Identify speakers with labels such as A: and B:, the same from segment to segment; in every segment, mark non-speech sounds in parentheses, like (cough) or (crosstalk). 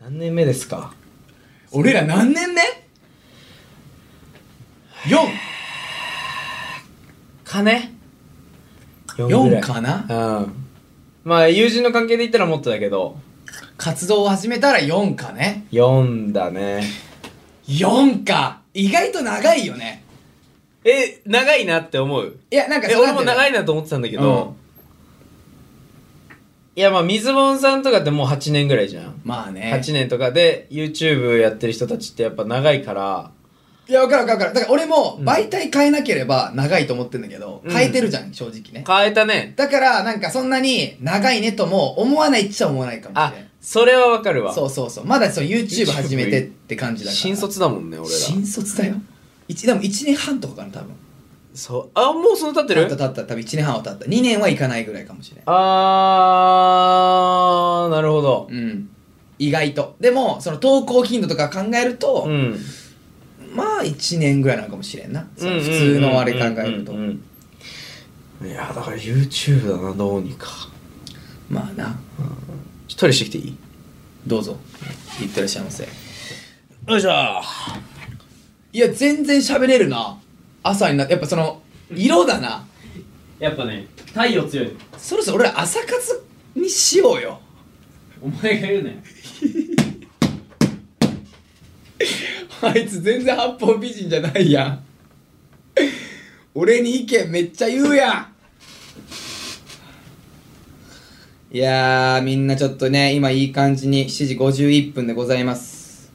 A: 何年目ですか
B: 俺ら何年目 ?4!
A: かね4ぐらい
B: 4かな
A: うんまあ友人の関係で言ったらもっとだけど
B: 活動を始めたら4かね。
A: 4だね
B: 4か意外と長いよね。
A: え長いなって思う
B: いや、なんか
A: え俺も長
B: い。
A: いなと思ってたんだけど、いやまあ水本さんとかってもう8年ぐらいじゃん
B: まあね。
A: 8年とかで YouTube やってる人たちってやっぱ長いから
B: いや、わかるわかるわかる。だから俺も
A: うん
B: 媒体変えなければ長いと思ってんだけど、
A: うん
B: 変えてるじゃん、正直ね。
A: 変えたね
B: だから、なんかそんなに長いねとも思わないっちゃ思わないかもし
A: あ
B: れない。
A: それはわかるわ
B: そうそうそう。まだそう YouTube
A: YouTube
B: 始めてって感じだから。
A: 新卒だもんね俺ら
B: 新卒だよ。一でも1年半とかかな、多分。
A: そうあもうその経ってる
B: 経った経った、多分1年半は経った。2年はいかないぐらいかもしれない。
A: あーなるほど
B: うん。意外と。でも、その投稿頻度とか考えると、
A: うん
B: まあ1年ぐらいなのかもしれんな。その
A: うん
B: 普通のあれ考えると
A: うん。うんうんいやだから YouTube だなどうにか
B: まあな、
A: ちょっとトイレしてきていい
B: どうぞ。いってらっしゃいませ。
A: よいしょ
B: いや、全然喋れるな。朝になって、やっぱその、色だな。
C: やっぱね太陽強い
B: そろそろ俺ら朝活にしようよ。
C: お前が言うね
B: (laughs) あいつ全然八方美人じゃないやん。俺に意見めっちゃ言うやん。いやー、みんなちょっとね、今いい感じに7時51分でございます。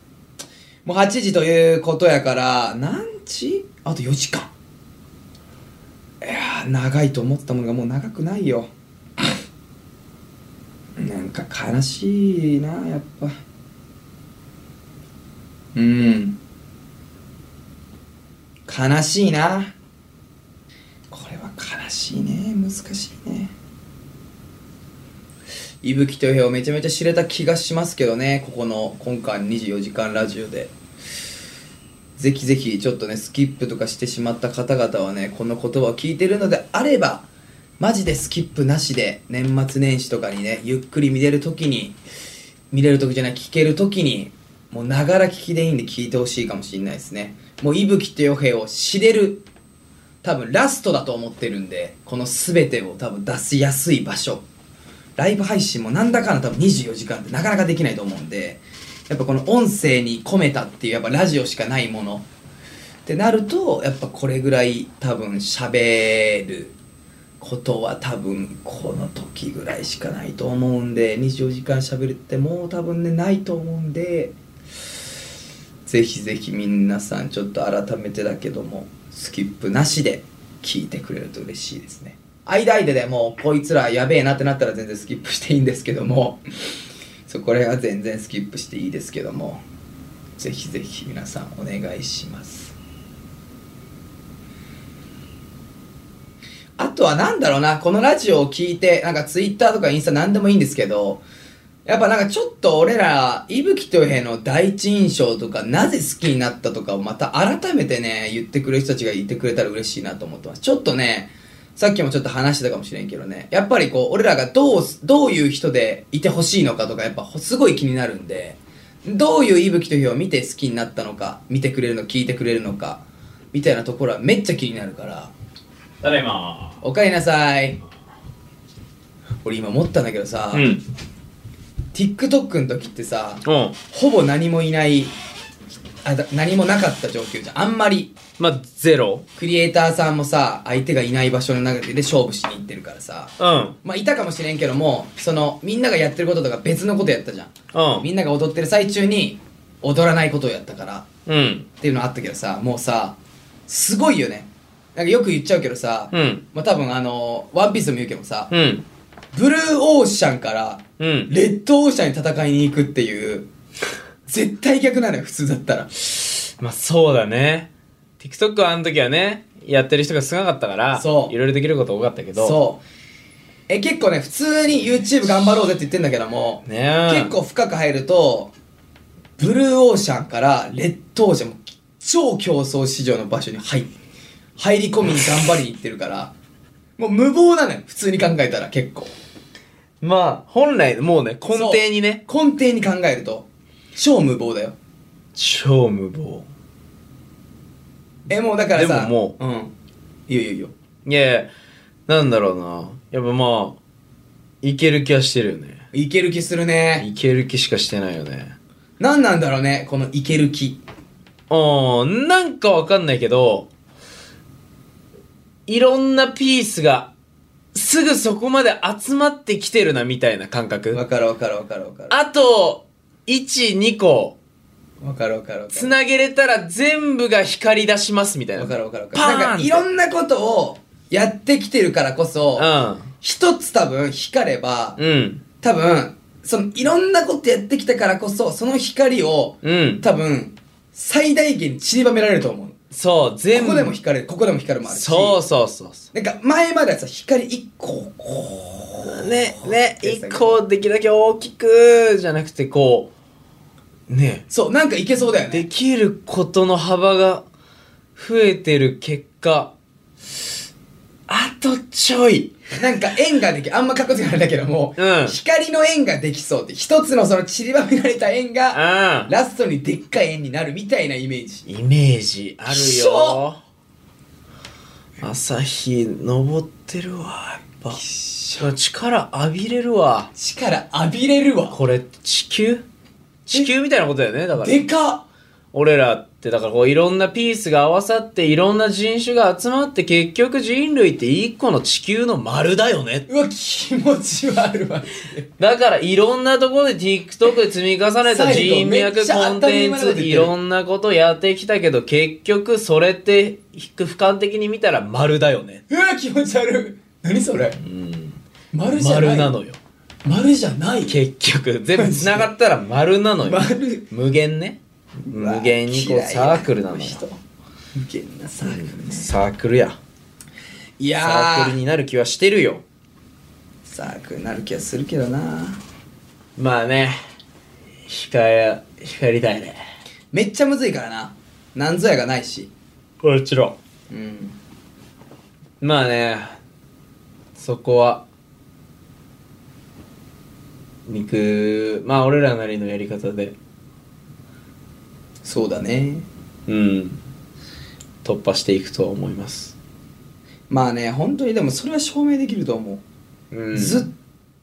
B: もう8時ということやから、何時あと4時間。いやー、長いと思ったものがもう長くないよ。なんか悲しいな、やっぱ。うん悲しいなこれは悲しいね難しいね伊吹というをめちゃめちゃ知れた気がしますけどねここの今回の24時間ラジオでぜひぜひちょっとねスキップとかしてしまった方々はねこの言葉を聞いてるのであればマジでスキップなしで年末年始とかにねゆっくり見れる時に見れる時じゃない聞ける時にもうながら聞きでいいんで聞いてほしいかもしれないですねもう伊吹とよへいを知れる多分ラストだと思ってるんでこの全てを多分出しやすい場所ライブ配信もなんだかんだ多分24時間ってなかなかできないと思うんでやっぱこの音声に込めたっていうやっぱラジオしかないものってなるとやっぱこれぐらい多分喋ることは多分この時ぐらいしかないと思うんで24時間喋るってもう多分ねないと思うんでぜひぜひ皆さんちょっと改めてだけどもスキップなしで聞いてくれると嬉しいですね間々でもうこいつらやべえなってなったら全然スキップしていいんですけどもそこら辺は全然スキップしていいですけどもぜひぜひ皆さんお願いしますあとはなんだろうなこのラジオを聞いてなんかツイッターとかインスタ何でもいいんですけどやっぱなんかちょっと俺ら伊吹とへの第一印象とかなぜ好きになったとかをまた改めてね言ってくれる人たちがいてくれたら嬉しいなと思ってますちょっとねさっきもちょっと話してたかもしれんけどねやっぱりこう俺らがどうどういう人でいてほしいのかとかやっぱすごい気になるんでどういう伊吹とひを見て好きになったのか見てくれるの聞いてくれるのかみたいなところはめっちゃ気になるから
C: ただいま
B: おかえりなさい俺今思ったんだけどさ、
A: うん
B: TikTok の時ってさ
A: うん
B: ほぼ何もいないあだ何もなかった状況じゃんあんまり
A: まあゼロ
B: クリエイターさんもさ相手がいない場所の中で勝負しに行ってるからさ
A: うん
B: まあいたかもしれんけどもそのみんながやってることとか別のことやったじゃん
A: うん
B: みんなが踊ってる最中に踊らないことをやったから
A: うん
B: っていうのあったけどさもうさすごいよねなんかよく言っちゃうけどさ、
A: うん
B: まあ多分あのワンピースでも言うけどさ、
A: うん
B: ブルーオーシャンから
A: うん
B: レッドオーシャンに戦いに行くっていう絶対逆なのよ普通だったら
A: まあそうだね TikTok はあの時はねやってる人が少なかったから
B: そう
A: いろいろできること多かったけど
B: そうえ結構ね普通に YouTube 頑張ろうぜって言ってんだけども、
A: ねえ
B: 結構深く入るとブルーオーシャンからレッドオーシャンもう超競争市場の場所に入入り込みに頑張りに行ってるからもう無謀なのよ普通に考えたら結構
A: まあ本来もうね根底にね
B: 根底に考えると超無謀だよ
A: 超無謀
B: えもうだから
A: で
B: さ
A: もも
B: う、ん、いいよいいよいいよ
A: いやいやなんだろうなやっぱまあいける気はしてるよね
B: いける気するね
A: いける気しかしてないよね
B: 何なんだろうねこのいける気
A: うんなんかわかんないけどいろんなピースがすぐそこまで集まってきてるなみたいな感
B: わ
A: 覚
B: かるわかるわかるわかる
A: あと12個
B: わかるわかるわかる
A: つなげれたら全部が光り出しますみたいな
B: わかるわかるわか
A: パー
B: る
A: ン
B: なんかいろんなことをやってきてるからこそ、一つ多分光れば、
A: うんうん
B: 多分そのいろんなことやってきたからこそその光を
A: うん
B: 多分最大限散りばめられると思う
A: そう全
B: こ
A: 部
B: こでも光れるここでも光るもあるし
A: そうそうそうそ
B: なんか前まではさ光一個をこ
A: うねね
B: こう
A: 一個できるだけ大きくじゃなくてこうね
B: うそうなんかいけそうだよ
A: で
B: ね
A: きることの幅が増えてる結果あとちょい
B: なんか縁ができあんまかっこつけないんだけども、
A: うん
B: 光の縁ができそうって一つのその散りばめられた縁が
A: ああ
B: ラストにでっかい円になるみたいなイメージ
A: イメージあ
B: く
A: る
B: そ
A: よ朝日昇ってるわやっぱ力浴びれるわ
B: 力浴びれるわ
A: これって地球地球みたいなことだよねだから
B: でかっ
A: 俺らってだからこういろんなピースが合わさっていろんな人種が集まって結局人類って一個の地球の丸だよね
B: うわ気持ち悪いわ
A: だからいろんなところで TikTok で積み重ねた
B: 最後
A: 人
B: めっ
A: 脈
B: ちゃ
A: コ
B: 当
A: ン
B: たり
A: テ
B: 前
A: ン
B: のこと言っ
A: ツ
B: てる
A: いろんなことやってきたけど結局それってひく俯瞰的に見たら丸だよね
B: うわ気持ち悪い何それ
A: うん
B: 丸じゃない
A: 丸なのよ
B: 丸じゃない
A: 結局全部繋がったら丸なのよ
B: 丸
A: 無限ね無限にこう
B: わ嫌いな
A: サークルなのよ
B: 人無限なサークルね
A: サークルや
B: い
A: サ
B: や
A: ークル
B: ー
A: になる気はしてるよ
B: サークルになる気はするけどな
A: まあね光光りたいね
B: めっちゃむずいからななんぞやがないし
A: こちら
B: うん
A: まあねそこは肉まあ俺らなりのやり方で
B: そうだね
A: うん突破していくとは思います、
B: まあね本当にでもそれは証明できると思う、
A: うん、
B: ずっ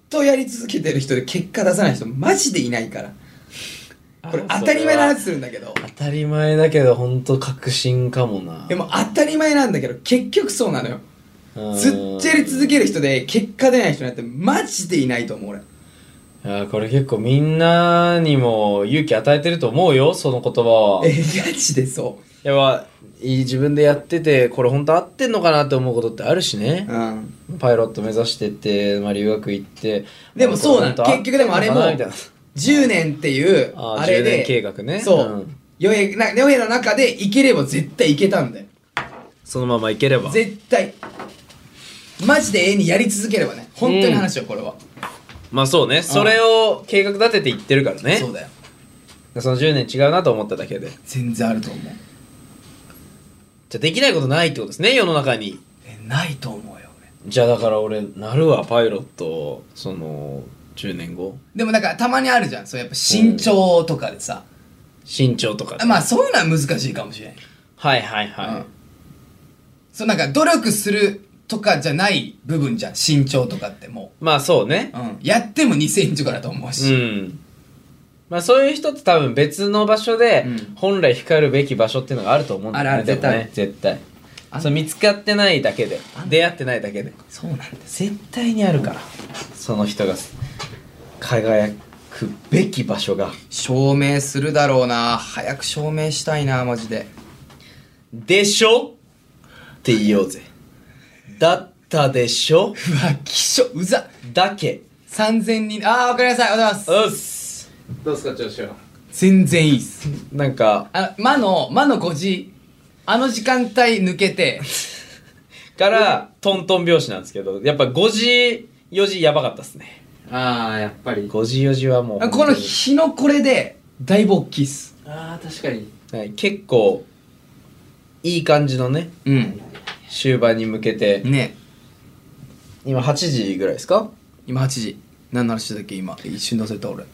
B: とやり続けてる人で結果出さない人マジでいないからこれ当たり前の
A: な
B: 話するんだけど
A: 当たり前だけどほんと確信かもな
B: でも当たり前なんだけど結局そうなのよずっとやり続け
A: る
B: る人で結果出ない人なんてマジでいないと思う俺
A: いやこれ結構みんなにも勇気与えてると思うよその言葉は
B: えガチでそ
A: やばいい自分でやっててこれ本当合ってんのかなって思うことってあるし
B: う
A: ね、
B: うん
A: パイロット目指してて、まあ、留学行って
B: でもそうなの
A: これ本当合っ
B: 結局でもあれも
A: 合ってんのかなみたい
B: 10年っていう
A: なあ
B: あれ
A: 10年計
B: で
A: 画ね
B: そう、
A: ん
B: ヨエなヨエの中でいければ絶対いけたんだよ
A: そのまま行ければ
B: 絶対マジで永遠にやり続ければね本当に話よこれは、
A: まあそうねそれを計画立てて行ってるからね
B: そうだよ
A: その10年違うなと思っただけで
B: 全然あると思う
A: じゃあできないことないってことですね世の中に
B: えないと思うよ俺
A: じゃあだから俺なるわパイロットその10年後
B: でもだからたまにあるじゃんそうやっぱ身長とかでさ、
A: 身長とか
B: まあそういうのは難しいかもしれない
A: はいはいはい、
B: うんそうなんか努力するとかじゃない部分じゃん身長とかっても
A: まあそうね
B: う、うん、やっても2センチからと思う
A: う
B: し、
A: んまあそういう人って多分別の場所で
B: うん
A: 本来光るべき場所っていうのがあると思うんだよね
B: あるある
A: でもね絶対
B: あん
A: そう見つかってないだけで
B: あん
A: 出会ってないだけで
B: そうなんです
A: 絶対にあるからその人が輝くべき場所が
B: 証明するだろうな早く証明したいなマジで
A: でしょって言おうぜだったでしょ
B: うわきしょうざ
A: だけ
B: 3000人ああわかりなさいありがとうございま
A: う
B: す
A: っす
D: どうすか調子は
B: 全然いいっす
A: なんか
B: あ魔の魔の5時あの時間帯抜けて
A: からトントン拍子なんですけどやっぱ5時4時やばかったっすね
D: ああやっぱり
A: 5時4時はもう
B: あこの日のこれでだいぶ大きいっす
D: ああ確かに
A: はい、結構いい感じのね
B: うん
A: 終盤に向けて
B: ね
A: 今8時ぐらいですか
B: 今8時何の話だっけ今一瞬出せた俺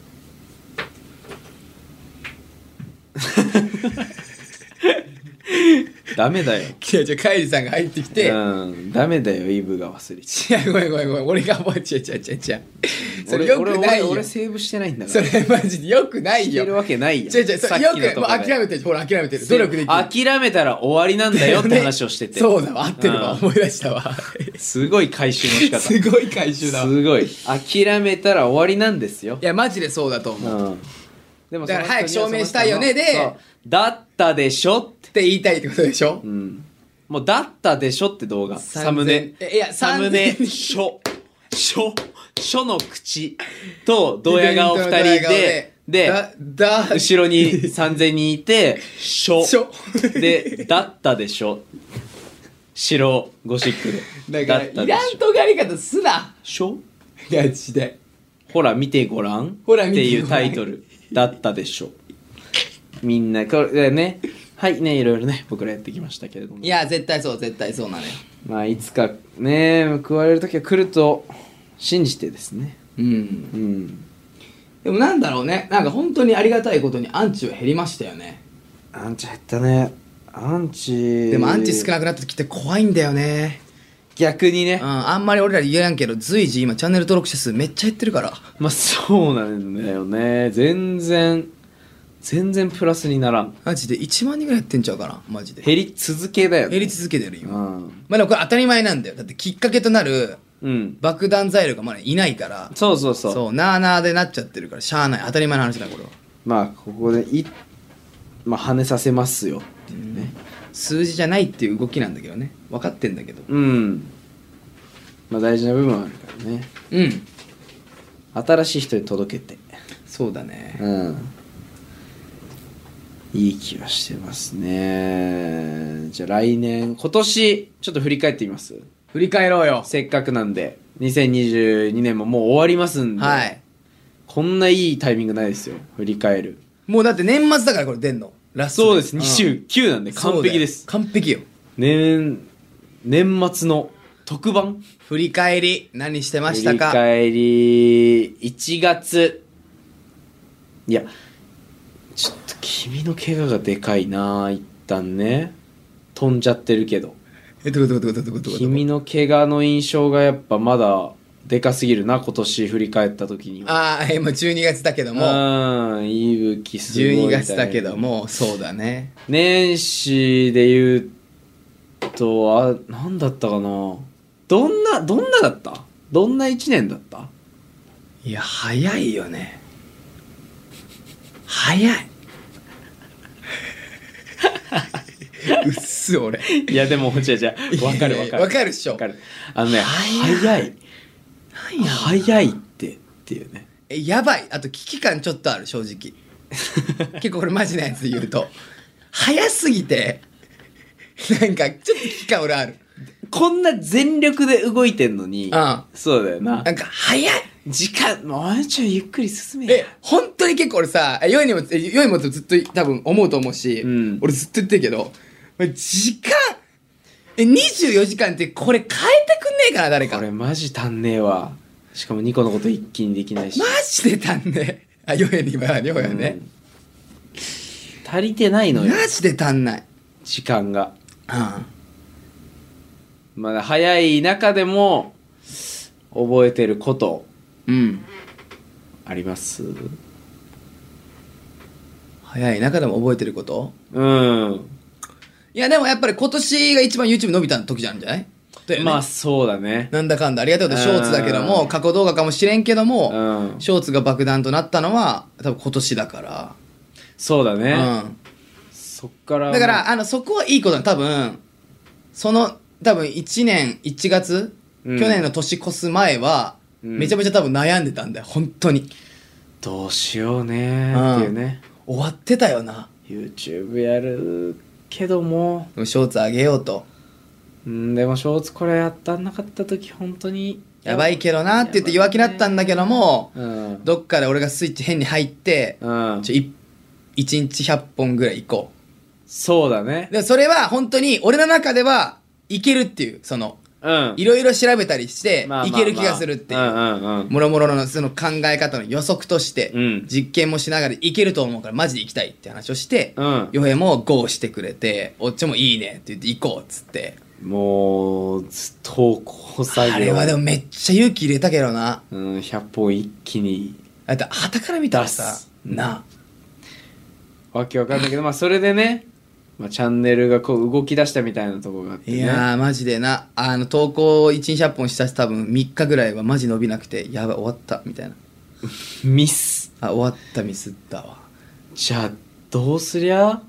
A: ダメだよ
B: 違う違うカイジさんが入ってきて、
A: うんダメだよイブが忘れち
B: 違うごめんごめんごめん俺が覚えちゃう違う違う違う
A: ゃう
B: それよく
A: 俺
B: ない
A: 俺
B: よ
A: 俺セーブしてないんだか
B: そ
A: ら
B: れマジでよくない
A: して
B: よ
A: るわけないやん
B: 違う違うそ
A: さっ
B: れ
A: き
B: よ
A: の
B: く
A: と
B: もう
A: ころ
B: 諦
A: で
B: めてるほら諦めてる努力できる
A: 諦めたら終わりなんだよ (laughs) って話をしてて
B: そうだわ合ってるわ
A: うん
B: 思い出したわ
A: (laughs) すごい回収の仕方
B: すごい回収だわい
A: すごい諦めたら終わりなんですよ、
B: やマジでそうだと
A: う
B: 思うっ
A: ん、でも
B: だから
A: その人には
B: 早く証明したいよ
A: そ
B: ね
A: の人の
B: で
A: そうだったでしょって、
B: て言いたいってことでしょ
A: うん、もうだったでしょって動画サムネ
B: 3000えいや
A: サムネ
B: 3000
A: しょしょしょの口とドヤ顔二人
B: イベントのドヤ顔
A: でで
B: だだ
A: 後ろに3000人いてしょ
B: しょ
A: でだったでしょ白ゴシックで
B: だから
A: った
B: い
A: で
B: らん
A: しょ
B: とがり方すな
A: しょ
B: ガチで
A: ほら見てごらん
B: ほら見て
A: ってい
B: ご
A: う
B: ら
A: タ
B: ん
A: イトルだったでしょみんなこれでねはいねいろいろね僕らやってきましたけれども
B: いや絶対そう絶対そうなのよ
A: まあいつかね報われる時が来ると信じてですね
B: うん
A: うん
B: でもなんだろうねなんか本当にありがたいことにアンチは減りましたよね
A: アンチ減ったねアンチ
B: でもアンチ少なくなってきて怖いんだよね
A: 逆に
B: うん
A: ね
B: あんまり俺ら言えやんけど随時今チャンネル登録者数めっちゃ減ってるから
A: まあそうなんだよね全然全然プラスにならん
B: マジで1万人ぐらい減ってんちゃうかなマジで
A: 減り続けだよね
B: 減り続けてるよ
A: うん
B: まあでもこれ当たり前なんだよだってきっかけとなる
A: うん
B: 爆弾材料がまだいないから
A: そうそうそう
B: そうなあなあでなっちゃってるからしゃあない当たり前の話だこれは
A: まあここでいまあ跳ねさせますよ
B: 数字じゃないっていう動きなんだけどね分かってんだけど
A: うんまあ大事な部分はあるからね
B: うん
A: 新しい人に届けて
B: そうだね
A: うんいい気はしてますねじゃあ来年今年ちょっと振り返ってみます
B: 振り返ろうよ
A: せっかくなんで2022年ももう終わりますんで、
B: はい
A: こんないいタイミングないですよ振り返る
B: もうだって年末だからこれ出んのラスト
A: そうです
B: ん
A: 29なんで完璧です
B: そうだよ完璧よ
A: 年年末の特番
B: 振り返り何してましたか
A: 振り返り1月いやちょっと君の怪我がでかいな一旦ね飛んじゃってるけど
B: えどこどこどこどこどこどこ
A: 君の怪我の印象がやっぱまだでかすぎるな今年振り返った時には
B: ああ今12月だけども
A: うんいぶきすごい
B: 12月だけどもそうだね
A: 年始で言うとあ何だったかなどんなどんなだったどんな1年だった
B: いや早いよね早い (laughs) うっす俺
A: いやでも違う違うわかるわかる
B: わかるっしょ
A: わかるあのね
B: 早い
A: 早い
B: 何
A: 早いってっていうね
B: えやばいあと危機感ちょっとある正
A: (laughs)
B: 直結構これマジなやつ言うと早すぎてなんかちょっと危機感俺ある
A: こんな全力で動いてんのに
B: うん
A: そうだよな
B: なんか早い
A: 時間もうあんちゃんゆっくり進め
B: え
A: や
B: 本当に結構俺さえ良いにもえ良いもずっと多分思うと思うし、
A: うん
B: 俺ずっと言ってるけど時間え24時間ってこれ変えてくんねえかな誰か
A: これ
B: マ
A: マジ足んねえわしかもニコのこと一気にできないし
B: ジで足んねえあ良いに今は良いはね
A: う、ん足りてないのよ
B: マジで足んない
A: 時間が
B: うん
A: まだ早い中でも覚えてること
B: うん
A: あります
B: 早い中でも覚えてること
A: うん
B: いやでもやっぱり今年が一番 YouTube 伸びた時じゃんじゃないだよね
A: まあそうだね
B: なんだかんだありがたいことショーツだけども
A: うん
B: 過去動画かもしれんけど
A: う
B: も
A: ん
B: ショーツが爆弾となったのは多分今年だか
A: そうだね、
B: ら、うん、
A: そっから
B: だからあのそこはいいことだ多分その多分1年1月、
A: うん
B: 去年の年越す前は、
A: うん
B: めちゃめちゃ多分悩んでたんだよ本当に
A: どうしようねーっていうね、
B: 終わってたよな
A: YouTube やるけども
B: でもショーツあげようと
A: うんでもショーツこれやったんなかった時本当に
B: やばいけどなって言って弱気だったんだけども、
A: うん
B: どっかで俺がスイッチ変に入って、
A: うん
B: ちょい1日100本ぐらい行こ
A: そうだね
B: うでそれは本当に俺の中ではいけるっていうその
A: うん
B: いろいろ調べたりして
A: まあまあ
B: い
A: まあ
B: ける気がするっていう。
A: んうんうん
B: もろもろのその考え方の予測として、
A: うん
B: 実験もしながらいけると思うからマジで行きたいって話をして、
A: うん
B: ヨヘもゴーしてくれて、おっちもいいねって言って行こうっつって。
A: もうずっと高作業
B: あれはでもめっちゃ勇気入れたけどな。
A: うん、100本一気に
B: だって、旗から見たら
A: 出
B: さ
A: す、
B: な
A: わけわかんないけどまあそれでね、まあ、チャンネルがこう動き出したみたいなとこがあって
B: い
A: ね
B: やー、マジでな。あの、投稿1、200本したし多分3日ぐらいはマジ伸びなくて、やばい、終わった、みたいな。
A: ミス
B: あ、終わった、ミスったわ。
A: じゃあどうすりゃ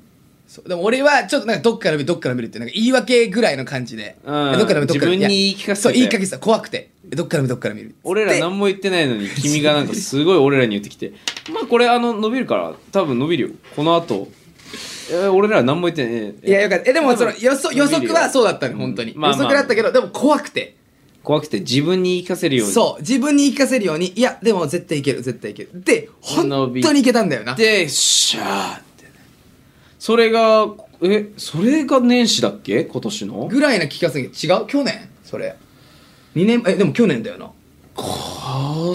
B: そうでも俺はちょっとなんかどっから見るどっから見るってなんか言い訳ぐらいの感じで、
A: うん
B: どっから見るどっから
A: 自分
B: 見る
A: に
B: や
A: 言い聞かせて
B: そう言いかけてた怖くてどっから見るどっから見る
A: 俺ら
B: で
A: 何も言ってないのに君がなんかすごい俺らに言ってきて「まあこれあの伸びるから多分伸びるよこの後えー俺ら何も言ってないえ
B: いやよかったえでもその予測予
A: 伸び
B: 測
A: るよ
B: はそうだったの本当に、
A: うんまあまあ
B: 予測だったけどでも怖くて
A: 怖くて自分に言い聞かせるように
B: そう自分に言い聞かせるようにいやでも絶対いける絶対いけるで本
A: 伸び
B: 当にいけたんだよな
A: でシャーってねそれがえそれが年始だっけ今年の
B: ぐらいな気がするけど違う去年それ2年えでも去年だよな
A: 今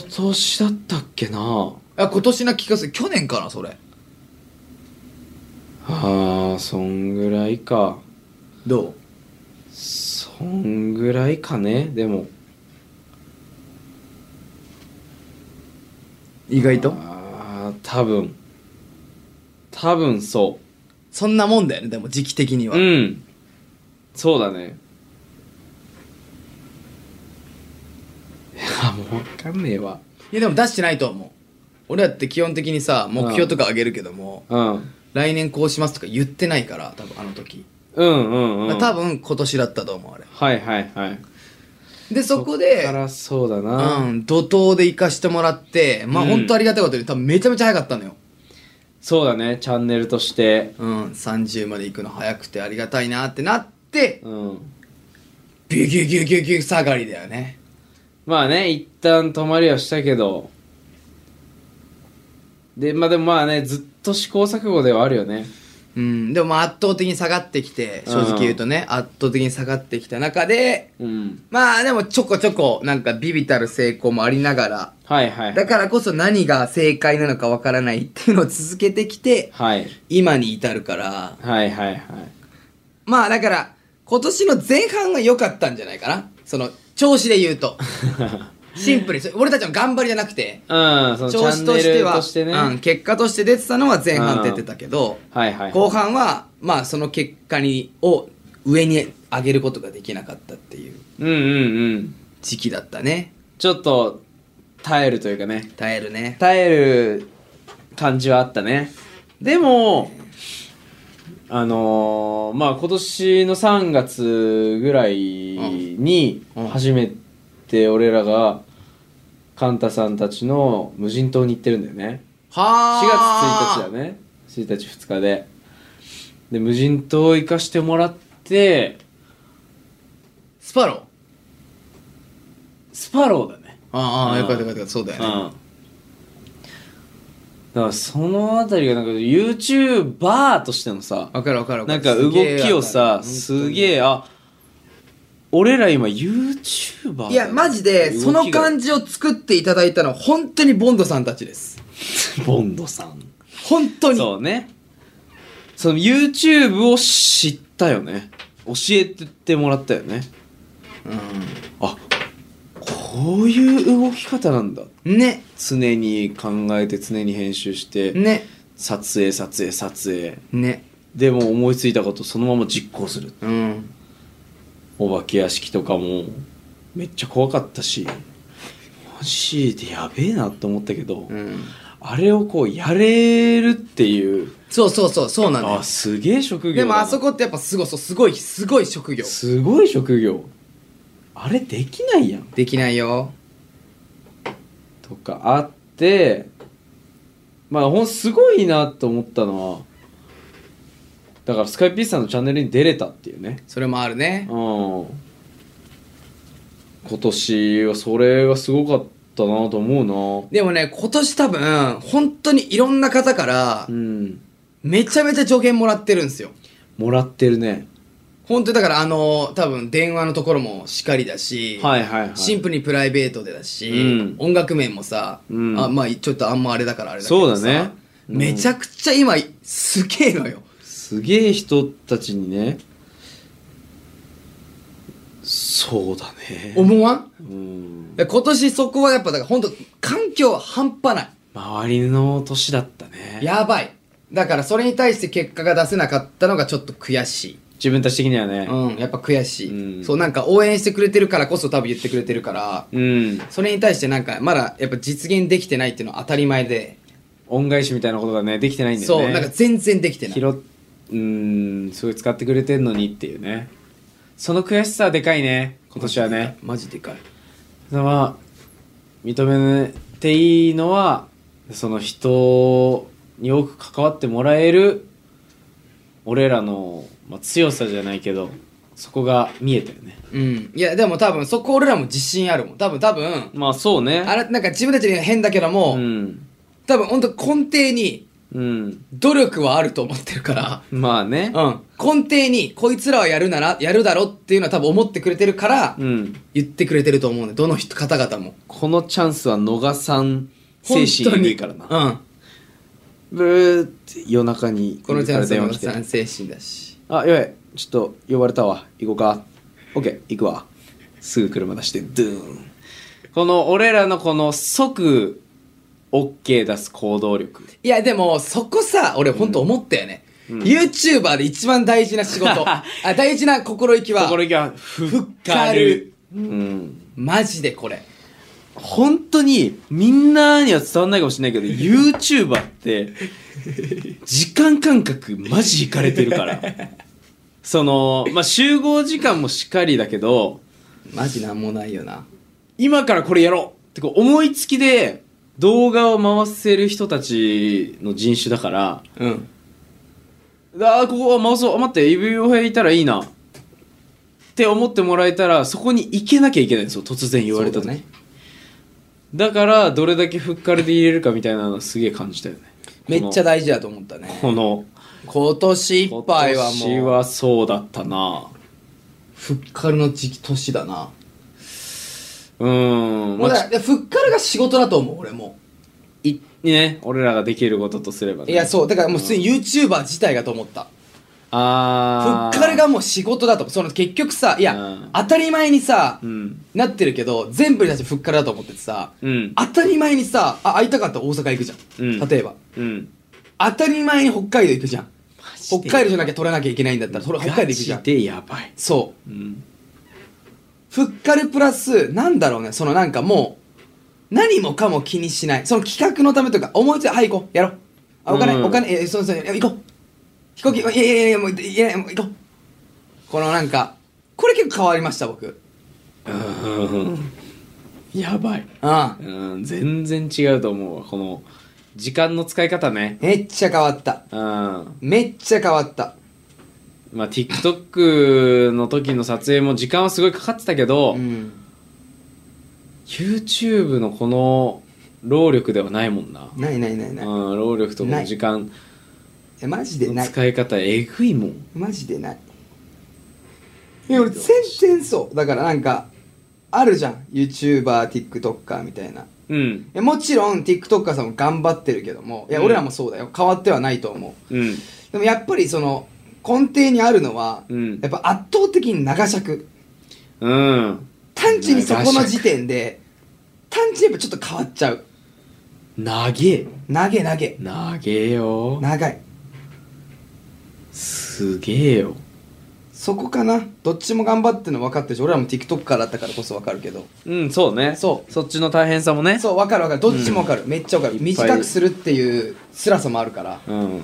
A: 年だったっけな
B: あ今年な気がする去年かなそれ
A: ああそんぐらいか
B: どう
A: そんぐらいかねでも
B: 意外と
A: ああ多分多分そ
B: そんなもんだよねでも時期的に
A: う
B: は、
A: うんそうだねいやもう分かんねえわ
B: いやでも出してないと思う俺だって基本的にさ目標とかあげるけども、
A: うん
B: 来年こうしますとか言ってないから多分あの時、
A: うんうんうん
B: 多分今年だったと思うあれ
A: はいはいはい
B: でそこで
A: そっからそうだな、
B: うん、怒涛で行かしてもらってまあ
A: うん
B: 本当ありがたいことに多分めちゃめちゃ早かったのよ
A: そうだねチャンネルとして
B: うん30まで行くの早くてありがたいなってなって
A: うん
B: ビュギュギュギュギュ下がりだよね
A: まあね一旦止まりはしたけどでまあでもまあねずっと試行錯誤ではあるよね
B: うんでもまあ圧倒的に下がってきて正直言うとね、圧倒的に下がってきた中で
A: うん
B: まあでもちょこちょこなんかビビたる成功もありながら
A: はいはい
B: だからこそ何が正解なのかわからないっていうのを続けてきて、
A: はい
B: 今に至るから、
A: はいはいはい (laughs)
B: まあだから、今年の前半が良かったんじゃないかな。その、調子で言う
A: (laughs)
B: と。シンプルに、それ俺たちの頑張りじゃなくて、
A: うんそのチ
B: 調
A: ャ
B: 子
A: ンネ
B: として
A: ル
B: は
A: としてね、
B: うん、結果として出てたのは前半って言ってたけど、
A: はいはい
B: 後半は、まあその結果に、を上に上げることができなかったっていう
A: うんうんうん
B: 時期だったね。
A: ちょっと耐えるというかね
B: 耐えるね。
A: 耐える感じはあったねでもあのー、まあ今年の3月ぐらいに
B: うんうん
A: 初めて俺らがカンタさんたちの無人島に行ってるんだよね4
B: は
A: 月1
B: ー
A: 日だね1日2日でで無人島行かしてもらって
B: スパロー。
A: スパローだね
B: ああ、
A: うん
B: よかったよかったよかった。そうだよね。
A: うんだからそのあたりがなんか YouTuber としてのさ
B: わかるわかるわ
A: なんか動きをさすげ
B: え
A: えあ俺ら今 YouTuber だよ
B: わかる本当にいやマジでその感じを作っていただいたのは本当にボンドさんたちです
A: 動きがボンドさん
B: 本当に
A: そうねその YouTube を知ったよね教えてもらったよねあこういう動き方なんだ
B: うんね
A: 常に考えて常に編集して、
B: ね
A: 撮影撮影撮影
B: ね
A: でも思いついたことそのまま実行する
B: うん
A: お化け屋敷とかもめっちゃ怖かったしマジでやべえなって思ったけど、
B: うん
A: あれをこうやれるっていう
B: そうそうそうそうなんだよ
A: あすげえ職業
B: で
A: だ
B: も
A: な
B: あそこってやっぱすごいそうすごいすごい職業
A: すごい職業あれできないやん
B: できないよ
A: とかあってまあほんすごいなと思ったのはだからスカイピースさんのチャンネルに出れたっていうね
B: それもあるね
A: うん今年はそれがすごかったなと思う
B: でもね今年多分本当にいろんな方から
A: なうん
B: めちゃめちゃ助言もらってるんですよ
A: もらってるね
B: 本当にだからあの多分電話のところもしかりだし、
A: はいはいはい
B: シンプルにプライベートでだし、
A: うん
B: 音楽面もさ、
A: うん
B: あまあちょっとあんまあれだからあれだけどさ
A: そうだねうん
B: めちゃくちゃ今すげえのよ
A: すげえ人たちにねそうだね
B: 思わん
A: うん
B: で今年そこはやっぱだから本当環境半端ない
A: 周りの年だったね
B: やばいだからそれに対して結果が出せなかったのがちょっと悔し
A: 自分たち的にはね
B: い、うん、やっぱ悔しい、
A: うん
B: そうなんか応援してくれてるからこそ多分言ってくれてるから
A: うん
B: それに対してなんかまだやっぱ実現できてないっていうのは当たり前で、
A: 恩返しみたいなことがねできてないんだよ
B: そ
A: ね
B: うなんか全然できてない
A: 拾っうーんすごい使ってくれてんのにっていうねその悔しさはでかいね今年はね
B: マジでかい
A: それは認めていいのはその人に多く関わってもらえる俺らの、まあ、強さじゃないけどそこが見えたよね
B: うんいやでも多分そこ俺らも自信あるもん多分多分
A: まあそうね
B: あれなんか自分たちには変だけども、
A: うん
B: 多分本当根底に
A: うん
B: 努力はあると思ってるから
A: まあね
B: うん根底にこいつらはやるならやるだろっていうのは多分思ってくれてるから
A: うん
B: 言ってくれてると思うねどの人方々も
A: このチャンスは逃さん精神がいいからな
B: うん
A: ブーって夜中に
B: このチャンス
A: 電
B: は
A: 話
B: 野
A: 来て
B: さん精神だし
A: あ、やばい。ちょっと呼ばれたわ。行こうか。オッケー、行くわ。すぐ車出して、ドゥーン。この、俺らのこの即、オッケー出す行動力。
B: いやでもそこさ俺本当思ったよね、YouTuber で一番大事な仕
A: (laughs)
B: 事あ大事な心意気は
A: 心意気は、ふっかる。うん。
B: マジでこれ
A: 本当に、みんなには伝わんないかもしれないけど、YouTuber って、時間感覚、マジいかれてるから。その、まあ、集合時間もしっかりだけど、
B: マジなんもないよな
A: 今からこれやろうってこう思いつきで動画を回せる人たちの人種だから
B: うん
A: ああここは回そうあ待ってイブヨヘいたらいいなって思ってもらえたらそこに行けなきゃいけないんですよ突然言われた時
B: そう
A: だ,、
B: だね
A: からどれだけフッカルで入れるかみたいなのすげえ感じたよね
B: めっちゃ大事だと思ったね
A: この
B: 今年い
A: 今
B: っぱいは
A: 年
B: もう
A: はそうだったな
B: ふっかるの時期年だな
A: うーん
B: もう
A: ま
B: だ
A: あ
B: からふっかるが仕事だと思う俺も
A: いね俺らができることとすれば、ね、
B: いやそうだからもう普通に YouTuber 自体がと思った
A: ああ
B: ふっかるがもう仕事だとその結局さいや、
A: うん
B: 当たり前にさ、
A: うん
B: なってるけど全部に対してふっかるだと思っててさ、
A: うん
B: 当たり前にさあ会いたかったら大阪行くじゃん、
A: うん
B: 例えば
A: うん
B: 当たり前に北海道行くじゃん
A: ジで
B: 北海道じゃなきゃ取らなきゃいけないんだったらそれ北海道行くじゃ
A: ガ
B: ん
A: チでやばい。
B: そう
A: うん。
B: ふっかるプラス、なんだろうね、そのなんかもう、何もかも気にしない。その企画のためとか、思いつい、はい、行こう、やろう。あ、お金、
A: うん
B: お金、えー、そうそう、いや行こう。飛行機、いやいやいや、もう、いやいや、もう行こう。このなんか、これ結構変わりました、僕。
A: やばい。
B: うん。
A: うん、全然違うと思うわ。この、時間の使い方ね。
B: めっちゃ変わった。
A: うん。ま
B: めっちゃ変わった。
A: あ、TikTok の時の撮影も時間はすごいかかってたけど、
B: うん。
A: YouTube のこの労力ではないもんな。
B: ないないないない。
A: うん、労力とこの時間
B: え、マジで
A: の
B: ない。
A: 使い方、えぐいもん。
B: マジでない。いや、俺全然そう。だからなんか、あるじゃん。YouTuber、TikToker みたいな。
A: うん。
B: いやもちろん TikToker さんも頑張ってるけどもいや
A: うん
B: 俺らもそうだよ、変わってはないと思
A: うん。
B: うでもやっぱりその根底にあるのは、
A: うん
B: やっぱ圧倒的に長尺
A: うん。
B: 単純にそこの時点で単純にやっぱちょっと変わっちゃう
A: 長え。
B: 投げ投げ
A: 長えよ。
B: 長い
A: すげえよ。
B: そこかなどっちも頑張ってるの分かってるし俺らも TikToker だったからこそ分かるけど
A: うん、そうね。
B: そう。
A: そっちの大変さもね。
B: そう分かる分かるどっちも分かる、めっちゃ分かる
A: いっぱい
B: 短くするっていう辛さもあるから
A: うん。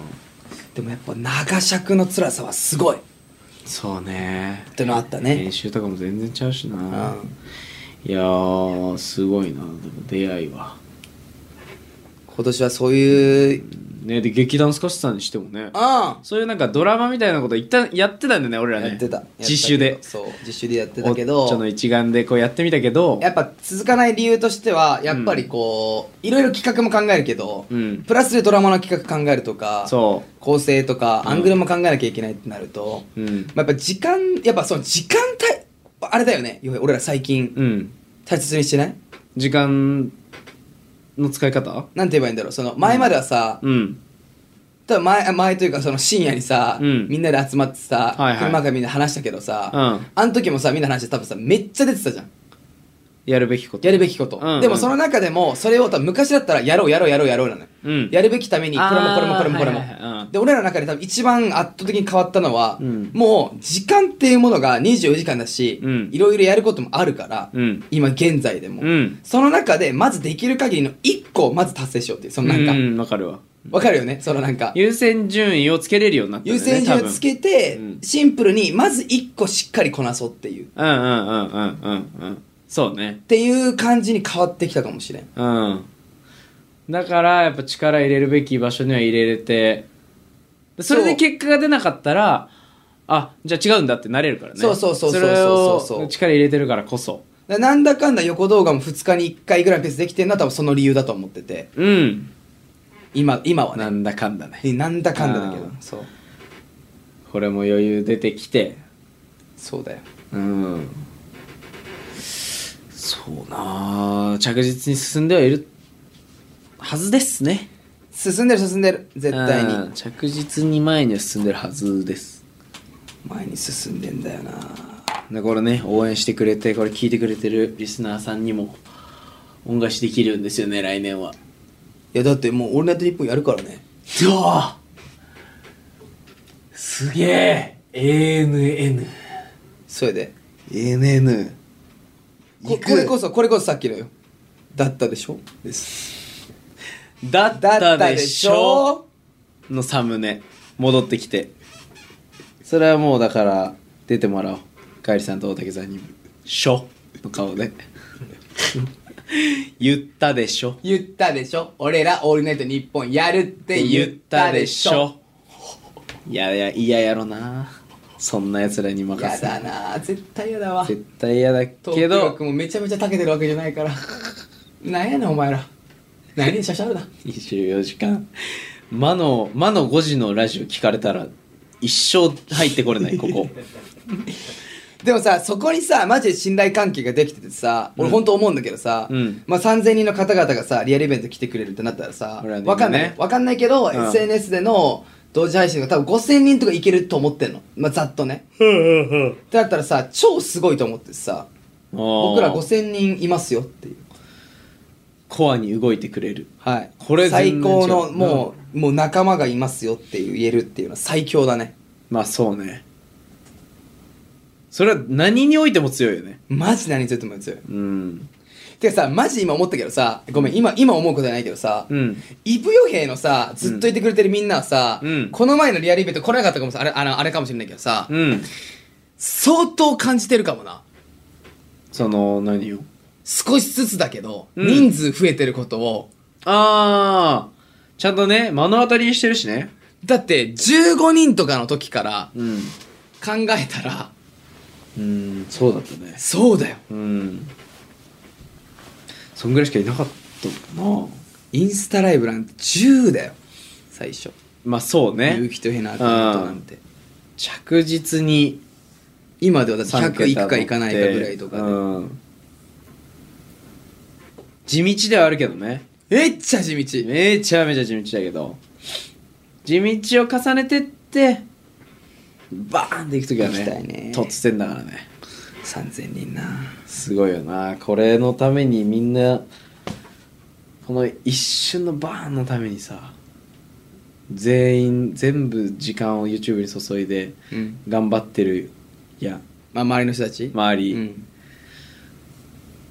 B: でもやっぱ長尺の辛さはすごいっ
A: そうね。
B: てのあったね
A: 練習とかも全然ちゃうし
B: う
A: な。
B: ん
A: いやー、すごいな。でも出会いは。
B: 今年はそういう
A: ねで劇団スカシさんにしてもね
B: あ
A: そういうなんかドラマみたいなこと一旦やってたんだよね俺らね
B: やってた
A: 自主で
B: そう自主でやってたけど
A: おっちょの一眼でこうやってみたけど
B: やっぱ続かない理由としてはやっぱりこう、いろいろ企画も考えるけど、
A: うん
B: プラスでドラマの企画考えるとか
A: そ
B: 構成とかアングルも考えなきゃいけないってなると、
A: ううん
B: まあ、やっぱ時間やっぱその時間帯あれだよね要は俺ら最近
A: うん
B: 大切にしてない
A: 時間の使い方
B: なんて言えばいいんだろうその前まではさ、
A: うん
B: ただ前前というかその深夜にさ、
A: うん
B: みんなで集まってさ、
A: はいはい
B: 車からみんな話したけどさ、
A: うん
B: あの時もさみんな話して多分さめっちゃ出てたじゃん
A: やるべきこと
B: やるべきこと、
A: うんうん
B: でもその中でもそれを多分昔だったらやろうやろうやろうやろうなのよ
A: うん
B: やるべきためにこれもこれもこれもこれも、
A: あーはいはいはいうん
B: で俺らの中で多分一番圧倒的に変わったのは、
A: うん
B: もう時間っていうものが24時間だし
A: うん
B: いろいろやることもあるから、
A: うん
B: 今現在でも、
A: うん
B: その中でまずできる限りの1個をまず達成しようっていうそのなんか、
A: うんわかるわ
B: わかるよねそのなんか
A: 優先順位をつけれるようになったんだ
B: 優
A: よね
B: 先順位をつけて、
A: 多分うん
B: シンプルにまず1個しっかりこなそうっていうっ
A: 多分うんうんうんうんうんうんそうね
B: ていう感じに変わってきたかもしれん
A: うんだからやっぱ力入れるべき場所には入れれてそれで結果が出なかったらあじゃあ違うんだってなれるからね
B: そうそうそうそうそう
A: れを
B: そうそう
A: 力入れてるからこそ
B: だなんだかんだ横動画も2日に1回ぐらいのペースできてるのは多分その理由だと思ってて
A: うん
B: 今今は
A: な
B: ね
A: んだかんだね
B: なんだかんだだけど
A: あー
B: そう
A: これも余裕出てきて
B: そうだよ
A: うんそうなあ着実に進んではいるはずですね
B: 進んでる進んでる絶対
A: うん
B: に
A: 着実に前には進んでるはずです
B: 前に進んでんだよな
A: でこれね応援してくれてこれ聞いてくれてるリスナーさんにも恩返しできるんですよね来年はい
B: やだってもう「オールナイトニッポン」やるからね
A: うわすげえ
B: それで
A: ANNANN
B: ここれこそこれこそさっきのよだったでしょです
A: だっ
B: だ
A: た
B: った
A: で
B: で
A: し
B: し
A: ょ
B: ょ
A: のサムネ戻ってきてそれはもうだから出てもらおうカエリさんと大竹さんに「しょ」の顔で (laughs) 言ったでしょ
B: 言ったでしょ俺ら「オールナイトニッポン」やるって言ったでしょ
A: いやいや嫌やろなそんなやつらに任
B: や
A: せ
B: だな絶対やだわ
A: 絶対嫌だけ
B: 東京
A: ど
B: 君もめちゃめちゃたけてるわけじゃないから (laughs) なんやねんお前ら何にしゃしゃるだ
A: 24時間魔の魔の5時のラジオ聞かれたら一生入ってこれないこ
B: (laughs)
A: こ
B: でもさそこにさマジで信頼関係ができててさ、俺ほんと思うんだけどさ、
A: うん
B: まあ、3000人の方々がさリアルイベント来てくれるってなったらさ、
A: これはね
B: わかんない、
A: 今ね
B: わかんないけど、
A: うん
B: SNS での同時配信が多分5000人とかいけると思ってんの、まあ、ざっとねってなったらさ超すごいと思ってさ
A: 僕
B: 僕ら5000人いますよっていう
A: コアに動いてくれる
B: はい
A: これ
B: 最
A: 全然違う
B: 高のもう,、もう仲間がいますよっていう言えるっていうのは最強だね
A: まあそうねそれは何においても強いよね
B: マジ何についても強い
A: うん
B: てかさマジ今思ったけどさごめん今今思うことじゃないけどさ、
A: うん
B: イブヨ兵のさずっといてくれてるみんなはさ、
A: うん
B: この前のリアルイベント来なかったかもさあれあのあれかもしれないけどさ、
A: うん
B: 相当感じてるかもな
A: その何を
B: 少しずつだけど、
A: うん
B: 人数増えてることを
A: ああちゃんとね目の当たりにしてるしね
B: だって15人とかの時から
A: うん
B: 考えたら
A: うんそうだったね
B: そうだよ
A: うんそんぐらいしかいなかったもんな
B: インスタライブなんて10だよ最初
A: まあそう
B: 結
A: ね
B: 城とヘナアカウントなんて
A: 着実に
B: 今ではだって
A: 三
B: 100
A: 桁
B: いくかいかないかぐらいとかで、
A: うん地道ではあるけどね
B: めっちゃ地道
A: めちゃめちゃ地道だけど地道を重ねてってバーンっていく時は
B: 行きた
A: ね
B: いね
A: 突然だからね
B: 3000人な
A: すごいよなこれのためにみんなこの一瞬のバーンのためにさ全員全部時間を YouTube に注いで
B: うん
A: 頑張ってるやん
B: まあ周りの人たち
A: 周り、
B: うん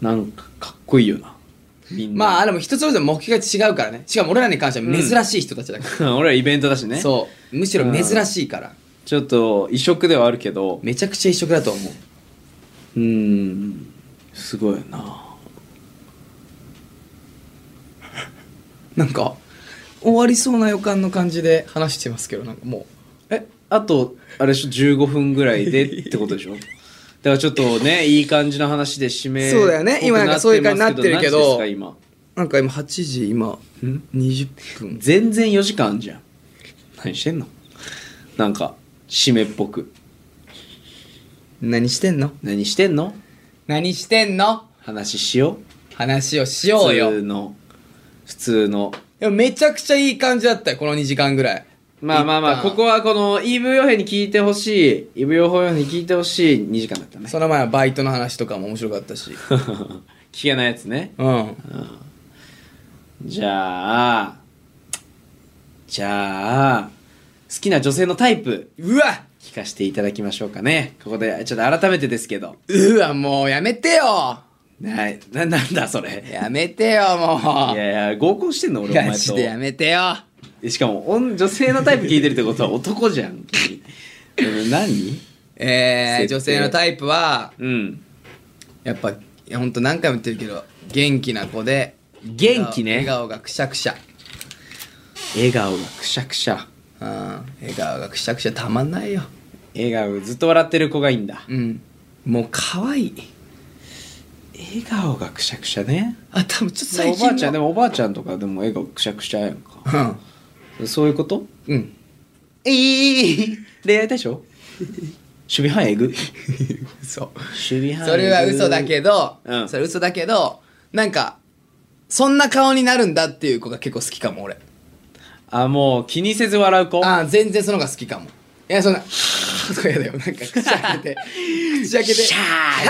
A: なんかかっこいいよなみんな
B: まあでも人それぞれ目標が違うからねしかも俺らに関しては珍しい人たちだ
A: (laughs)
B: か
A: 俺らイベントだし
B: ら、
A: ね
B: そうむしろ珍しいから
A: ちょっと異色ではあるけど
B: めちゃくちゃ一色だと思
A: う
B: う
A: ーんすごいよな
B: なんか終わりそうな予感の感じで話してますけどなんかもう
A: えあとあれでしょ15分ぐらいでってことで
B: (laughs)
A: しょだからちょっとねいい感じの話で締め
B: そうだよね今なんかそういう感じになってるけど
A: 何時ですか今
B: なんか今8時今ん20分
A: 全然4時間あんじゃん何してんのなんか締めっぽく
B: 何してんの
A: 何してんの
B: 何してんの
A: 話しよ
B: 話をし
A: う
B: ようよ
A: 普通の普通の
B: でもめちゃくちゃいい感じだったよこの2時間ぐらい
A: まあまあまあ
B: 一
A: こ
B: 旦
A: こはこのイブヨヘに聞いてほしいイブヨヘに聞いてほしい2時間だったね
B: その前はバイトの話とかも面白かったし
A: (laughs) 聞けないやつね
B: うん
A: じゃあじゃあ好きな女性のタイプ
B: うわ
A: 聞かせていただきましょうかねここでちょっと改めてですけど
B: うわもうやめてよ
A: なななんだそれ
B: やめてよも
A: いうやいや合コンしてんの俺お前
B: ガチ
A: と
B: でやめてよ
A: えしかもおん女性のタイプ聞いてるってことは男じゃんうん (laughs) 何
B: えー、
A: 設定
B: 女性のタイプは
A: うん
B: やっぱいやほんと何回も言ってるけど元気な子で
A: 元気ね
B: 笑顔がくしゃくしゃ
A: 笑顔がくしゃくしゃ
B: うん笑顔がくしゃくしゃたまんないよ
A: 笑顔ずっと笑ってる子がいいんだ
B: うんもう可愛い
A: 笑顔がくしゃくしゃね
B: あ多分ちょっと
A: お
B: 最近
A: ばあちゃんで
B: の
A: もおばあちゃんとかでも笑顔くしゃくしゃやんか
B: うん
A: そういうこと
B: うん
A: えー、恋愛対 (laughs) 象守備範囲えぐ守
B: そう
A: 備範囲
B: それは嘘だけど、
A: うん
B: それ嘘だけどなんかそんな顔になるんだっていう子が結構好きかも俺
A: あもう気にせず笑う子
B: あー全然その方が好きかもいやそんな「はーとかやだよなん
A: (laughs)
B: か口開けて口開けて「
A: シャー
B: は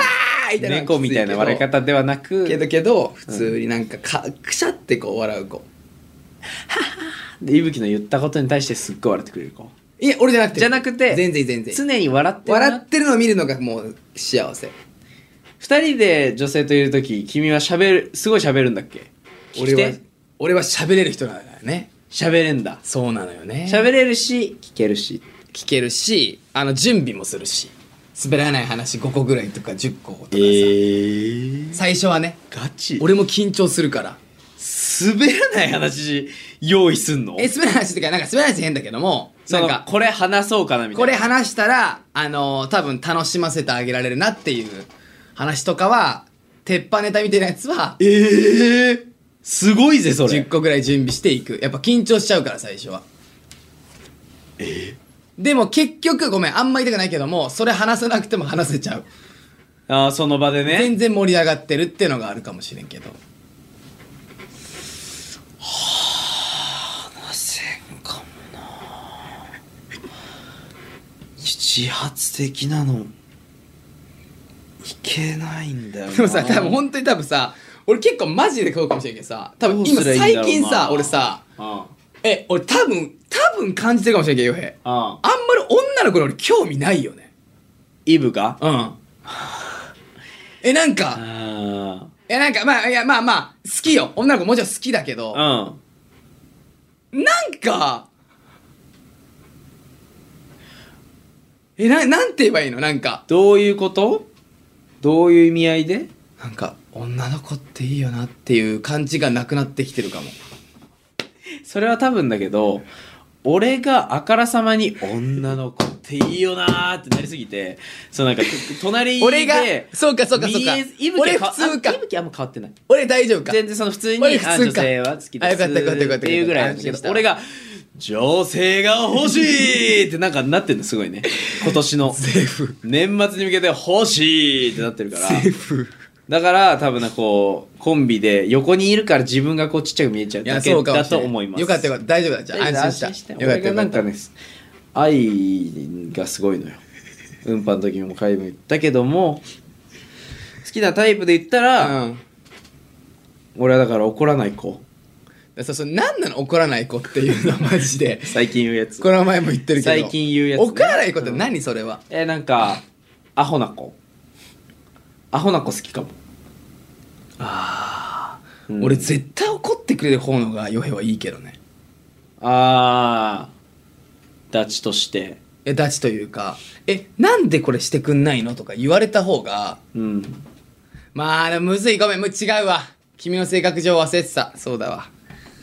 B: ーい!」みたいな
A: 猫みたいな笑い方ではなく
B: けどけど普通になんかかくしゃってこう笑う子
A: でいぶきの言ったことに対してすっごい笑ってくれる子
B: いや俺じゃなくて
A: じゃなくて
B: 全然全然
A: 常に笑ってるな
B: 笑ってるのを見るのがもう幸せ
A: 二人で女性といる時君はしゃべるすごいしゃべるんだっけ
B: 俺は
A: 聞き手
B: 俺は喋れる人なんだよね
A: しゃべれんだ
B: そうなのよね
A: しゃべれるし聞けるし
B: 聞けるしあの準備もするし滑らない話5個ぐらいとか10個とかさ、最初はね
A: ガチ俺
B: 俺も緊張するから
A: 滑らない話用意すんの
B: え滑らない話っていうかなんか滑らない話変だけども
A: そ
B: なん
A: の
B: か
A: これ話そうかなみたい
B: こ
A: な
B: れ話したらあのー多分楽しませてあげられるなっていう話とかは鉄板ネタみたいなやつは
A: ええすごいぜそ
B: 10個ぐらい準備していくやっぱ緊張しちゃうから最初はでも結局ごめんあんま言いたくないけどもそれ話さなくても話せちゃう
A: あーその場でね
B: 全然盛り上がってるっていうのがあるかもしれんけど
A: 自発的なのいけないんだよ
B: でもさ多分本当に多分さ俺結構マジでこうかもしれんけどさ多分
A: どう
B: 今
A: すりゃいいんだろ
B: 最
A: うな
B: 近さ俺さ
A: あ
B: え俺多分多分感じてるかもしれんけど洋平
A: あ
B: あんまり女の子に俺興味ないよね
A: イブが
B: うん (laughs) えなんか
A: あ
B: えなんかまあいやまあまあ好きよ女の子もちろん好きだけど
A: あうん
B: なんかえななんて言えばいいのなんか
A: どういうことどういう意味合いで
B: なんか女の子っていいよなっていう感じがなくなってきてるかも
A: それは多分だけど俺があからさまに女の子っていいよなーってなりすぎてそうなんかと隣で
B: 俺がそうかそうかそうか
A: 見えずイブキ
B: 俺
A: は
B: 普通か
A: あイブキあんま変わってない
B: 俺大丈夫か
A: 全然その普通に
B: 俺普通
A: あ
B: か
A: 女性は好きです
B: あよかったよかったよかった
A: っていうぐらいなんだけ
B: 安心した
A: ど俺が女性が欲しいってなんかなってんのすごいね今年の
B: セーフ
A: 年末に向けて欲しいってなってるから
B: セーフ
A: だから多分なこうコンビで横にいるから自分がこうちっちゃく見えちゃう
B: いや
A: だけ
B: そうかも
A: だ
B: しれ
A: と
B: ない
A: 思います
B: よかったよかった大丈夫だじゃあ安心したよか
A: 俺
B: った
A: が
B: よ
A: な
B: か
A: ん
B: っ
A: か
B: た
A: ね愛がすごいのよ運搬の時も会も言ったけども好きなタイプで言ったら、
B: うん
A: 俺はだから怒らない子
B: そうそう何なの怒らない子っていうの (laughs) マジで
A: 最近言うやつ
B: この前も言ってるけど
A: 最近言うやつね
B: 怒らない子って何それは
A: えーなんかアホな子アホな子好きかもあ、うん
B: 俺絶対怒ってくれる方のがヨヘはいいけどね
A: あーダチとして
B: えダチというかえなんでこれしてくんないのとか言われた方が
A: うん
B: まあでもむずいごめんむ違うわ君の性格上忘れてたそうだわ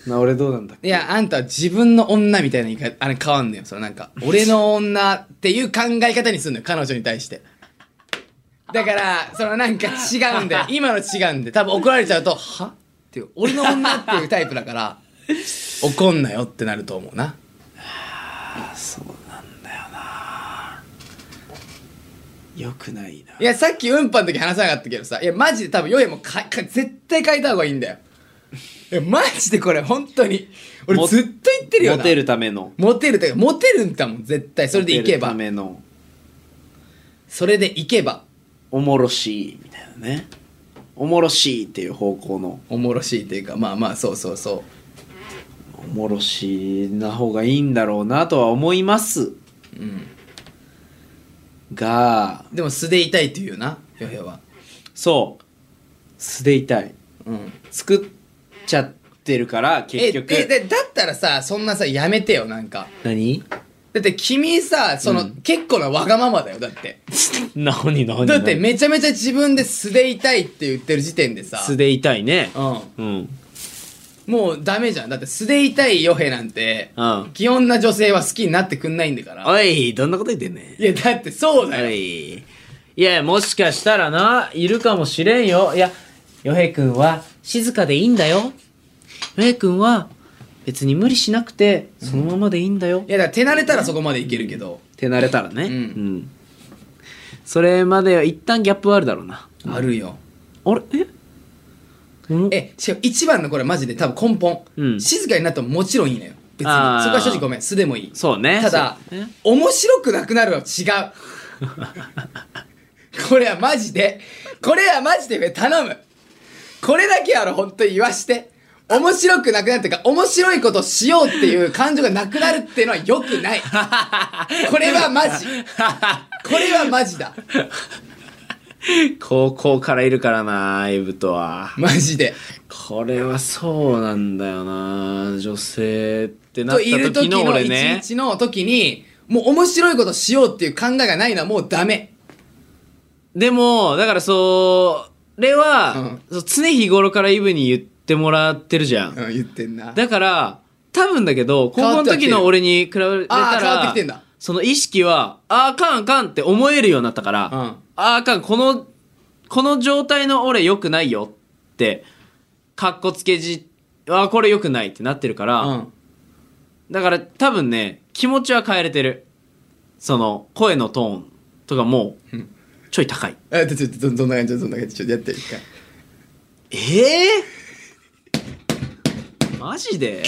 A: な俺どうなんだっけ
B: いや、あんたは自分の女みたいな言い方、あれ変わんのよ。そのなんか、俺の女っていう考え方にすんのよ。彼女に対して。だから、そのなんか違うん
A: (laughs)
B: だよ。今の違うんで。多分怒られちゃうと、はっていう、俺の女っていうタイプだ
A: (laughs)
B: から、怒んなよってなると思うな。
A: よくないない
B: や、さっき運搬の時話さなかったけどさ、いや、マジで多分、ヨエもかか絶対変えた方がいいんだよ。いや、マジでこれ、本当に。俺
A: も
B: ずっと言ってるよな。
A: モテる。ための
B: モテるというか、モテるんだもん、絶対。それでいけば
A: モ。テるための
B: それでいけば、
A: おもろしいみたいなねおもろしいっていう方向の
B: おもろしいというか、まあまあ、そうそうそ
A: おもろしいな方がいいんだろうなとは思います
B: う。うん。
A: が
B: でも、素でいたいっていうよな、ヨエは。
A: そう素でいたい
B: うん。
A: 作っちゃってるから結
B: ええ
A: 局
B: でだったらさ、そんなさ、やめてよ、なんか。
A: 何
B: だって、君さ、その、結構なわがままだよ、だって。
A: 何何
B: だって、めちゃめちゃ自分で素でいたいって言ってる時点でさ。
A: 素でいたいね
B: うん。
A: うん
B: もうダメじゃん。だって素でいたいヨヘなんて、
A: うん
B: 気温な女性は好きになってくんないんだから。
A: おいどんなこと言ってんねん
B: いや、だってそうだ
A: は
B: よ。
A: い。いや、もしかしたらな、いるかもしれんよ。いや、ヨヘ君は静かでいいんだよ。ヨヘ君は別に無理しなくて、そのままでいいんだよ。っ
B: いや、だから手慣れたらそこまでいけるけど。
A: てなれたらね。
B: うん
A: んそれまでは一旦ギャップはあるだろうな。
B: あるよ。
A: あれえうん
B: え、しかも一番のこれマジで多分根本。
A: うん
B: 静かになってももちろんいいのよ。別に。そこ
A: あー
B: は正直ごめん。素でもいい。
A: そうね。
B: ただ
A: そう
B: (laughs)
A: ね、
B: 面白くなくなるの
A: (laughs)
B: は違う。これはマジで。これはマジで頼む。これだけは本当に言わして。面白くなくなるっていうか、面白いことをしようっていう感情がなくなるっていうのは良く
A: (laughs)
B: ない。これはマジ。これはマ
A: (laughs)
B: ジだ。
A: 高校からいるからな、エブとは。
B: マジで。
A: これはそうなんだよな、女性ってなっ
B: と
A: た
B: いる
A: 時
B: 時
A: の
B: の
A: 俺
B: 一
A: ね。
B: 日の時に、もう面白いことしようっていう考えがないのはもうダメ。
A: でも、だからそう、俺は、そう常日頃からイブに言ってもらってるじゃん。
B: うん、言ってんな。
A: だから、多分だけど、高
B: 変わ
A: 校
B: っ
A: の
B: てはきて
A: 時
B: る
A: の俺に比べれた
B: あー変わって
A: ら
B: きてんだ、
A: その意識は、ああかんあかんって思えるようになったから、
B: うん
A: あああかん、この、この状態の俺良くないよって、かっこつけじ、ああ、これ良くないってなってるから、
B: うん。
A: だから多分ね、気持ちは変えれてる。その、声のトーンとかも、ちょい高い。
B: え、ちょ、ちょ、どんな感じどんな感じちょっとやって、一回。
A: ええマジで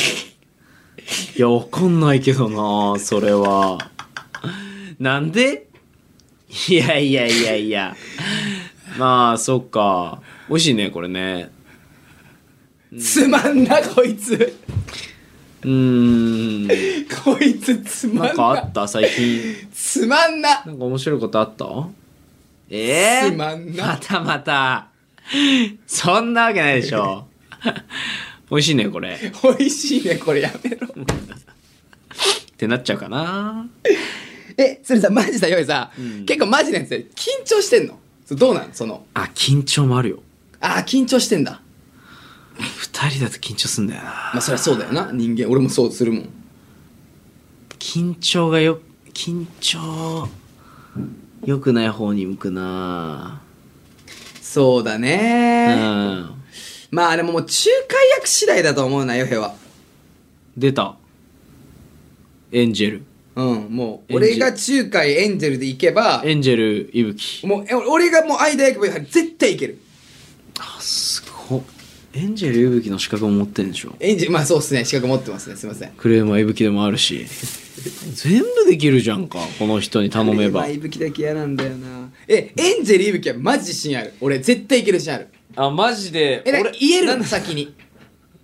A: いや、わかんないけどな、それは。なんでいやいやいやいや。まあ、そっか。美味しいね、これね。
B: つまんなこいつ
A: うーん。
B: こいつつま
A: なん
B: ん
A: か
B: な
A: あった最近。
B: つまんな
A: なんか面白いことあったええー、
B: つまんな
A: またまた。そんなわけないでしょ。美味しいね、これ。
B: 美味しいねこれやめろ
A: ってなっちゃうかな。
B: えそれさマジさよいさ、結構マジなやつで緊張してんのそうどうなんその
A: あ、緊張もあるよ。
B: あー緊張してんだ
A: 二人だと緊張すんだよな。
B: まあそりゃそうだよな人間俺もそうするもん
A: 緊張がよ、緊張、良くない方に向くな。
B: そうだ
A: う
B: ね
A: ん。
B: まああれももう仲介役次第だと思うなヨヘは
A: 出た。エンジェル。
B: うんもう
A: エンジェ
B: 俺が仲介エンジェルで行けば
A: エンジェル、いぶき。
B: もうえ俺がもう間役ば絶対いける
A: あ、すごっ。エンジェル、いぶきの資格を持ってんでしょ。
B: エンジェルまあそうっすね資格持ってますねすいません
A: クレーマーいぶきでもあるし全部できるじゃんかこの人に頼めば
B: 今いぶきだけ嫌なんだよなえエンジェルいぶきはマジ自信ある俺絶対いける自信ある
A: あマジで
B: えだから
A: 俺
B: 言えるの先に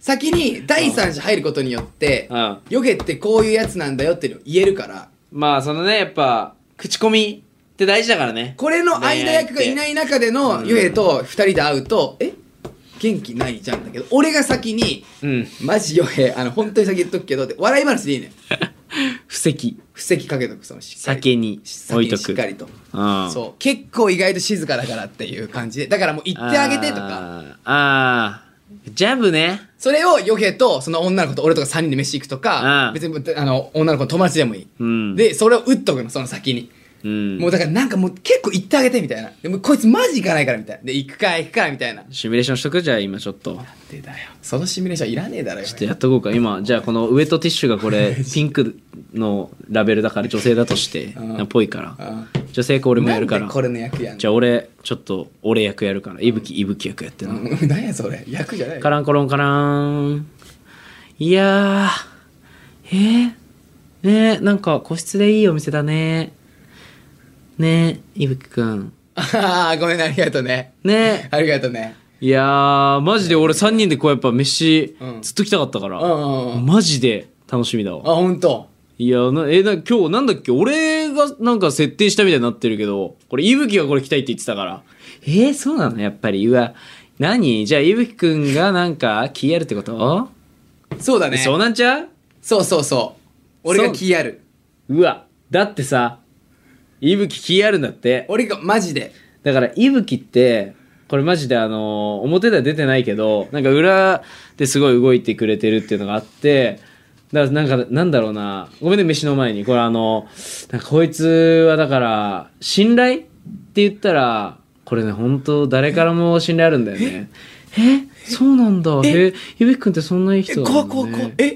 B: 先に第三者入ることによって
A: うん
B: ヨゲってこういうやつなんだよっていうのを言えるから
A: まあそのねやっぱ口コミって大事だからね
B: これの間役がいない中でのヨゲと二人で会うとえ元気ないじゃんだけど俺が先に
A: うん
B: マジヨヘあの本当に先言っとくけどって笑い話でいいね
A: (laughs) 布石
B: 布石かけとくそのしっかり
A: 酒に置いと
B: 先にし
A: く
B: っかりと
A: うん
B: そう結構意外と静かだからっていう感じでだからもう言ってあげてとか
A: あーあージャブね
B: それをヨヘとその女の子と俺とか3人で飯行くとか、
A: うん
B: 別にあの女の子の友達でもいい、
A: うん
B: でそれを打っとくのその先
A: う
B: に、
A: ん
B: もうだからなんかもう結構行ってあげてみたいなでもこいつマジ行かないからみたいなで行くか行くかみたいな
A: シミュレーションしとくじゃあ今ちょっと
B: でだよそのシミュレーションいらねえだろよ
A: ちょっとやっとこうか今じゃあこのウエットティッシュがこ
B: (laughs)
A: れピンクのラベルだから女性だとして
B: うん
A: ぽいから
B: あ
A: 女性か俺
B: あ
A: もやるか
B: な
A: ら
B: んでこれの役やん
A: じゃあ俺ちょっと俺役やるからいぶきいぶき役やってな
B: うん何やそれ役じゃないよ
A: カランコロンカラーンいやーえー、ねえなんか個室でいいお店だねねえいぶきくん
B: ああ (laughs) ごめんねありがとうね
A: ね (laughs)
B: ありがとうね
A: えいやーマジで俺3人でこうやっぱ飯
B: うん
A: ずっと来たかったから、
B: うんうんうん
A: マジで楽しみだわ
B: あ本当。
A: いやなえな今日なんだっけ俺がなんか設定したみたいになってるけどこれいぶきがこれ来たいって言ってたからえー、そうなのやっぱりうわ何じゃあいぶきくんがなんか気やるってこと
B: そうだね
A: そうなんちゃう
B: そうそうそう俺が気ある
A: うわだってさいぶき気あるんだって
B: 俺がマジで
A: だからいぶきってこれマジであのー表では出てないけどなんか裏ですごい動いてくれてるっていうのがあってだからなんかなんだろうなごめんね飯の前にこれあのなんかこいつはだから信頼って言ったらこれね本当誰からも信頼あるんだよねえそうなんだ
B: え
A: えいぶきくんってそんないい人なんだ、ね、
B: え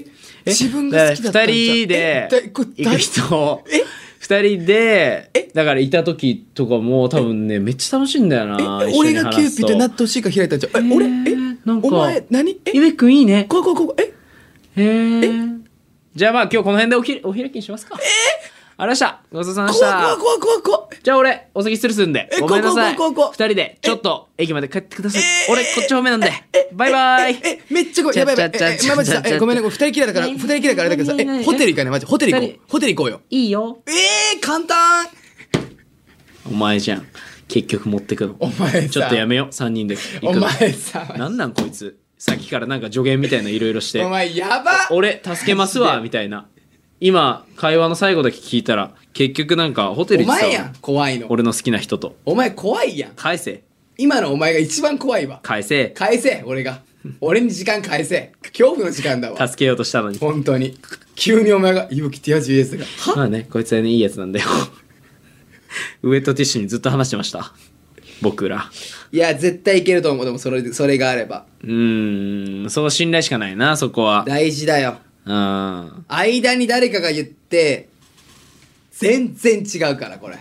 A: え
B: 自分が好きだったんじゃん
A: 2人で
B: えだいこれ
A: 行く人を
B: え
A: 2人でだからいた時とかも多分ねめっちゃ楽しいんだよ
B: え
A: な
B: 俺がキューピッドにな
A: な
B: ってほしいから開いたんじゃんえ俺え
A: なんか
B: お前何え
A: ゆべくんいいね
B: こうこうこうえ
A: へえじゃあまあ今日この辺でおひお開きにしますかえありがとうございましたごちそうさまでした
B: 怖い怖い怖い怖い怖い
A: じゃあ俺お先失礼するんで
B: え
A: ごめんなさい
B: 怖い怖い怖い怖
A: 2
B: い
A: 人でちょっと駅まで帰ってください
B: え
A: 俺こっち方面なんでバイバイ
B: えめっちゃ怖いやばいやばい
A: ちゃ
B: え
A: ちゃ
B: えマジ
A: ちゃ
B: さ
A: ちゃち
B: え
A: ゃ
B: ごめんねこれ二人きりだから
A: 何
B: 二人きりだからあれだけどさ
A: 何
B: えホテル行かないマジホテル行こ
A: 二
B: う
A: 人
B: ホテル行こうよ
A: いいよ
B: えー簡単
A: お前じゃん結局持ってくの
B: お前さ
A: ちょっとやめよう3人で行
B: お
A: くの
B: 前さ
A: なんなんこいつさっきからなんか助言みたいないろいろして
B: お前やば
A: 俺助けますわみたいな今会話の最後だけ聞いたら結局なんかホテル
B: お
A: 行ってたわ
B: 前やん怖いの
A: 俺の好きな人と
B: お前怖いやん
A: 返せ
B: 今のお前が一番怖いわ
A: 返せ
B: 返せ俺が俺に時間返せ恐怖の時間だわ
A: 助けようとしたのに
B: 本当に急にお前が「いぶきティアジュエース」が「は
A: まあねこいつはねいいやつなんだよ (laughs) ウエットティッシュにずっと話してました僕ら
B: いや絶対いけると思うでもそれそれがあれば
A: うーんそう信頼しかないなそこは
B: 大事だよ
A: うん
B: 間に誰かが言って全然違うからこれ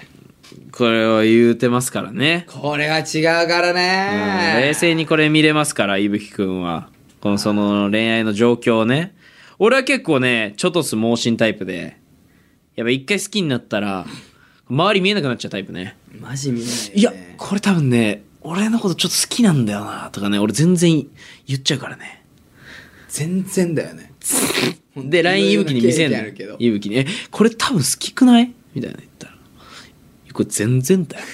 A: これを言うてますからね
B: これは違うから
A: うん
B: ね
A: 冷静にこれ見れますから、いぶきくんは。このその恋愛の状況をね。俺は結構ね、ちょっとす盲信タイプで、やっぱ一回好きになったら、周り見えなくなっちゃうタイプね。
B: マジ見えない、ね、
A: いや、これ多分ね、俺のことちょっと好きなんだよな、とかね、俺全然言っちゃうからね。
B: 全然だよね
A: で、LINE いぶきに見せんの
B: いろいろな経験あるけど。
A: いぶきに、え、これ多分好きくないみたいな言ったら。これ全然だよ。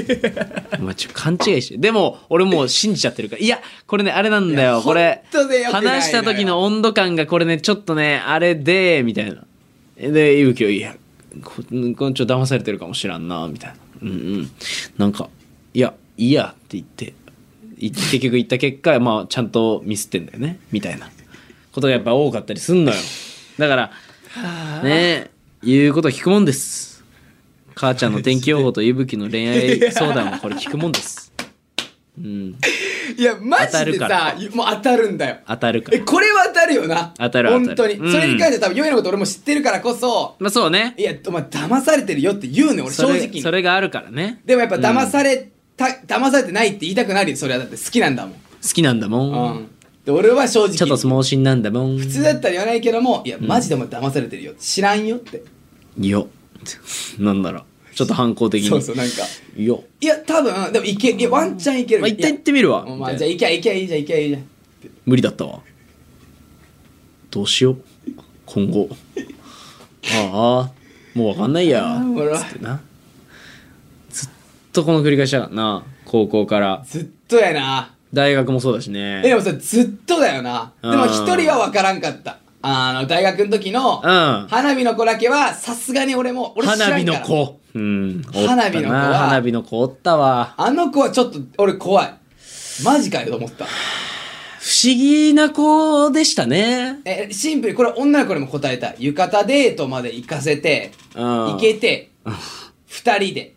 A: (laughs) お前ちょっと勘違いして。でも、俺もう信じちゃってるから。いや、これね、あれなんだ
B: い
A: よ。
B: や
A: これ
B: ほんとね良、くないのよ
A: 話した時の温度感がこれね、ちょっとね、あれで、みたいな。で、いぶきを、いや、ここちょっと騙されてるかもしらんな、みたいな。うんうん。なんか、いや、いいやって言って、い結局言った結果、まあ、ちゃんとミスってんだよね、みたいなことがやっぱ多かったりすんのよ。だから、ねえ、言うこと聞くもんです。母ちゃんの天気予報といぶきの恋愛相談はこれ聞くもんです。うん、
B: いやマジで
A: 当た
B: さもう当たるんだよ
A: 当たるか
B: え
A: ら。
B: これは当たるよな
A: 当たる当たる
B: 本当に、
A: うん
B: それに関しては多分ヨイのこと俺も知ってるからこ
A: (laughs)
B: そ
A: まあそうね。
B: いやお前騙されてるよって言うね俺正
A: そ
B: 直
A: れ
B: に
A: それがあるからね。
B: でもやっぱ騙
A: うん
B: された、騙されてないって言いたくなるよそれはだって好きなんだもん、
A: 好きなんだ
B: うん
A: もん。
B: で俺は正直に
A: ちょっと相撲心なんだもん。
B: 普通だったら言わないけどもいやマジでお前騙されてるよ知らんよって、
A: よ。なんなら、ちょっと反抗的に。
B: そうそうなんか
A: よ。
B: いや多分でもいけいやワンチャンいける
A: まあ、一旦行ってみるわ。みた
B: お
A: い
B: 前
A: な
B: じゃあいけいけいいじゃんいけいいじゃん
A: 無理だったわどうしよう今後ああもう分かんないや
B: あーおもろい
A: つってなずっとこの繰り返しだからな高校から
B: ずっとやな
A: 大学もそうだし
B: えで
A: ね
B: もさずっとだよなで
A: う
B: も
A: ん
B: 一人は分からんかったあの大学の時の
A: うん
B: 花火の子だけはさすがに俺も俺知らんから
A: 花火の子うんおったな
B: 花火の子は
A: 花火の子おったわ
B: あの子はちょっと俺怖いマジかよと思った
A: 不思議な子でしたね。
B: えシンプルにこれ女の子にも答えた浴衣デートまで行かせて
A: うん
B: 行けて二人で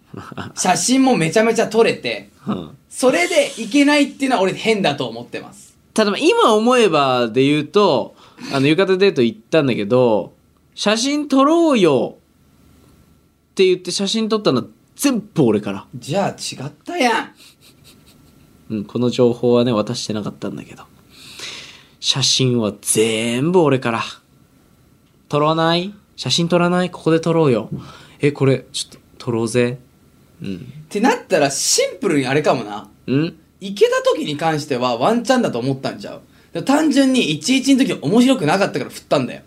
B: 写真もめちゃめちゃ撮れて
A: うん
B: それで行けないっていうのは俺変だと思ってます
A: ただまあ今思えばで言うと、あの、浴衣デート行ったんだけど、写真撮ろうよって言って写真撮ったのは全部俺から。
B: じゃあ違ったやん
A: うん、この情報はね、渡してなかったんだけど。写真は全部俺から。撮らない写真撮らないここで撮ろうよ。え、これ、ちょっと撮ろうぜ。うん。
B: ってなったらシンプルにあれかもな
A: うん
B: 行けた時に関してはワンチャンだと思ったんちゃうだから単純に11の時面白くなかったから振ったんだよ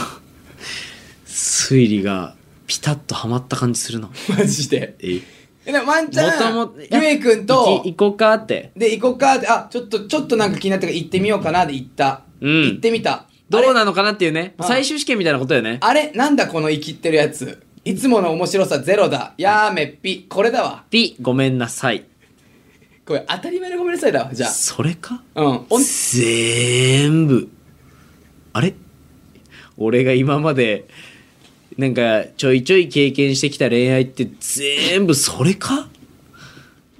B: (laughs)
A: 推理がピタッとはまった感じするな。
B: マジで
A: え
B: でワンチャン
A: もとも
B: ゆえくんと
A: 行こうかって。
B: で行こうかってあちょっとちょっとなんか気になったから行ってみようかなで行った、
A: うん
B: 行ってみた
A: ど
B: あ
A: う
B: れ
A: なのかなっていうね。
B: あ
A: 最終試験みたいなことよね。
B: あれなんだこの生きってるやついつもの面白さゼロだやーめっぴこれだわ
A: ピ、ごめんなさい。
B: これ当たり前のごめんなさいだわじゃ
A: それか
B: あうんおん
A: 全部あれ俺が今までなんかちょいちょい経験してきた恋愛って全部それか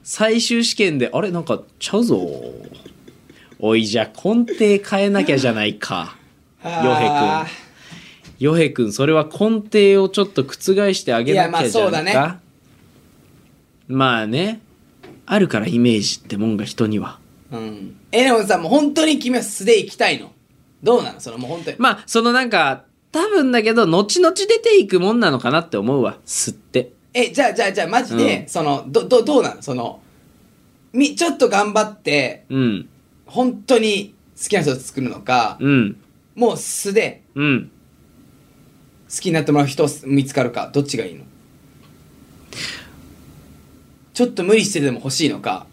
A: 最終試験であれなんかちゃうぞおいじゃあ根底変えなきゃじゃないか
B: あー
A: ヨヘ君それは根底をちょっと覆してあげなきゃじゃないか
B: いやまあそうだ
A: まあねあるからイメージってもんが人には
B: うんエレオンさんも本当に君は素で行きたいのどうなのそのもう本当に
A: まあ、そのなんか、多分だけど、後々出ていくもんなのかなって思うわ。吸って。
B: えじゃあじゃあじゃあマジで、
A: うん
B: そのどどどうなのそのみちょっと頑張って
A: うん。
B: 本当に好きな人を作るのか、
A: うん。
B: もう素で
A: うん。
B: 好きになってもらう人を見つかるかどっちがいいのちょっと無理してでも欲しいのか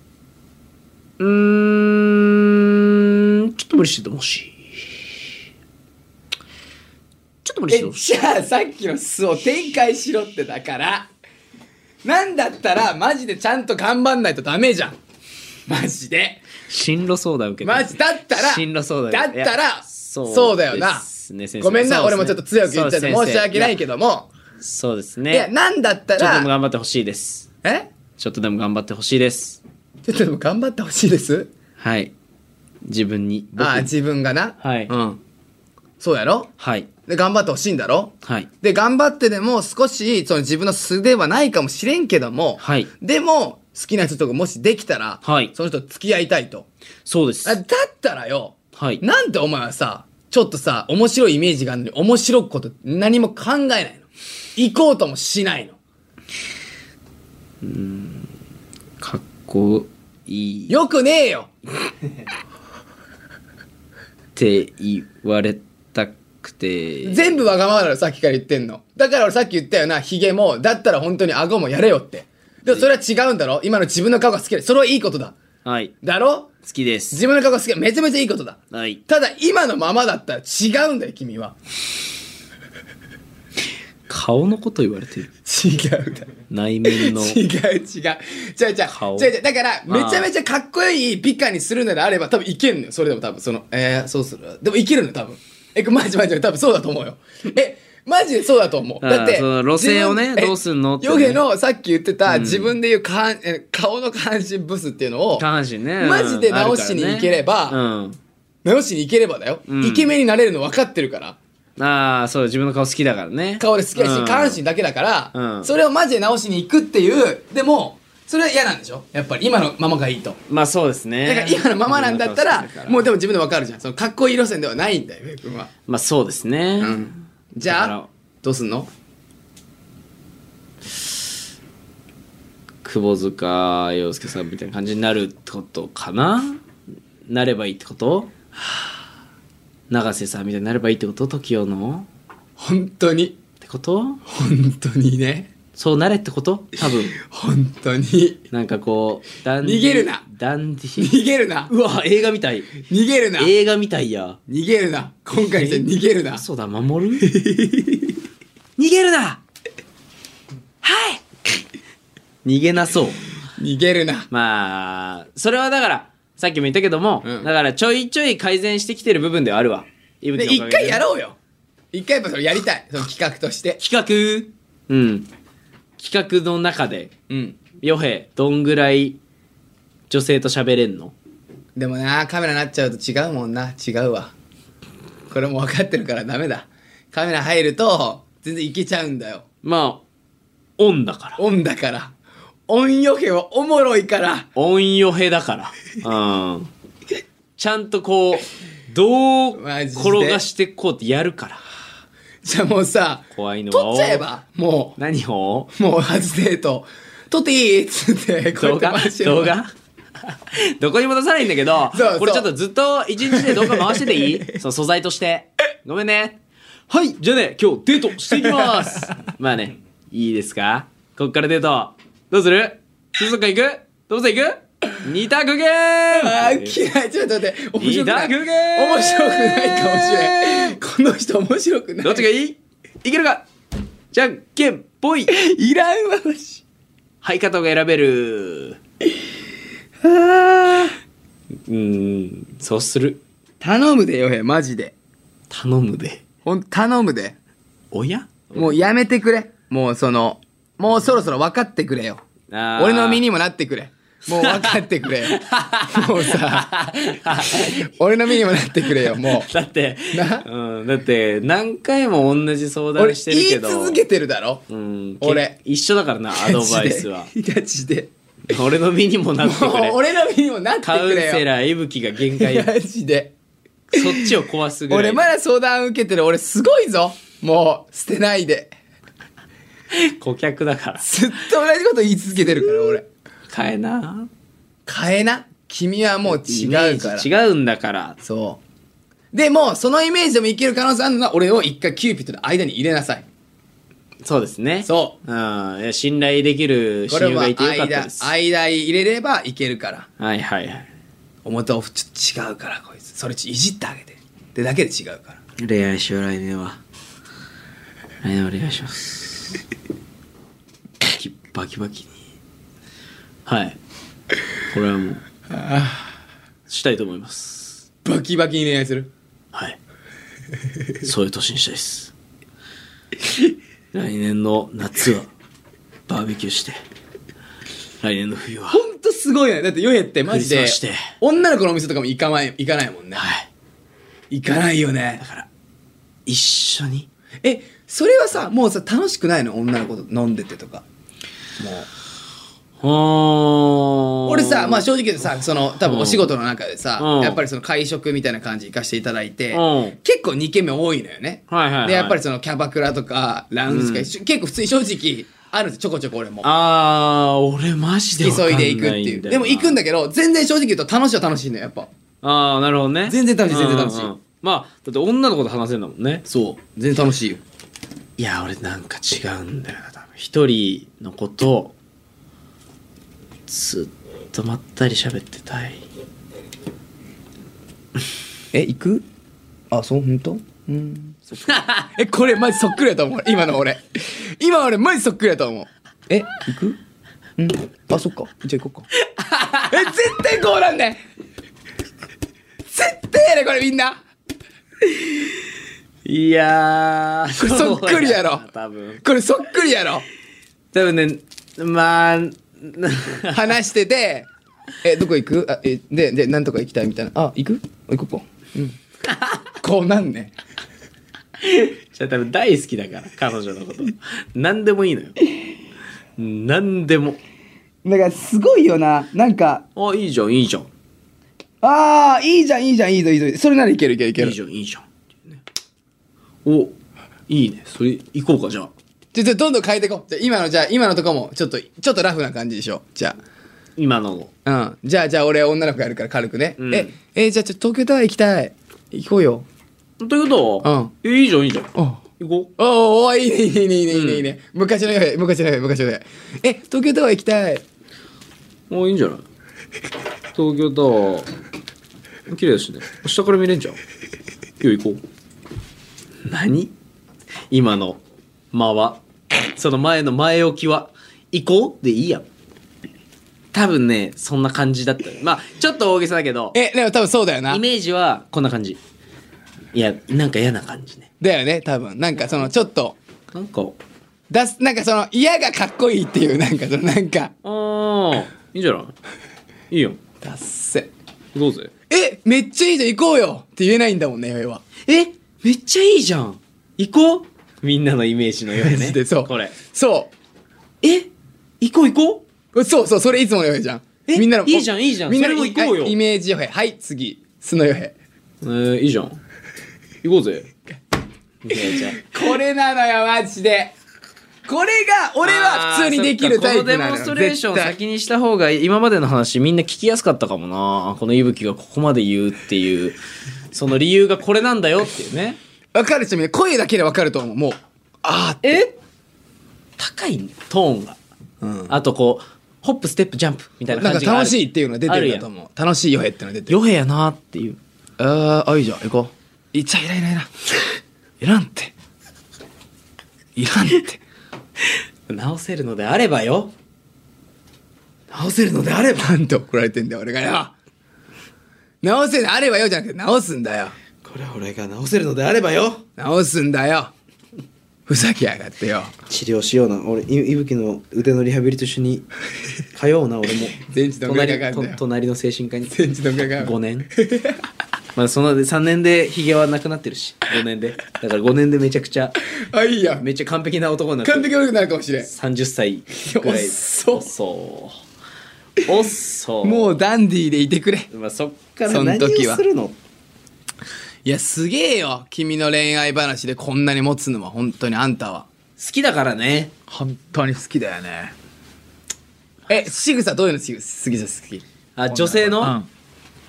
A: うーん。ちょっと無理しててほしい。ちょっと無理して
B: え
A: てほしい。
B: じゃあさっきの素を展開しろってだからなんだったらマジでちゃんと頑張んないとダメじゃんマジで
A: 進路相談受けて
B: マジだったら
A: 進路相談
B: だっ
A: いや
B: たら
A: そう
B: そうだよな
A: ですね先生
B: ごめんな、
A: そうで
B: 俺
A: すね
B: もちょっと強く言っちゃって
A: そう
B: 申し訳ない
A: 先
B: けども
A: 生そうです
B: いや
A: ね。
B: なんだった
A: ちょっとでも
B: ら
A: 頑張ってほしいです。
B: え
A: ちょっとでも頑張ってほしいです。
B: ちょっとでも頑張ってほしいです
A: はい。自分に。僕に
B: ああ自分がな
A: はい
B: うんそうやろ
A: はい。
B: で頑張ってほしいんだろ
A: はい。
B: で頑張ってでも少しその自分の素ではないかもしれんけども、
A: はい
B: でも好きな人とかもしできたら、
A: はい
B: その人と付き合いたいと
A: そうです
B: あ。だったらよ
A: はい。
B: なんでお前はさちょっとさ面白いイメージがあるのに面白くこと何も考えないの行こうともしないの
A: かっこいい
B: よくねえよ
A: って言われたくて
B: 全部わがままだろさっきから言ってんのだから俺さっき言ったよなヒゲもだったら本当に顎もやれよってでもそれは違うんだろ今の自分の顔が好きでそれはいいことだ
A: はい
B: だろ
A: 好きです
B: 自分の顔が好きでめちゃめちゃいいことだ
A: はい
B: ただ今のままだったら違うんだよ君は
A: 顔のこと言われてる
B: 違うだ
A: 内面
B: (laughs)
A: の
B: 違う違う違う違
A: 顔
B: う違う違うだからめちゃめちゃかっこいい美化にするならあれば多分いけるのよそれでも多分そのえー、そうするでもいけるのよ多分えこれマジマジ多分そうだと思うよえマジでそうだと思う
A: あー
B: だって
A: その路線をね
B: 自分え
A: どうすんのってね
B: ヨゲのさっき言ってた、自分で言う下半え顔の下半身ブスっていうのを
A: 下半身ね
B: マジで直しに行ければ
A: あるからね
B: 直しにいければだよ、
A: うん
B: イケメンになれるの分かってるから
A: うんああそう自分の顔好きだからね
B: 顔で好きやし、
A: うん
B: 下半身だけだから、
A: うん
B: それをマジで直しに行くっていうでもそれは嫌なんでしょやっぱり今のままがいいと
A: まあそうですね
B: だから今のままなんだったら
A: 自分の顔好きだから
B: もうでも自分で分かるじゃんそのかっこいい路線ではないんだよベイ君は、
A: まあそうですね、
B: じゃ
A: だ
B: あ
A: か
B: どうすんの
A: 久保塚洋介さんみたいな感じになるってことかななればいいってこと永瀬さんみたいになればいいってこと TOKIO の
B: 本当に
A: ってこと
B: 本当にね
A: そうなれってこと多
B: (laughs)
A: 分
B: 本当に
A: なんかこうダンディ
B: 逃げるな
A: ダンディ
B: (laughs) 逃げるな
A: うわ映画みたい
B: 逃げるな
A: 映画みたいや
B: 逃げるな今回にして逃げるな
A: そうだ守
B: (laughs)
A: る逃げるな
B: (laughs)
A: はい逃げなそう
B: 逃げるな
A: まあそれはだからさっきも言ったけども、
B: うん
A: だからちょいちょい改善してきてる部分ではあるわ。いぶ
B: で
A: きの
B: 一
A: おかげで
B: 回やろうよ一回やっぱそれやりたいその企画として
A: 企画、うん。企画の中で、
B: うん
A: ヨヘ、どんぐらい女性と喋れんの
B: でもなカメラになっちゃうと違うもんな違うわこれも分かってるからダメだカメラ入ると全然いけちゃうんだよ
A: まあ、オンだから。
B: オンだからオン余計はおもろいから
A: オンヨヘだから。うん。ちゃんとこう、どう
B: マジで
A: 転がしてこうってやるから。
B: じゃあもうさ
A: 怖いのは
B: 撮っちゃえばも
A: 何を
B: うもう初デート撮っていいっつってこうや
A: 動
B: って
A: 画
B: 回して
A: 動画どこにも出さないんだけど
B: そうそう
A: これちょっとずっと一日で動画回しててい (laughs) いその素材としてごめんねはいじゃあね今日デートしていきます (laughs) まあねいいですかこっからデートどうする水族館行くどうせ行く二択ゲ
B: あ
A: ー
B: ー
A: ム
B: 嫌いちょっと待って面白くない
A: 二択ゲー
B: 面白くないかもしれんこの人面白くない
A: どっちがいいいけるかじゃんけんぽい
B: いらんわマジ
A: はい方が選べるうーんそうする
B: 頼むでよへマジで
A: 頼むで
B: ほん頼むで
A: おや
B: もうやめてくれもうそのもうそろそろ分かってくれよ俺
A: 俺
B: の身にもなってくれもう分かってくれよ
A: (laughs)
B: もうさ俺の身にもなってくれよも
A: だって
B: な
A: うん、だって何回も同じ相
B: う俺
A: 談してる
B: 言
A: け
B: い
A: ど
B: 続けてるだろ
A: うん、
B: 俺
A: け一緒だからなアドバイスは
B: ガチで
A: 俺の身にもなってく
B: もう
A: れ
B: 俺の身にもなってく
A: カウン
B: れよ
A: セラーいぶきが限界よ
B: マジで
A: そっちを壊すぐらい
B: 俺まだ相談受けてる俺すごいぞもう捨てないで
A: 顧客だから
B: ずっと同じこと言い続けてるから俺
A: 変えな
B: 変えな君はもう違うから
A: イメージ違うんだから
B: そうでもうそのイメージでもいける可能性あるのは俺を一回キューピッドの間に入れなさい
A: そうですね、
B: そう
A: ん、いや信頼できる
B: これ
A: 親友
B: は
A: がいてよかった
B: 間
A: ですはい
B: 間入れればいけるから
A: はいはい
B: 表をちょっと違うからこいつそれちょいじってあげてでだけで違うから
E: 恋愛しよう来年は来年は恋愛しますバキバキに
A: はいこれはもうしたいと思います
B: バキバキに恋愛する
A: はい。そういう年にしたいです。来年の夏は、バーベキューして、来年の冬は、
B: ほんとすごいよねだってヨエってマジ
A: ク
B: で
A: リスマスして
B: 女の子のお店とかも行かない行かないもんね
A: はい。
B: 行かないよね
A: だから、一緒に。
B: えそれはさもうさ楽しくないの女の子と飲んでてとかもう
A: 俺
B: 俺さまあ正直言うとさその多分お仕事の中でさ、
A: うん
B: やっぱりその会食みたいな感じ行かせていただいて、
A: うん
B: 結構2軒目多いのよね、
A: はいはいはい
B: でやっぱりそのキャバクラとかラウンジとか、し結構普通に正直あるんですちょこちょこ俺も
A: あー、俺マジでわかん
B: 急
A: ないいんだよ
B: で行くっ
A: な
B: ていうでも行くんだけど全然正直言うと楽しいは楽しいのよやっぱ
A: あー、なるほどね。
B: 全然楽しい全然楽しい
A: うんうんうんまあ、だって女の子と話せるんだもんね。
B: そう全然楽しいよ
A: いや、俺なんか違うんだよな、多分。一人のことを、ずっとまったり喋ってたい。
F: え行くあそう本当うん
B: (laughs) えこれマジそっくりだと思う今の俺今俺マジそっくりだと思う
F: え行くうんあそっかじゃあ行こうか
B: (laughs) え絶対こうなんねん絶対やねこれみんない
A: やー、
B: これそっくりやろ
A: そうな多分。
B: これそっくりやろ
A: 多分ね、まあ、 (laughs) な
B: 話してて、え、どこ行くあえ、で、で、なんとか行きたいみたいな。あ、行く行こうか。うん。 (laughs) こうなんね。
A: じゃあ多分大好きだから、彼女のこと。何でもいいのよ。何でも。
B: だからすごいよな。なんか、
A: あ、いいじゃん、いいじゃん。
B: ああ、いいじゃん、いいじゃん、いいぞ、いいぞ。それならいけるいけるいけ
A: い
B: る。
A: い
B: ち
A: じゃん、いいじゃん。お、いいね。それ、行こうか、じゃあ。
B: ょ、ちょ、どんどん変えていこう。じゃあ今の、じゃあ今のとこも、ちょっと、ちょっとラフな感じでしょ。じゃ
A: 今のを。
B: あ。うん。じゃあ、じゃあ俺女の子やるから軽くね。
A: うん
B: え、えじゃあちょっと東京タワー行きたい。行こうよ。
A: ということは、いいじゃん、いいじゃん。
B: うん。
A: 行こ。
B: おーおーいいねいいねいいねいいねいいね、昔のよう昔のよう昔のようえ東京タワー行きたいう
A: あ、いいんじゃない東京タワー、綺麗だしね。下から見れんじゃん。今日行こう。何今の間は、その前の前置きは、行こうでいいやん。多分ね、そんな感じだった。まあ、ちょっと大げさだけど、
B: え、でも多分そうだよな
A: イ。メージはこんな感じ。いや、なんか嫌な感じね。
B: だよね、多分。なんかその、ちょっと、
A: なんか、
B: 出す、なんかその、嫌がかっこいいっていう、なんかその、なんか、
A: ああ、いいんじゃないいいよ。
B: だっせ。
A: どうぜ。
B: え、めっちゃいいじゃん、行こうよって言えないんだもんね、要は。
A: えめっちゃいいじゃん行こうみんなのイメージのよう
B: マ
A: に
B: ジ
A: ね。
B: で、そう。
A: これ。
B: そ
A: え行こう行こう
B: う。そうそう、それいつものヨヘじゃん。
A: え
B: みんなの、
A: いいじゃんいいじゃん
B: みんなの
A: それも行こうよ
B: はいイメージヨヘ。はい、次。スノヨヘ。
A: えー、いいじゃん。行こうぜ。
B: これなのよ、マジで。これが、俺は普通にできるタイプなのよ。
A: このデモストレーションを
B: 絶対
A: 先にした方が今までの話みんな聞きやすかったかもなこのいぶきがここまで言うっていうその理由がこれなんだよっていうね
B: わかる人みんな声だけでわかると思う。もう、あーって。
A: え高いトーンが、あとこうホップステップジャンプみたいな
B: な
A: 感
B: ん
A: じ
B: か
A: がある
B: 楽しいっていうのが出て
A: あ
B: るん
A: や
B: だ
A: ん
B: と思う。楽しいヨヘってのが出てる。
A: ヨヘやなっていう
B: あー、あ、いいじゃん、行こう。いっちゃいらいらいら。いらんって。いらんって。
A: 直せるのであればよ
B: 直せるのであれば。なんて怒られてんだよ、俺がよ。直せるのあればよ、じゃなくて直すんだよ。
A: これは俺が直せるのであればよ
B: 直すんだよ。ふざけやがってよ。
A: 治療しような俺いいぶきの腕のリハビリと一緒
B: (laughs)
A: に通うな俺も
B: 全治どんぐらいか
A: 隣
B: かるんだ
A: と
B: よ。
A: 隣の精神科に
B: 全治どんぐらいかかる
A: 5年まあその3年でヒゲはなくなってるし5年でだから5年でめちゃくちゃ
B: (laughs) あ、いいやん。
A: めっちゃ完璧な男になってる
B: 完璧悪くなるかもしれん。
A: 30歳ぐらい
B: いや遅っ
A: おっそうおっそう
B: もうダンディーでいてくれ。
A: まあ、そっから
B: その
A: 何
B: 時
A: を
B: は
A: するの
B: いや、すげえよ。君の恋愛話でこんなに持つのは、本当にあんたは。
A: 好きだからね
B: 本当に好きだよね。え、仕草どういうの好き好きです好き
A: あ女性の、
B: うん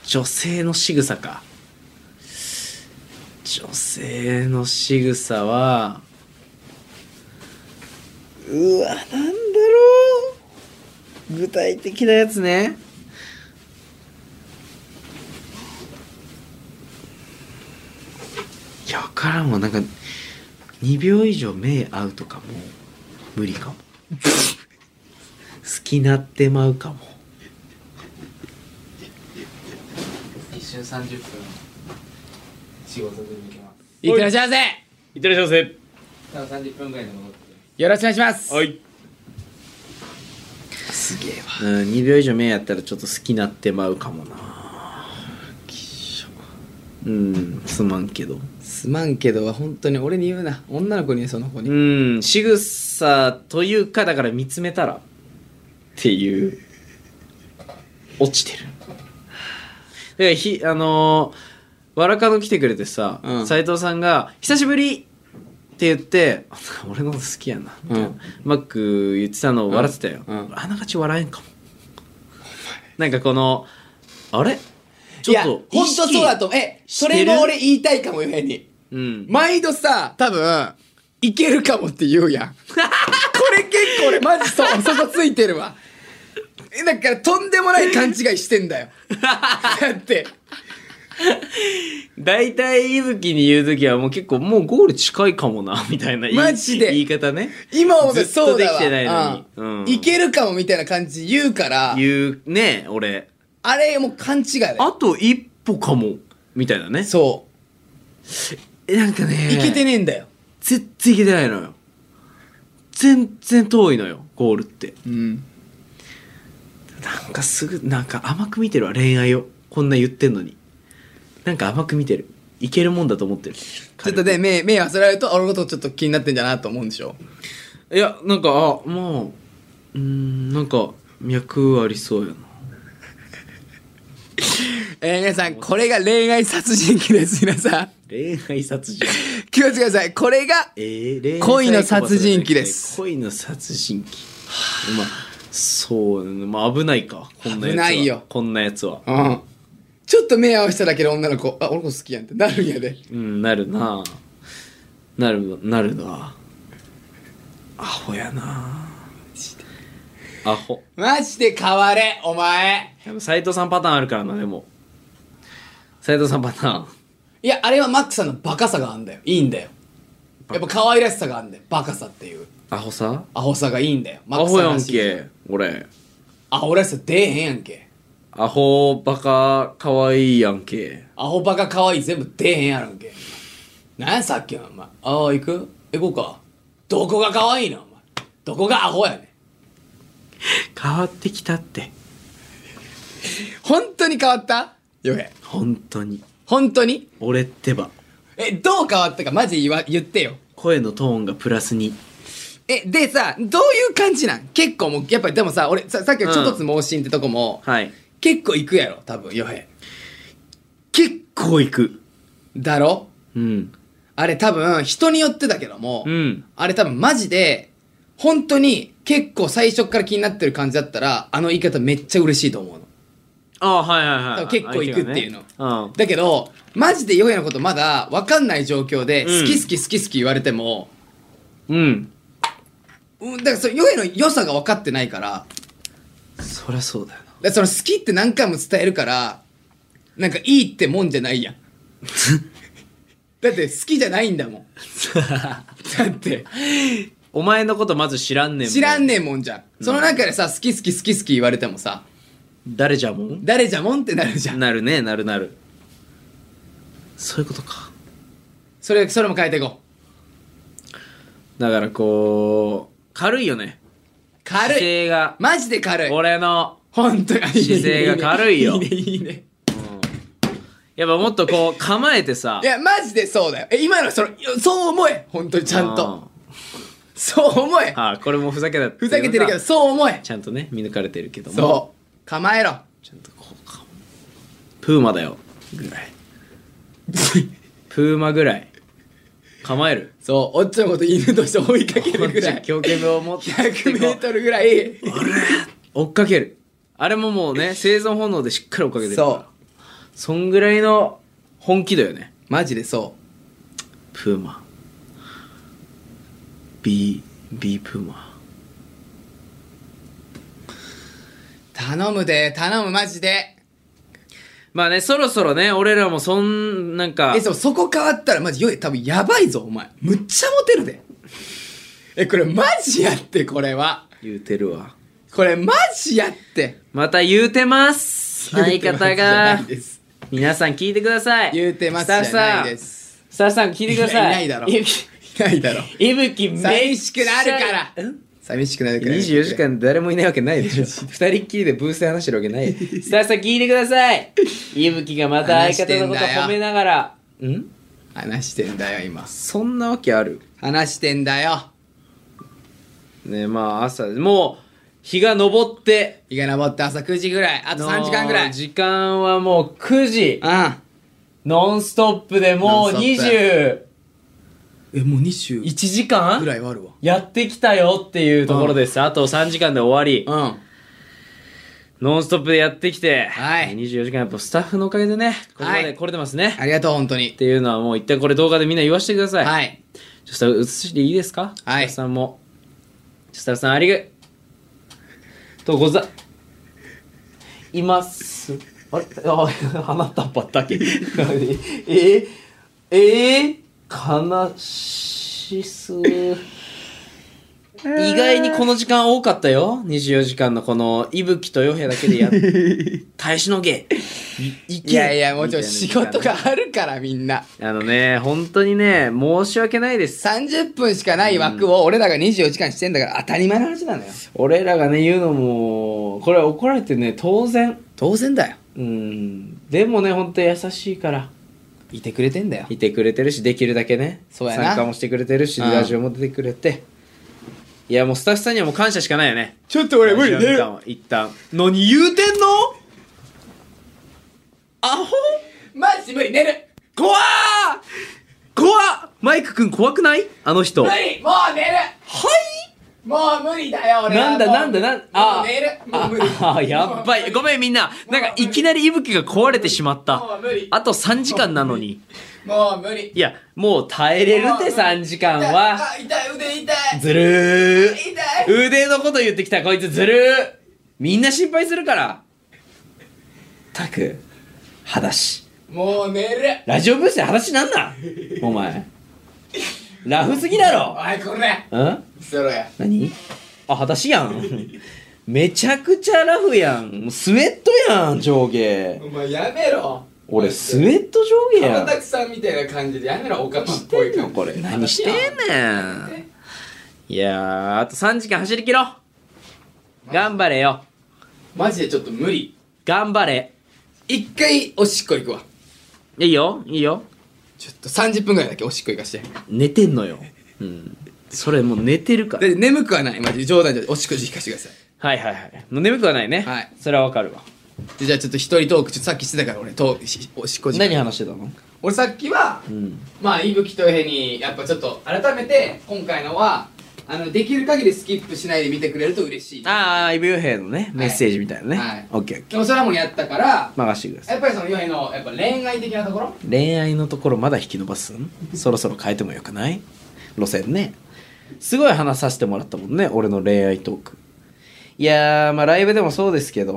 A: 女性の仕草か女性の仕草はうわなんだろう具体的なやつねいや分からんわなんか2秒以上目合うとかも無理か (laughs) も好きなってまうかも
G: 一瞬30分仕事で抜けま
B: いってらっしゃいませ
H: いってらっしゃいませ
G: すただ30分ぐらいで戻って
B: よろしくお願いします
H: はい
A: うん、2秒以上目やったらちょっと好きなってまうかもなうんすまんけど
B: すまんけどは本当に俺に言うな女の子にその子に
A: うん仕草というかだから見つめたらっていう落ちてるでひあのー、わらかの来てくれてさ
B: うん
A: 斎、藤さんが「久しぶり!」って言って「俺のこと好きやな」みたいな、マック言ってたのを笑ってたよ、
B: うん
A: あながち笑えんかもなんかこのあれ
B: いや本当そうだと思うえそれも俺言いたいかもゆえに
A: うん
B: 毎度さ多分いけるかもって言う (laughs) やんこれ結構俺マジそうそこついてるわえだからとんでもない勘違いしてん (laughs) だよだって
A: 大体いぶきに言う時はもう結構もうゴール近いかもな (laughs) みたいな言い
B: マジで
A: 言い方ね
B: 今思うと
A: ずっ
B: そ
A: と
B: う
A: で
B: だ
A: き
B: わ
A: てないのに
B: うん
A: うん
B: いけるかもみたいな感じ言うから
A: 言うね俺
B: あれもう勘違いだよ
A: あと一歩かもみたいなね
B: そ
A: えなんか
B: う
A: ね
B: いけてねえんだよ
A: 全然いけてないのよ全然遠いのよゴールって
B: うん
A: なんかすぐなんか甘く見てるわ恋愛をこんな言ってんのになんか甘く見てるいけるもんだと思ってる
B: ちょっとね、目、目をそられると、俺のことちょっと気になってんじゃなと思うんでしょ
A: いやなんかあもううーんなんか脈ありそうやな
B: えー、皆さん、これが恋愛殺人鬼です、皆さん。
A: 恋愛殺人
B: 気をつけてください。これが、
A: えー恋愛
B: 恋の殺人鬼です
A: 恋の殺人鬼まあそうまあ危ないかこんなやつは
B: 危ないよ
A: こんなやつは
B: うん。ちょっと目合わせただけで女の子、あ、俺のこと好きやんってなるんやで。
A: うんなるななるなるなアホやなアホ
B: マジで変われ、お前。
A: 斎藤さんパターンあるからなでも斎藤さんパターン
B: いや、あれはマックさんのバカさがあんだよ。いいんだよ。やっぱ可愛らしさがあんだよ。バカさっていう。
A: アホさ
B: アホさがいいんだよ。マ
A: アホや
B: ら
A: ん
B: しい
A: け俺
B: アホらしさ出えへんやんけ
A: アホバカかわいいやんけ
B: アホバカ可愛い全部出えへんやろんけなんやさっきのお前ああ行く行こうかどこが可愛いのお前どこがアホやねん
A: 変わってきたって
B: 本当に変わったよへ
A: 本当に
B: 本当に
A: 俺ってば
B: えどう変わったかマジ言わ言ってよ
A: 声のトーンがプラスに
B: えでさどういう感じなん結構もうやっぱりでもさ俺ささっきの「ちょっとつ盲信」ってとこも、
A: はい
B: 結構行くやろ多分よへ
A: 結構いく
B: だろ
A: うん
B: あれ多分人によってだけども、
A: うん
B: あれ多分マジで本当に結構最初から気になってる感じだったらあの言い方めっちゃ嬉しいと思うの
A: ああはいはい
B: 多
A: は
B: 分
A: い
B: 結構いくっていうの、
A: 相手がね
B: だけどマジでヨヘのことまだ分かんない状況で、
A: うん
B: 好き好き好き好き言われても、
A: うんうん
B: うん、だからそれヨヘの良さが分かってないから
A: そりゃそうだよな
B: だからその好きって何回も伝えるからなんかいいってもんじ
A: (laughs)
B: ゃないやんだって好きじゃないんだもんだって
A: (laughs) お前のことまず知らんねんも
B: 知らんねえもんじゃん、その中でさ好き好き好き好き言われてもさ
A: 誰じゃもん
B: 誰じゃもんってなるじゃん
A: なるねなるなるそういうことか
B: それそれも変えていこう
A: だからこう軽いよね
B: 軽
A: 姿
B: い
A: 勢が
B: マジで軽い
A: 俺の
B: 本当に
A: 姿勢が軽いよ
B: いいねいいね
A: やっぱもっと
B: (laughs)
A: こう構えてさ
B: いやマジでそうだよえ今のそのそう思え本当にちゃんとそう思え
A: あーあーこれもふざけた
B: ふざけてるけど
A: ち
B: そう思え
A: ゃんとね見抜かれてるけども
B: そう構えろ
A: (laughs) ちゃんとこうかプーマだよぐらいプーマぐらい構える
B: そうおっちょのこと犬として追いかけるぐらい
A: 狂犬病を持って
B: 100メートルぐらい
A: 追っかけるあれももうね生存本能でしっかり追っかけてるから
B: そう
A: そんぐらいの本気度よね
B: マジでそ
A: プーマ B B プーマ
B: う頼むで頼むマジで
A: まあねそろそろね俺らもそんなんか
B: えそうそこ変わったらマジよい多分やばいぞお前むっちゃモテるでえこれマジやってこれは
A: 言うてるわ
B: これマジやって
A: また言うてます相方
B: じゃな
A: が
B: いです
A: 皆さん聞いてください
B: 言うてますじゃないです
A: スタッフさんスタッフさん聞いてください
B: いやいないだろ
A: い
B: いないだろ
A: いぶきめっちゃ
B: 寂しくなるから
A: うん
B: 寂しくなるから
A: 24時間誰もいないわけないでしょ二人っきりでブースで話してるわけないスタッフさん聞いてくださいいぶきがまた相方のこと褒めながらん
B: 話してんだよ今
A: そんなわけある
B: 話してんだよ
A: ねまあ朝もう日が昇って
B: 日が昇って朝9時ぐらいあと3時間ぐらい
A: の時間はもう9時
B: あ
A: ノンストップでもう
B: ノンスト
A: 21
B: えもう20
A: 時間
B: ぐらいはあるわ
A: やってきたよっていうところです、あと3時間で終わり、
B: うん
A: ノンストップでやってきて、
B: はい
A: 24時間やっぱスタッフのおかげでねここま
B: は
A: で
B: い
A: 来れてますね、
B: ありがとう本当に
A: っていうのはもう一旦これ動画でみんな言わせてください、い、
B: はい
A: ちょっと映していいですか
B: は
A: スタ
B: い
A: ッフさんもスタッフさんありがとうございますあれあ (laughs) 花束だけ (laughs) えええー、悲しす意外にこの時間多かったよ24時間のこの伊吹と与平だけでやっ (laughs) 耐えしのげいいけ
B: いやいやもうちょっと
A: みたいな
B: 仕
A: 時間
B: 事があるからみんな
A: あのね、本当にね、申し訳ないです。
B: 30分しかない枠を俺らが24時間してんだから当たり前の話なのよ
A: 俺らがね、言うのも、これは怒られてね、当然。
B: 当然だよ
A: うん。でもね、本当優しいから。
B: いてくれてんだよ
A: いてくれてるし、できるだけね。
B: そうやな
A: 参加もしてくれてるし、
B: うん
A: ラジオも出てくれて。いや、もうスタッフさんにはもう感謝しかないよね。
B: ちょっと俺無理
A: ラジオの
B: ね
A: 時間は一旦。何言うてんのアホ
B: マジ無理寝る
A: 怖っ怖っマイクくん怖くないあの人。
B: 無理もう寝るはいもう無理だよ俺
A: な
B: は
A: んだ
B: もう
A: なんだなん
B: もう寝るもう無理
A: ああ (laughs) やっばいごめんみんななんかいきなり息吹が壊れてしまった
B: もう無理
A: あと3時間なのに
B: もう無理
A: いやもう耐えれるって3時間は
B: あ痛い腕痛い
A: ずる
B: 痛い
A: ー腕のこと言ってきたこいつずるーみんな心配するからたく裸足
B: もう寝る
A: ラジオブースで裸足なんなお前ラフすぎだろ
B: おいこれ
A: うん
B: そろや
A: 何あ裸足やんめちゃくちゃラフやんもうスウェットやん上下
I: お前やめろ
A: 俺スウェット上下や
I: 浜
A: ん
I: 崎さんみたいな感じでやめろオカマっぽい感じ
A: これ何してんねんいやーあと3時間走り切ろう頑張れよ
I: マジでちょっと無理
A: 頑張れ
B: 一回おしっこ行くわ
A: いいよいいよ
B: ちょっと30分ぐらいだけおしっこ行かして
A: 寝てんのようんそれもう寝てるから
B: で眠くはないマジで冗談じゃないおしっこ行かしてください
A: はいはいはいもう眠くはないね
B: はい
A: それはわかるわ
B: でじゃあちょっと一人トークちょっとさっきしてたから俺トークしおしっこ時間
A: 何話してたの
I: 俺さっきは
A: うん
I: まあ伊吹とへにやっぱちょっと改めて今回のはあのできる限りスキップしないで見てくれると嬉しい
A: ああイブヨヘイのねメッセージみたいなね、
I: はい
A: オッケーオッケ
I: でもそれはもうやったから
A: ー任してください
I: やっぱりそのヨヘのやっぱ恋愛的なところ
A: 恋愛のところまだ引き伸ばすんそろそろ変えてもよくない路線ねすごい話させてもらったもんね俺の恋愛トークいやーまあライブでもそうですけど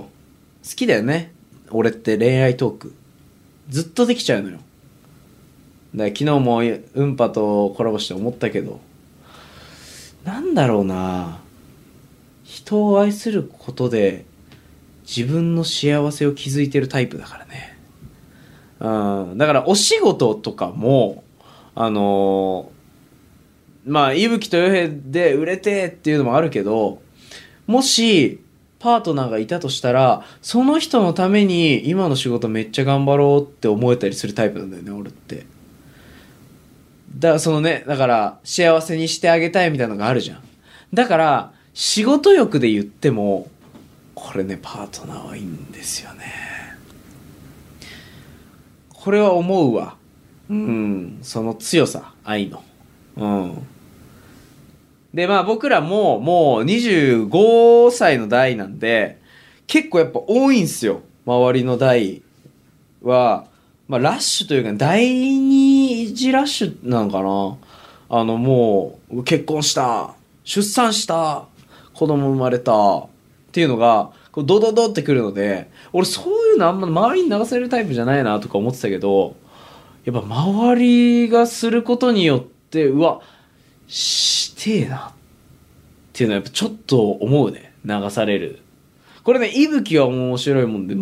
A: 好きだよね俺って恋愛トークずっとできちゃうのよだから昨日もうんぱとコラボして思ったけどなんだろうな人を愛することで自分の幸せを築いてるタイプだからねうん、だからお仕事とかもあのーまあ伊吹とよへで売れてっていうのもあるけどもしパートナーがいたとしたらその人のために今の仕事めっちゃ頑張ろうって思えたりするタイプなんだよね俺ってだそのねだから幸せにしてあげたいみたいなのがあるじゃんだから仕事欲で言ってもこれねパートナーはいいんですよねこれは思うわうん、その強さ愛のうんでまあ僕らももう25歳の代なんで結構やっぱ多いんすよ周りの代は、まあ、ラッシュというか第二次ラッシュなのかなあのもう結婚した出産した子供生まれたっていうのがこうドドドってくるので俺そういうのあんま周りに流されるタイプじゃないなとか思ってたけどやっぱ周りがすることによってうわしてえなっていうのはやっぱちょっと思うね流されるこれね息吹は面白いもんで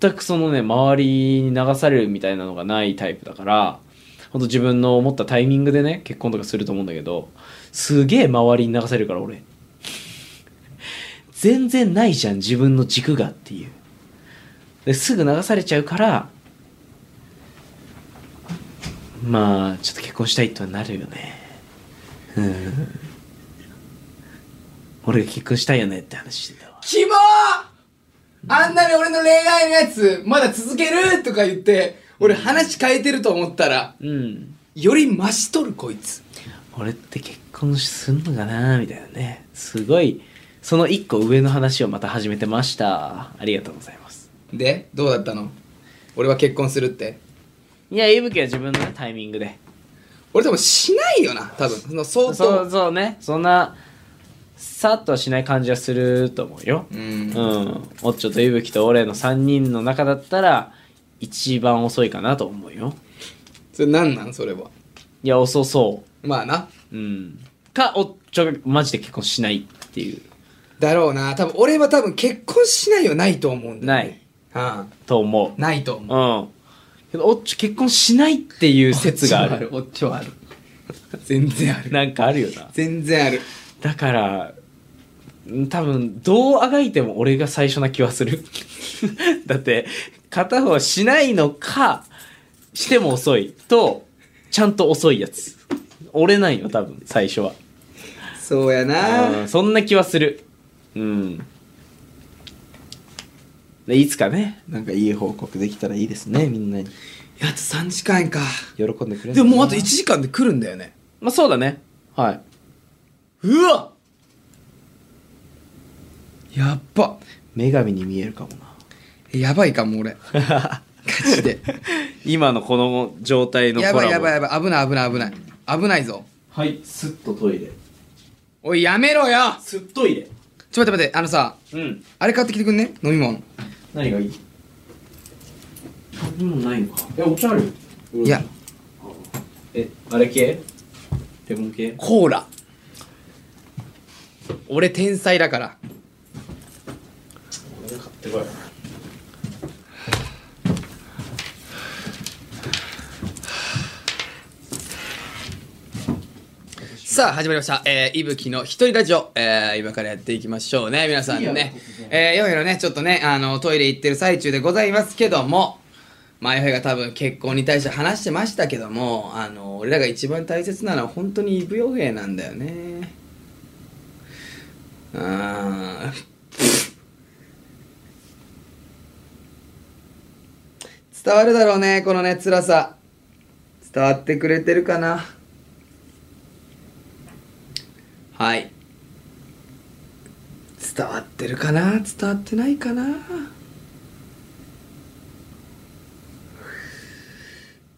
A: 全くそのね周りに流されるみたいなのがないタイプだからほんと自分の思ったタイミングでね結婚とかすると思うんだけどすげえ周りに流されるから俺全然ないじゃん自分の軸がっていうですぐ流されちゃうからまあちょっと結婚したいとはなるよねうん俺が結婚したいよねって話してたわ
I: キモーあんなに俺の恋愛のやつまだ続けるとか言って俺話変えてると思ったら
A: うん
I: より増しとるこいつ
A: 俺って結婚すんのかなみたいなねすごいその一個上の話をまた始めてましたありがとうございます
B: でどうだったの俺は結婚するって
A: いや伊吹は自分のねタイミングで
B: 俺多分しないよな多分その相
A: そ
B: 当
A: うそうねそんなさっとはしない感じはすると思うよ
B: うん
A: うん、おっちょといぶきと俺の3人の中だったら一番遅いかなと思うよ
B: それ何なんそれはい
A: や遅そ
B: まあな
A: ううんかおっちょがマジで結婚しないっていう
B: だろうな多分俺は多分結婚しないよないと思うんだよ
A: ない
B: うん
A: と思
B: ないと思う
A: ううんけどおっちょ結婚しないっていう説がある
B: おっちょはある全然ある
A: なんかあるよな
B: 全然ある
A: だからん多分どうあがいても俺が最初な気はする (laughs) だって片方はしないのかしても遅いとちゃんと遅いやつ折れないよ多分最初は
B: そうや
A: う
B: なん
A: そんな気はするうんでいつかねなんかいい報告できたらいいですねみんなに
B: やっと3時間か
A: 喜んでくれる
B: でももうあと1
A: 一
B: 時間で来るんだよね
A: まあそうだねはいう
B: わやっば
A: 女神に見えるかもな
B: やばいかも俺ガ
A: (laughs)
B: チで
A: 今のこの状態の
B: やばいやばい
A: い
B: やばい危ない危ない危ない危ないぞ
A: はいすっとトイレ
B: おいやめろよ
A: すっといれ
B: ちょ待って待ってあのさ
A: うん
B: あれ買ってきてくんね飲み物
A: 何がいい何もないのかえお茶ある
B: いや
A: えあれ系レモン系
B: コーラ俺天才だからさあ始まりました、えー、いぶきの一人ラジオ、えー、今からやっていきましょうね皆さんねえー、よいのねちょっとねあのトイレ行ってる最中でございますけどもまあよいが多分結婚に対して話してましたけどもあの俺らが一番大切なのは本当にイブヨヘなんだよねあー伝わるだろうねこのね辛さ伝わってくれてるかなはい伝わってるかな伝わってないかな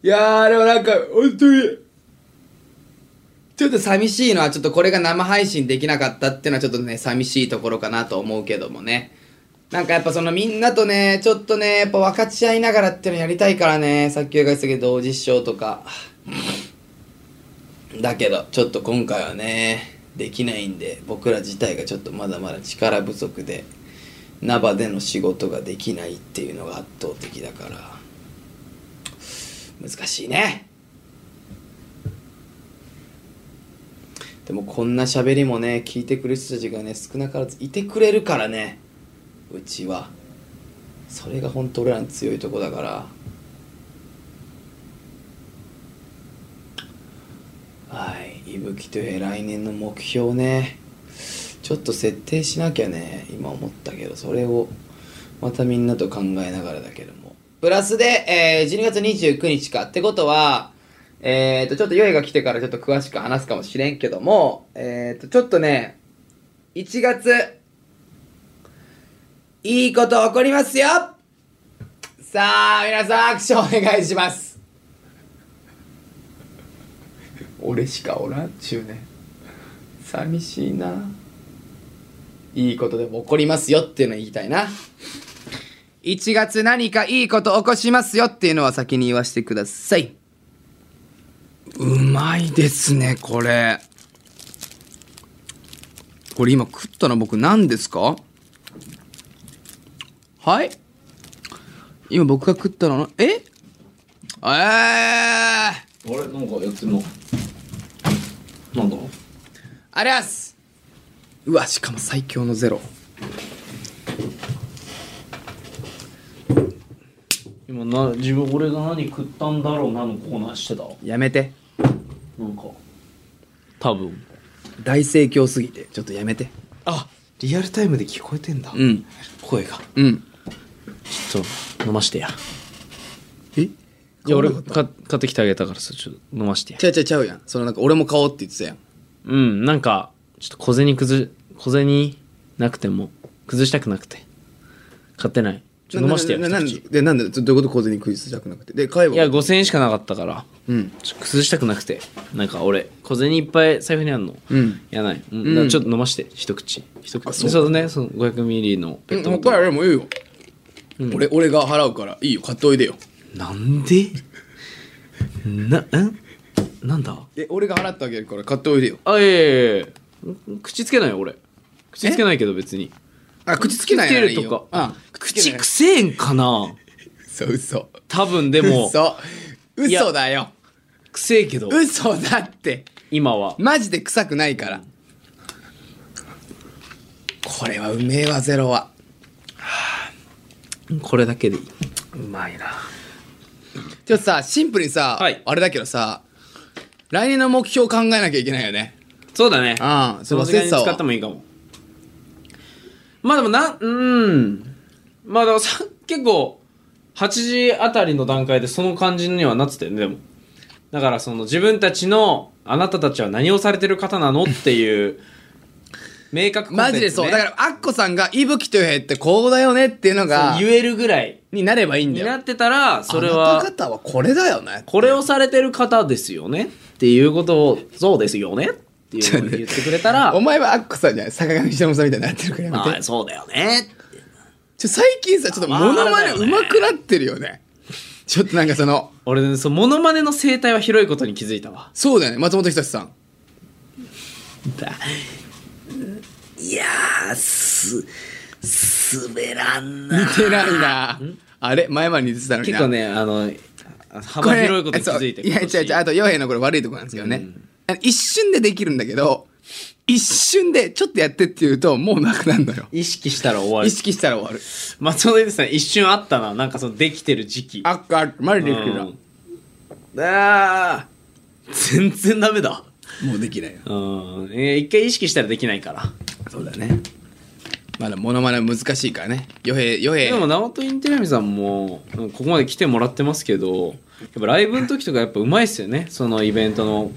B: いやーでもなんか本当にちょっと寂しいのはちょっとこれが生配信できなかったっていうのはちょっとね寂しいところかなと思うけどもねなんかやっぱそのみんなとねちょっとねやっぱ分かち合いながらっていうのやりたいからねさっき言ったけど同時視聴とかだけどちょっと今回はねできないんで僕ら自体がちょっとまだまだ力不足でナバでの仕事ができないっていうのが圧倒的だから難しいねでもこんな喋りもね聞いてくれる人たちがね少なからずいてくれるからねうちはそれが本当俺らの強いとこだからはい、いぶきとへ来年の目標ね、ちょっと設定しなきゃね、今思ったけど、それをまたみんなと考えながらだけども。プラスで、えー12月29日か。ってことは、えーと、ちょっとヨイが来てからちょっと詳しく話すかもしれんけども、えーと、ちょっとね、1月、いいこと起こりますよさあ、皆さん、アクションお願いします。俺しかおらんっちゅうね寂しいないいことでも起こりますよっていうのを言いたいな1月何かいいこと起こしますよっていうのは先に言わせてくださいうまいですねこれこれ今食ったの僕何ですかはい今僕が食ったのええー
A: あれなんかやってるのなんだ
B: ありますうわしかも最強のゼロ
A: 今な自分俺が何食ったんだろうなのコーナーしてた
B: やめて
A: なんか多分
B: 大盛況すぎてちょっとやめて
A: あリアルタイムで聞こえてんだ
B: うん
A: 声が
B: うん
A: ちょっと飲ましてや
B: え
A: いや俺か買ってきてあげたからさちょっと飲ましてや
B: ちゃうちゃうちゃうやんそのなんか俺も買おうって言ってたやん
A: うんなんかちょっと小銭崩小銭なくても崩したくなくて買ってないちょっと飲ましてや
B: ななな
A: 一口
B: でなんでちょどういうこと小銭食いつじゃなくてで買えば
A: いや5000円しかなかったから
B: うん
A: ちょっと崩したくなくてなんか俺小銭いっぱい財布にあんの、
B: うん
A: やない、うん
B: うん
A: だからちょっと飲まして一口一口そうだねその500ミリのペットボ
B: 他
A: ト
B: から
A: ル、
B: でもいいよ、俺俺が払うからいいよ買っておいでよ
A: なんでなんなんだ
B: え俺が払ってあげるから買っておいでよ
A: あいやいやいやん口つけないよ俺口つけないけど別に
B: あ口つけない
A: 口
B: な
A: つ
B: ら
A: け
B: い
A: る
B: い
A: と
B: よ
A: か
B: あ
A: 口くせえんかな
B: 嘘嘘
A: 多分でも
B: 嘘
A: いや
B: 嘘だよ
A: くせえけど
B: 嘘だって
A: 今は
B: マジで臭くないからこれはうめえわゼロは
A: これだけでいい
B: ちょっとさシンプルにさ、
A: はい
B: あれだけどさ来年の目標考えなきゃいけないよね
A: そうだね
B: ああ
A: その
B: 忘れ
A: 時間に
B: てたわ
A: 使ってもいいかもまあでもなんうんまあでもさ結構8時あたりの段階でその感じにはなってたよねでもだからその自分たちのあなたたちは何をされてる方なのっていう (laughs) 明確コンテンツね、
B: マジでそう、だからアッコさんが「伊吹とへってこうだよね」っていうのが
A: そう言えるぐらい
B: になればいいんだ
A: にな
B: よ
A: ってたらそれ
B: あな
A: は
B: た方はこれだよね
A: これをされてる方ですよねっていうことをそうですよねっていうのを言ってくれたら
B: (laughs) お前はアッコさんじゃない坂上忍さんみたいになってるからやめて
A: ああそうだよね
B: ちょ最近さちょっとモノマネ上手くなってるよねちょっとなんかその
A: 俺ねそうモノマネの生態は広いことに気づいたわ
B: そうだよね松本人志さん
J: いやー、す、滑らんな。
B: 似てないなあれ前まで似てたのに
A: 結
B: な
A: 構ねあの幅広いことに気づいて
B: そういや違う違うあと傭兵のこれ悪いとこなんですけどね、
K: あの一瞬でできるんだけど、一瞬でちょっとやってって言うと、もうなくなるのよ。
A: 意識したら終わ
K: 意
A: る。
K: 識したら終わる。
A: 松本ですね、一瞬あったな。なんかそのできてる時期。
K: あっあっ、マジでできるな。
A: うんあー全然ダメだ。
K: もうできないよ。
A: うん。えー一回意識したらできないから。
K: そうだね。まだモノマネ難しいからね。よへい、よへい
A: で。も、直人インテリアミさんも、うんここまで来てもらってますけど、やっぱライブの時とかやっぱうまいっすよね。そのイベントの、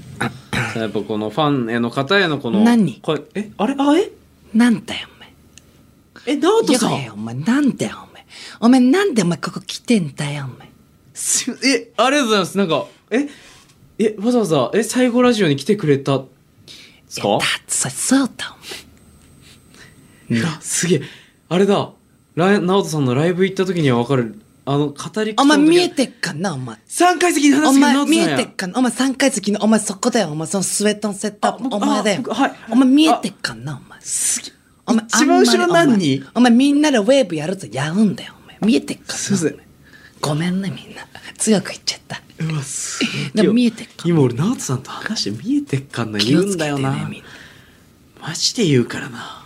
A: やっぱこのファンへの方へのこの、
B: 何
A: これえ、あれあ、え
B: なんだよ、お前。
A: え、直人さん
B: よお前、なんだよ、お前。お前、なんでお前ここ来てんだよ、お前。
A: すえ、ありがとうございます。なんか、え、え、わざわざ、え、最後ラジオに来てくれた、ですか
B: そ、そうだ、
A: あすげえ。あれだ。ライ直人さんのライブ行った時にはわかる。あの、語り口
B: お
A: 調
B: 前。お前
A: の時
B: 見えてっかな、お前。
A: 三階席に話す
B: お
A: けど
B: 前
A: 直人
B: 見
A: さん
B: え
A: や
B: てっかなお前3階席のお前そこだよお前そのスウェットのセットアップ
A: 僕
B: お前だ
A: あ
B: よ
A: 僕はい
B: お前見えてっかなお前すげお前
A: 一番後ろ
B: あんまり
A: 何人
B: お前お前みんなでウェーブやるとやるんだよお前見えてっかなお前ごめんねみんな強く言っちゃった
A: うわすげえ
B: でも見えてっかな
A: 今俺直人さんと話して見えてっかんな
B: 気
A: 言
B: を
A: うん
B: つけ
A: だ
B: て
A: よ
B: ね
A: な、
B: みんな
A: マジで言うからな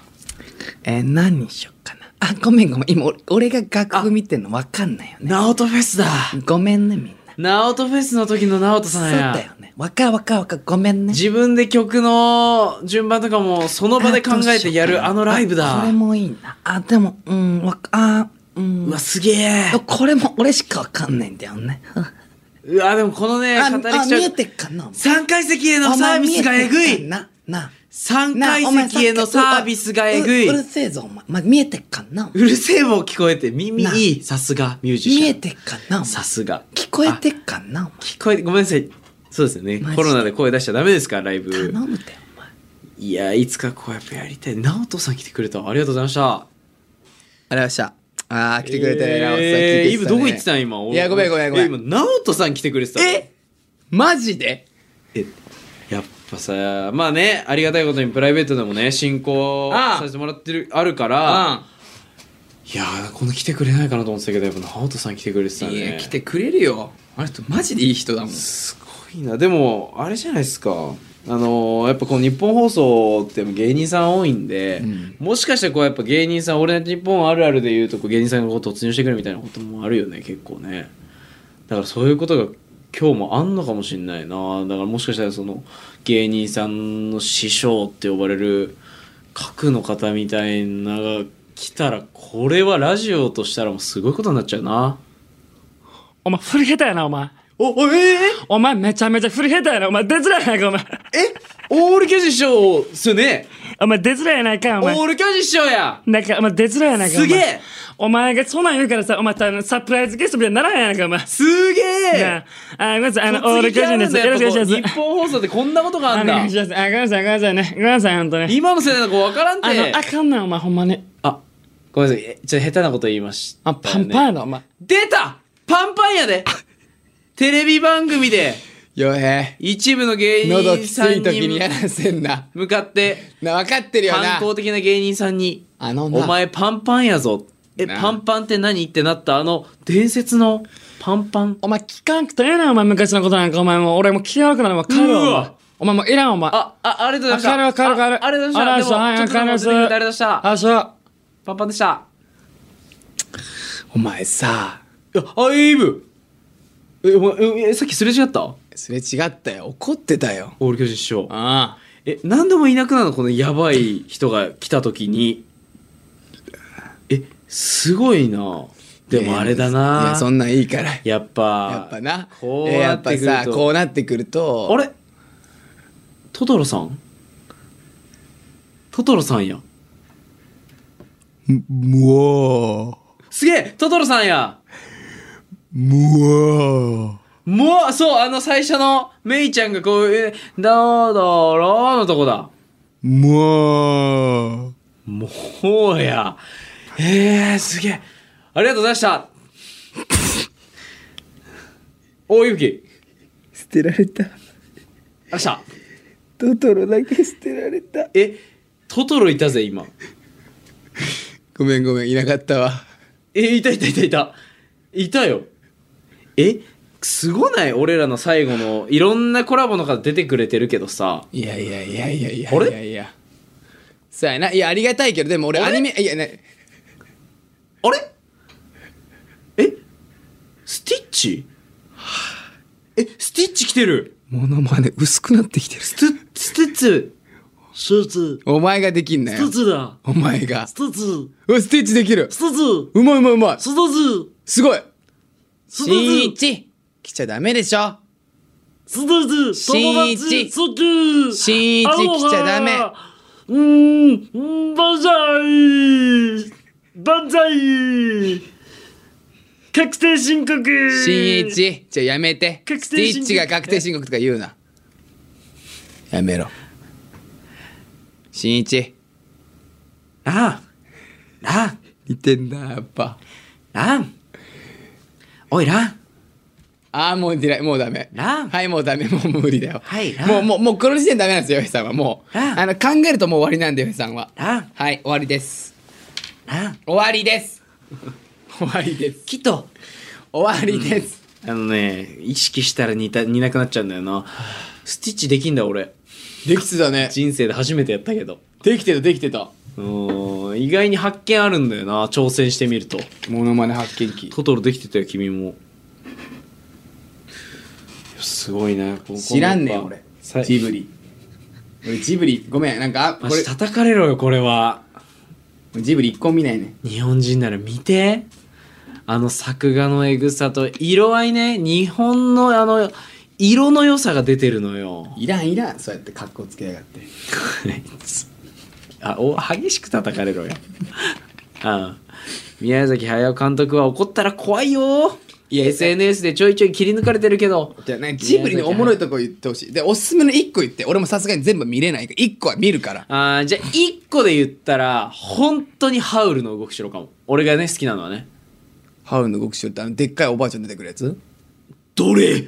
B: えー何にしよっかなあごめんごめん今俺俺が楽譜見てんのわかんないよね
A: 直人フェスだ
B: ごめんねみんな
A: 直人フェスの時の直人
B: そう
A: さんや
B: だよねわかるわかるわかるごめんね
A: 自分で曲の順番とかもその場で考えてやるあのライブ
B: あ
A: だ
B: これもいいなあでもうんわかあうん
A: うわすげえ
B: これも俺しかわかんないんだよね。
A: うわでもこのね
B: あ、あ
A: 語り口
B: 見え
A: 調
B: てっかなお前
A: 3階席へのサービスがえぐ
B: お前見えてっ
A: い
B: かな、な。
A: 3
B: な
A: 階
B: お前
A: 席へのサービスがえぐいう
B: ううるせえぞ、お前。ま見えてっかなお前
A: うるせえも聞こえて耳
B: ない
A: いさすがミュージシャン
B: 見えてっかなお前
A: さすが
B: 聞こえてっかなお
A: 聞こえごめんなさいそうですよね
B: マジで
A: コロナで声出しちゃダメですからライ
B: 前。
A: ブ
B: 頼むだよ、お前。
A: いやいつかこうやっぱやりたい直人さん来てくれたありがとうございました
K: ありました。あー、来てくれたね、なおさん。
A: えーイブどこ行ってた
K: ん
A: ん今俺
K: いやごめんごめんごめん
A: え今直人さん来てくれてたの
K: えマジで
A: やっぱさまあねありがたいことにプライベートでもね進行
L: ああ
A: させてもらってるあるからいやーこの来てくれないかなと思ってたけどやっぱ直人さん来てくれてた
L: うん。
A: ね
L: いや、来てくれるよ。あの人、マジでいい人だもん。
A: すごいなでもあれじゃないですかあのーやっぱこの日本放送って芸人さん多いんで、もしかしてこうやっぱ芸人さん「俺の日本あるある」で言うとこう芸人さんがこう突入してくるみたいなこともあるよね結構ねだからそういうことが今日もあんのかもしんないなだからもしかしたらその芸人さんの師匠って呼ばれる核の方みたいなのが来たらこれはラジオとしたらもうすごいことになっちゃうな
D: お前、振り下手やな、お前。
A: おおええ
D: お前、めちゃめちゃ振り下手やな。お前、出づらいやないか、お前。 (laughs)
A: えオール巨人師匠っすよね
D: お前、出づらいやないか、お
A: オ
D: 前。
A: ール巨人師匠や
D: なんか、お前、出づらいやないか。お
A: す
D: 前
A: げえ
D: お前がそんなん言うからさ、お前、あのサプライズゲストみたいにならへんやないか、お前。
A: すげえ
D: なあ、あごめんなさい、あの、オール
A: 突
D: 巨
A: 撃あ
D: 人
A: る
D: で
A: ん
D: す。
A: だ
D: よろしくお願いし
A: やっ
D: ま
A: ぱ
D: す。
A: こう日本放送ってこんなことがあ
D: あ
A: る
D: お
A: んだ
D: 願いします。あ、ごめんなさい、ごめんなさいね。ごめんなさい、ほんとね。
A: 今の世代なんかわからん
D: あ
A: て
D: の、あかんな、お前、ほんまに。
A: あごめんなさいえちょっと下手なこと言いました
D: あ、
A: よね
D: パンパンやな、お前。
A: 出たパンパンやでテレビ番組で
K: よへ
A: 一部の芸
K: い。喉き
A: 人
K: つ
A: さん
K: い時にや
A: に
K: らせんな。
A: 向かって
K: な、分かってるよな
A: 反。抗的な芸人さんに
K: あ
A: 「
K: のな、
A: お前パンパンやぞ」え
K: な
A: パンパンって何ってなったあの伝説のパンパン
D: お前、聞かんくてええな、お前、昔のことなんか、お前もう。俺もう気が悪くなる、お前、帰ろう
A: う
D: お前
A: わ。
D: お前もういらん、お前。
A: あ、あ、ありがとうございました。
D: わかるわかるわかる
A: あありがとうございました。
D: ありがとうございます
A: でもちょっとでも出てくれてありがとうございました。
D: あ、そう。
A: パンパンでした。
K: お前さ、
A: あ、エイブ。え、お前、え、さっきすれ違ったオ
K: すれ違ったよ。怒ってたよ。
A: ール巨人師匠。
K: ああ。
A: え、何でもいなくなるのこのやばい人が来た時に。え、すごいな。でもあれだ
K: いやい
A: な
K: や、。そんなんいいから。や
A: やっぱ。
K: っぱな。
A: こう
K: いや
A: な
K: や
A: っ
K: っぱ
A: てくる
K: さ、
A: と。
K: こうなってくると。
A: あれトトロさんトトロさんや。
K: むわー
A: すげえトトロさんや
K: むわー
A: もう、そう、あの最初の、メイちゃんがこう、え、どうどろーのとこだ。
K: むわー
A: もうや。えー、すげえ。ありがとうございました。大雪。
K: 捨てられた
A: ありがとうございまし
K: トトロだけ捨てられた
A: た。え、トトロいたぜ、今。
K: ごめんごめんいなかったわ
A: え、いたいたいたいた。いたよ。え、すごない俺らの最後のいろんなコラボの方出てくれてるけどさ
B: いやいやいやいやいや
A: あれ
B: いやいやそうやないやありがたいけどでも俺アニメいやね
A: あれえスティッチえスティッチ来てる
B: モノマネ薄くなってきてる
M: ステステッツシューツ
B: お前ができんなよ
M: ステッツだ
B: お前が
M: ステッツ
B: うわステッチできる
M: ステッツ
B: うまいうまいうまい
M: ステッツ
B: すごい
M: ステ
B: しんい
M: ッツ
B: ち来ちゃダメでしょ
M: ステッツ友
B: しんい
M: 達
B: ち
M: ソック
B: しんいち来ちゃダメ
M: アロハうーんバンザイバンザイ確定申告
B: しんいちじゃあやめて
M: 確定
B: スティ
M: 申
B: ッ
M: 告
B: チが確定申告とか言うなやめろしんいち
M: あああ
B: 似てんなやっぱ
M: ランおいラン
B: ああもう嫌いもうダメ
M: ラン
B: はいもうダメもう無理だよ
M: はいラン
B: もうもうもうこの時点でダメなんですよヨヘさんはもう
M: ラン
B: あの考えるともう終わりなんでヨヘさんは
M: ラン
B: はい終わりです
M: ラン
B: 終わりです
M: (laughs)
B: 終わりです
M: きっと
B: 終わりです、
A: あのね意識したら似た似なくなっちゃうんだよなスティッチできんだ俺
B: できてたね
A: 人生で初めてやったけど
B: できてたできてた
A: うーん意外に発見あるんだよな挑戦してみると
B: モノマネ発見記
A: トトロできてたよ君もいやすごいねここ
B: 知らんね
A: やっ
B: ん
A: ぱ
B: 俺
A: さ
B: ジブリ俺ジブリごめんなんかあこ
A: マジ
B: れ
A: 叩かれろよこれは
B: ジブリ一個も見ないね
A: 日本人なら見てあの作画のエグさと色合いね日本のあの色の良さが出てるのよ (laughs)
B: いらんいらんそうやって格好つけやがって
A: あお激しく叩かれろよ (laughs) ああ宮崎駿監督は怒ったら怖いよいや SNS でちょいちょい切り抜かれてるけど
B: じゃあなんかジブリのおもろいとこ言ってほしいでおすすめの一個言って俺もさすがに全部見れないから一個は見るから
A: あーじゃあ1個で言ったら本当にハウルの動く城かも俺がね好きなのはね
B: ハウルの動く城ってあのでっかいおばあちゃん出てくるやつ
A: どれ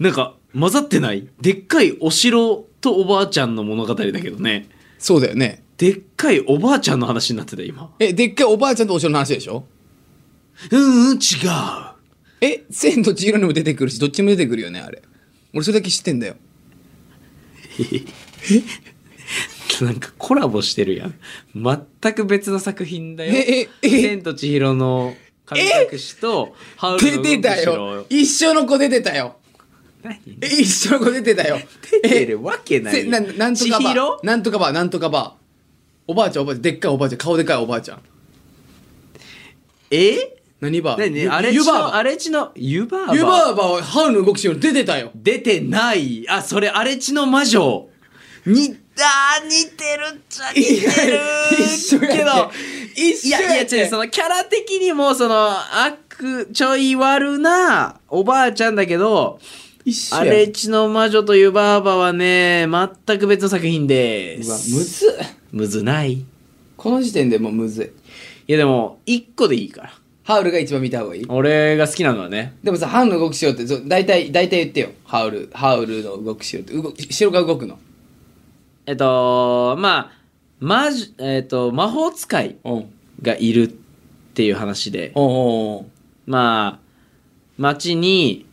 A: なんか混ざってないでっかいお城とおばあちゃんの物語だけどね
B: そうだよね
A: でっかいおばあちゃんの話になってた今
B: えでっかいおばあちゃんとお城の話でしょ
A: うんうん違う
B: え千と千尋にも出てくるしどっちも出てくるよねあれ俺それだけ知ってんだよ
A: なんかコラボしてるやん全く別の作品だよ
B: えええ
A: 千と千尋の神隠しとハウルの
B: 出
A: 動
B: て
A: く
B: た
A: 城
B: よ一緒の子出てたよ
A: 何
B: え一緒の子出てたよ
A: 出てるわけな
B: せ
A: い
B: ななんとか
A: 千
B: ば
A: 尋
B: なんとかばなんとかばおばあちゃんおばあちゃんでっかいおばあちゃん顔でかいおばあちゃん
A: え
B: 何ば
A: 何
B: ゆ
A: 荒
B: ゆ
A: 地
B: ばあ
A: の
B: ば
A: 荒地の湯婆婆
B: 湯婆婆はハウルの動く城に出てたよ
A: 出てないあそれ荒地の魔女にあー似てるっちゃ似てる
B: 一緒やんけ
A: けど
B: 一
A: い
B: 緒
A: やい
B: や
A: や違
B: ん
A: う
B: け
A: そのキャラ的にもその悪ちょい悪なおばあちゃんだけど
B: 一緒
A: 荒
B: やん
A: 地の魔女というばあばはね全く別の作品で
B: うわむ
A: す
B: ずっ
A: むずないい
B: この時点でもうむずい
A: やでも1個でいいから
B: ハウルが一番見た方がいい
A: 俺が好きなのはね
B: でもさハウルの動く城ってそう大体大体言ってよハウルハウルの動く城って動く城が動くの
A: えっとまあ魔女えっと魔法使い
B: うん
A: がいるっていう話で
B: おう
A: まあ、町に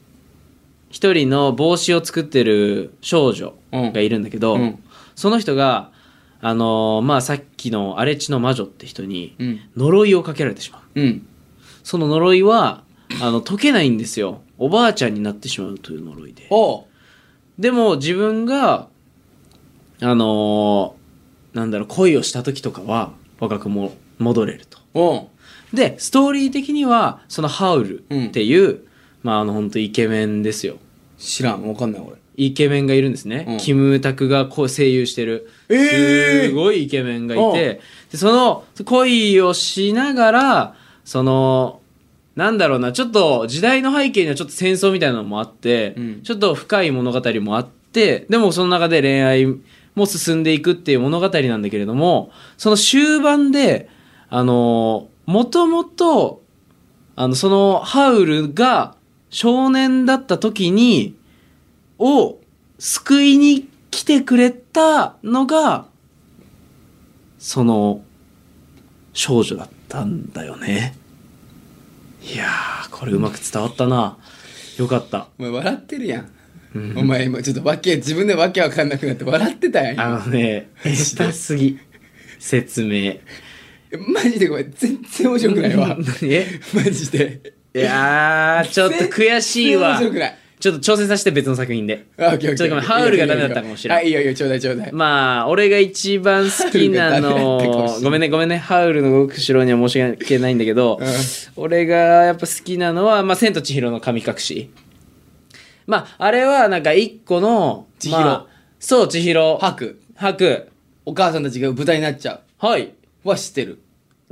A: 一人の帽子を作ってる少女がいるんだけど、
B: うんうん
A: その人が、あのーまあさっきの荒地の魔女って人に
B: うん
A: 呪いをかけられてしまう。
B: うん
A: その呪いは、あの、解けないんですよ。おばあちゃんになってしまうという呪いで。
B: おう
A: でも自分が、あのーなんだろう、恋をした時とかは、若くも戻れると。
B: おう
A: でストーリー的にはそのハウルっていう、まああの本当イケメンですよ
B: 知らんわかんない俺
A: イケメンがいるんですね、
B: ん
A: キムタクがこう声優してる、
B: えー
A: すごいイケメンがいてでその恋をしながらそのなんだろうなちょっと時代の背景にはちょっと戦争みたいなのもあって、
B: ん
A: ちょっと深い物語もあってでもその中で恋愛も進んでいくっていう物語なんだけれどもその終盤であのもともとあのそのハウルが少年だった時にを救いに来てくれたのがその少女だったんだよねいやーこれうまく伝わったなよかった。
B: お前笑ってるやん。お前今ちょっとわけ、自分でわけわかんなくなって笑ってたやん
A: あの
B: 今。
A: ね、下手すぎ。説明。
B: えマジでごめん、全然面白くないわ。
A: え
B: (laughs) マジで。
A: (laughs) いやー、ちょっと悔しいわ
B: (laughs) 全然面。白くない。
A: ちょっと挑戦させて別の作品で。
B: あオッケーオッケー
A: ちょっとごめんハウルがダメだったかもしれない
B: あ、いいよいいよ、ちょうだいちょうだ
A: (laughs)
B: い。
A: まあ、俺が一番好きな
B: ハウルがダメだったか (laughs) もしれな
A: の、
B: い
A: ごめんね、ごめんね、ハウルの動く城には申し訳ないんだけど、俺がやっぱ好きなのは、まあ、千と千尋の神隠し。まあ、あれはなんか一個の、
B: 千尋
A: まあそう、千尋。
B: ハク、
A: 白。
B: お母さんたちが豚になっちゃ
A: はい。
B: う。は知ってる。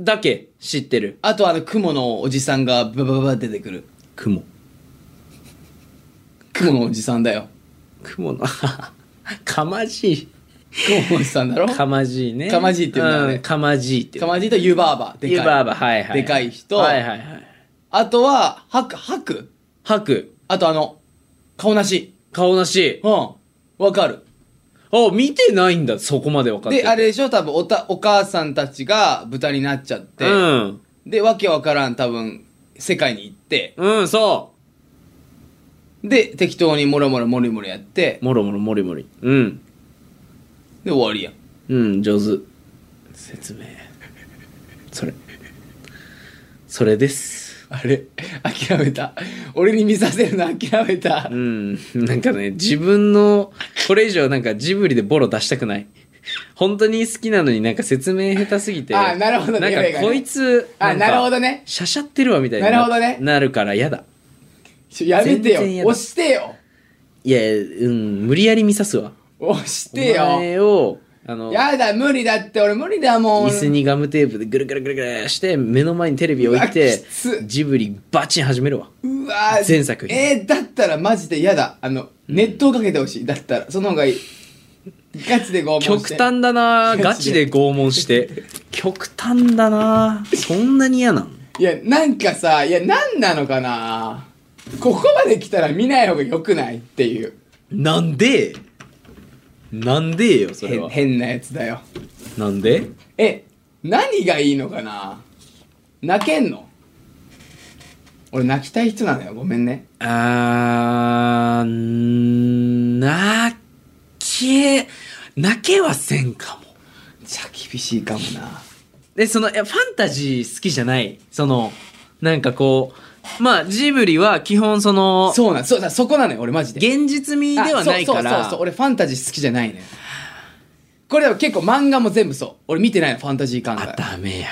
A: だけ知ってる。
B: あとあの、雲のおじさんがババババ出てくる。
A: 雲。
B: 雲のおじさんだよ。
A: 雲の、 (laughs) かまじい。
B: 雲のおじさんだろ
A: かまじいね。
B: かまじいって言うんだよね
A: うかまじいって言
B: か
A: う。
B: まじいとユバーバ。でかい。
A: 湯婆婆、はいはい。
B: でかい人
A: はいはいはい。
B: あとは、ハク、ハク
A: 白。
B: あとあの、顔なし。
A: 顔なし。
B: うん。わかる。
A: あ、見てないんだ、そこまで分かってる。
B: で、あれでしょ多分おた、お母さんたちが豚になっちゃって。
A: うん。
B: で、わけわからん多分、世界に行って。
A: うん、そ
B: で、適当にもろもろもりもりやって
A: う。。もろもろもりもり。うん。
B: で、終わりやん。
A: うん、上手。説明。それ。それです。
B: あれ諦めた。俺に見させるの諦めた
A: う。ん。なんかね、自分の、これ以上なんかジブリでボロ出したくない。本当に好きなのになんか説明下手すぎて。
B: あなるほどね
A: なんかこいつ、
B: あ、
A: ん
B: な
A: か
B: るほどね。
A: しゃしゃってるわみたいに
B: なるほどね
A: なるから嫌だ。
B: ちょやめて
A: 全然嫌
B: よ。
A: だ
B: 押してよ。
A: いや、うん、無理やり見さすわ。
B: 押して
A: お
B: よ。
A: 前を、あの、
B: やだ、無理だって。俺無理だもん。
A: 椅子にガムテープでぐるぐるぐるぐるして目の前にテレビ置いう
B: わ
A: て
B: きつ
A: ジブリバチン始めるわ
B: うわー
A: 前作
B: えー、だったらマジで嫌だあの、熱湯かけてほしいだったらその方がいいガチで拷問して
A: 極端だ (laughs) なガチで拷問して極端だなそんなに嫌なん
B: いやなんかさいや何なのかなここまで来たら見ない方が良くないっていう
A: なんでなんでよそれ
B: 変
A: は
B: 変なやつだよ
A: なんで
B: え何がいいのかな泣けんの俺泣きたい人なのよごめんね
A: あーん泣け泣けはせんかも
B: じゃあ厳しいかもな
A: で、その、いや、ファンタジー好きじゃない。その、なんかこう、まあ、ジブリは基本その、
B: そうなんそうだそこなのよ俺マジで
A: 現実味ではないか
B: あそうそうそう
A: ら
B: そう、俺ファンタジー好きじゃないのよこれでも結構漫画も全部そう俺見てないのファンタジー感
A: あ
B: が
A: ダメや。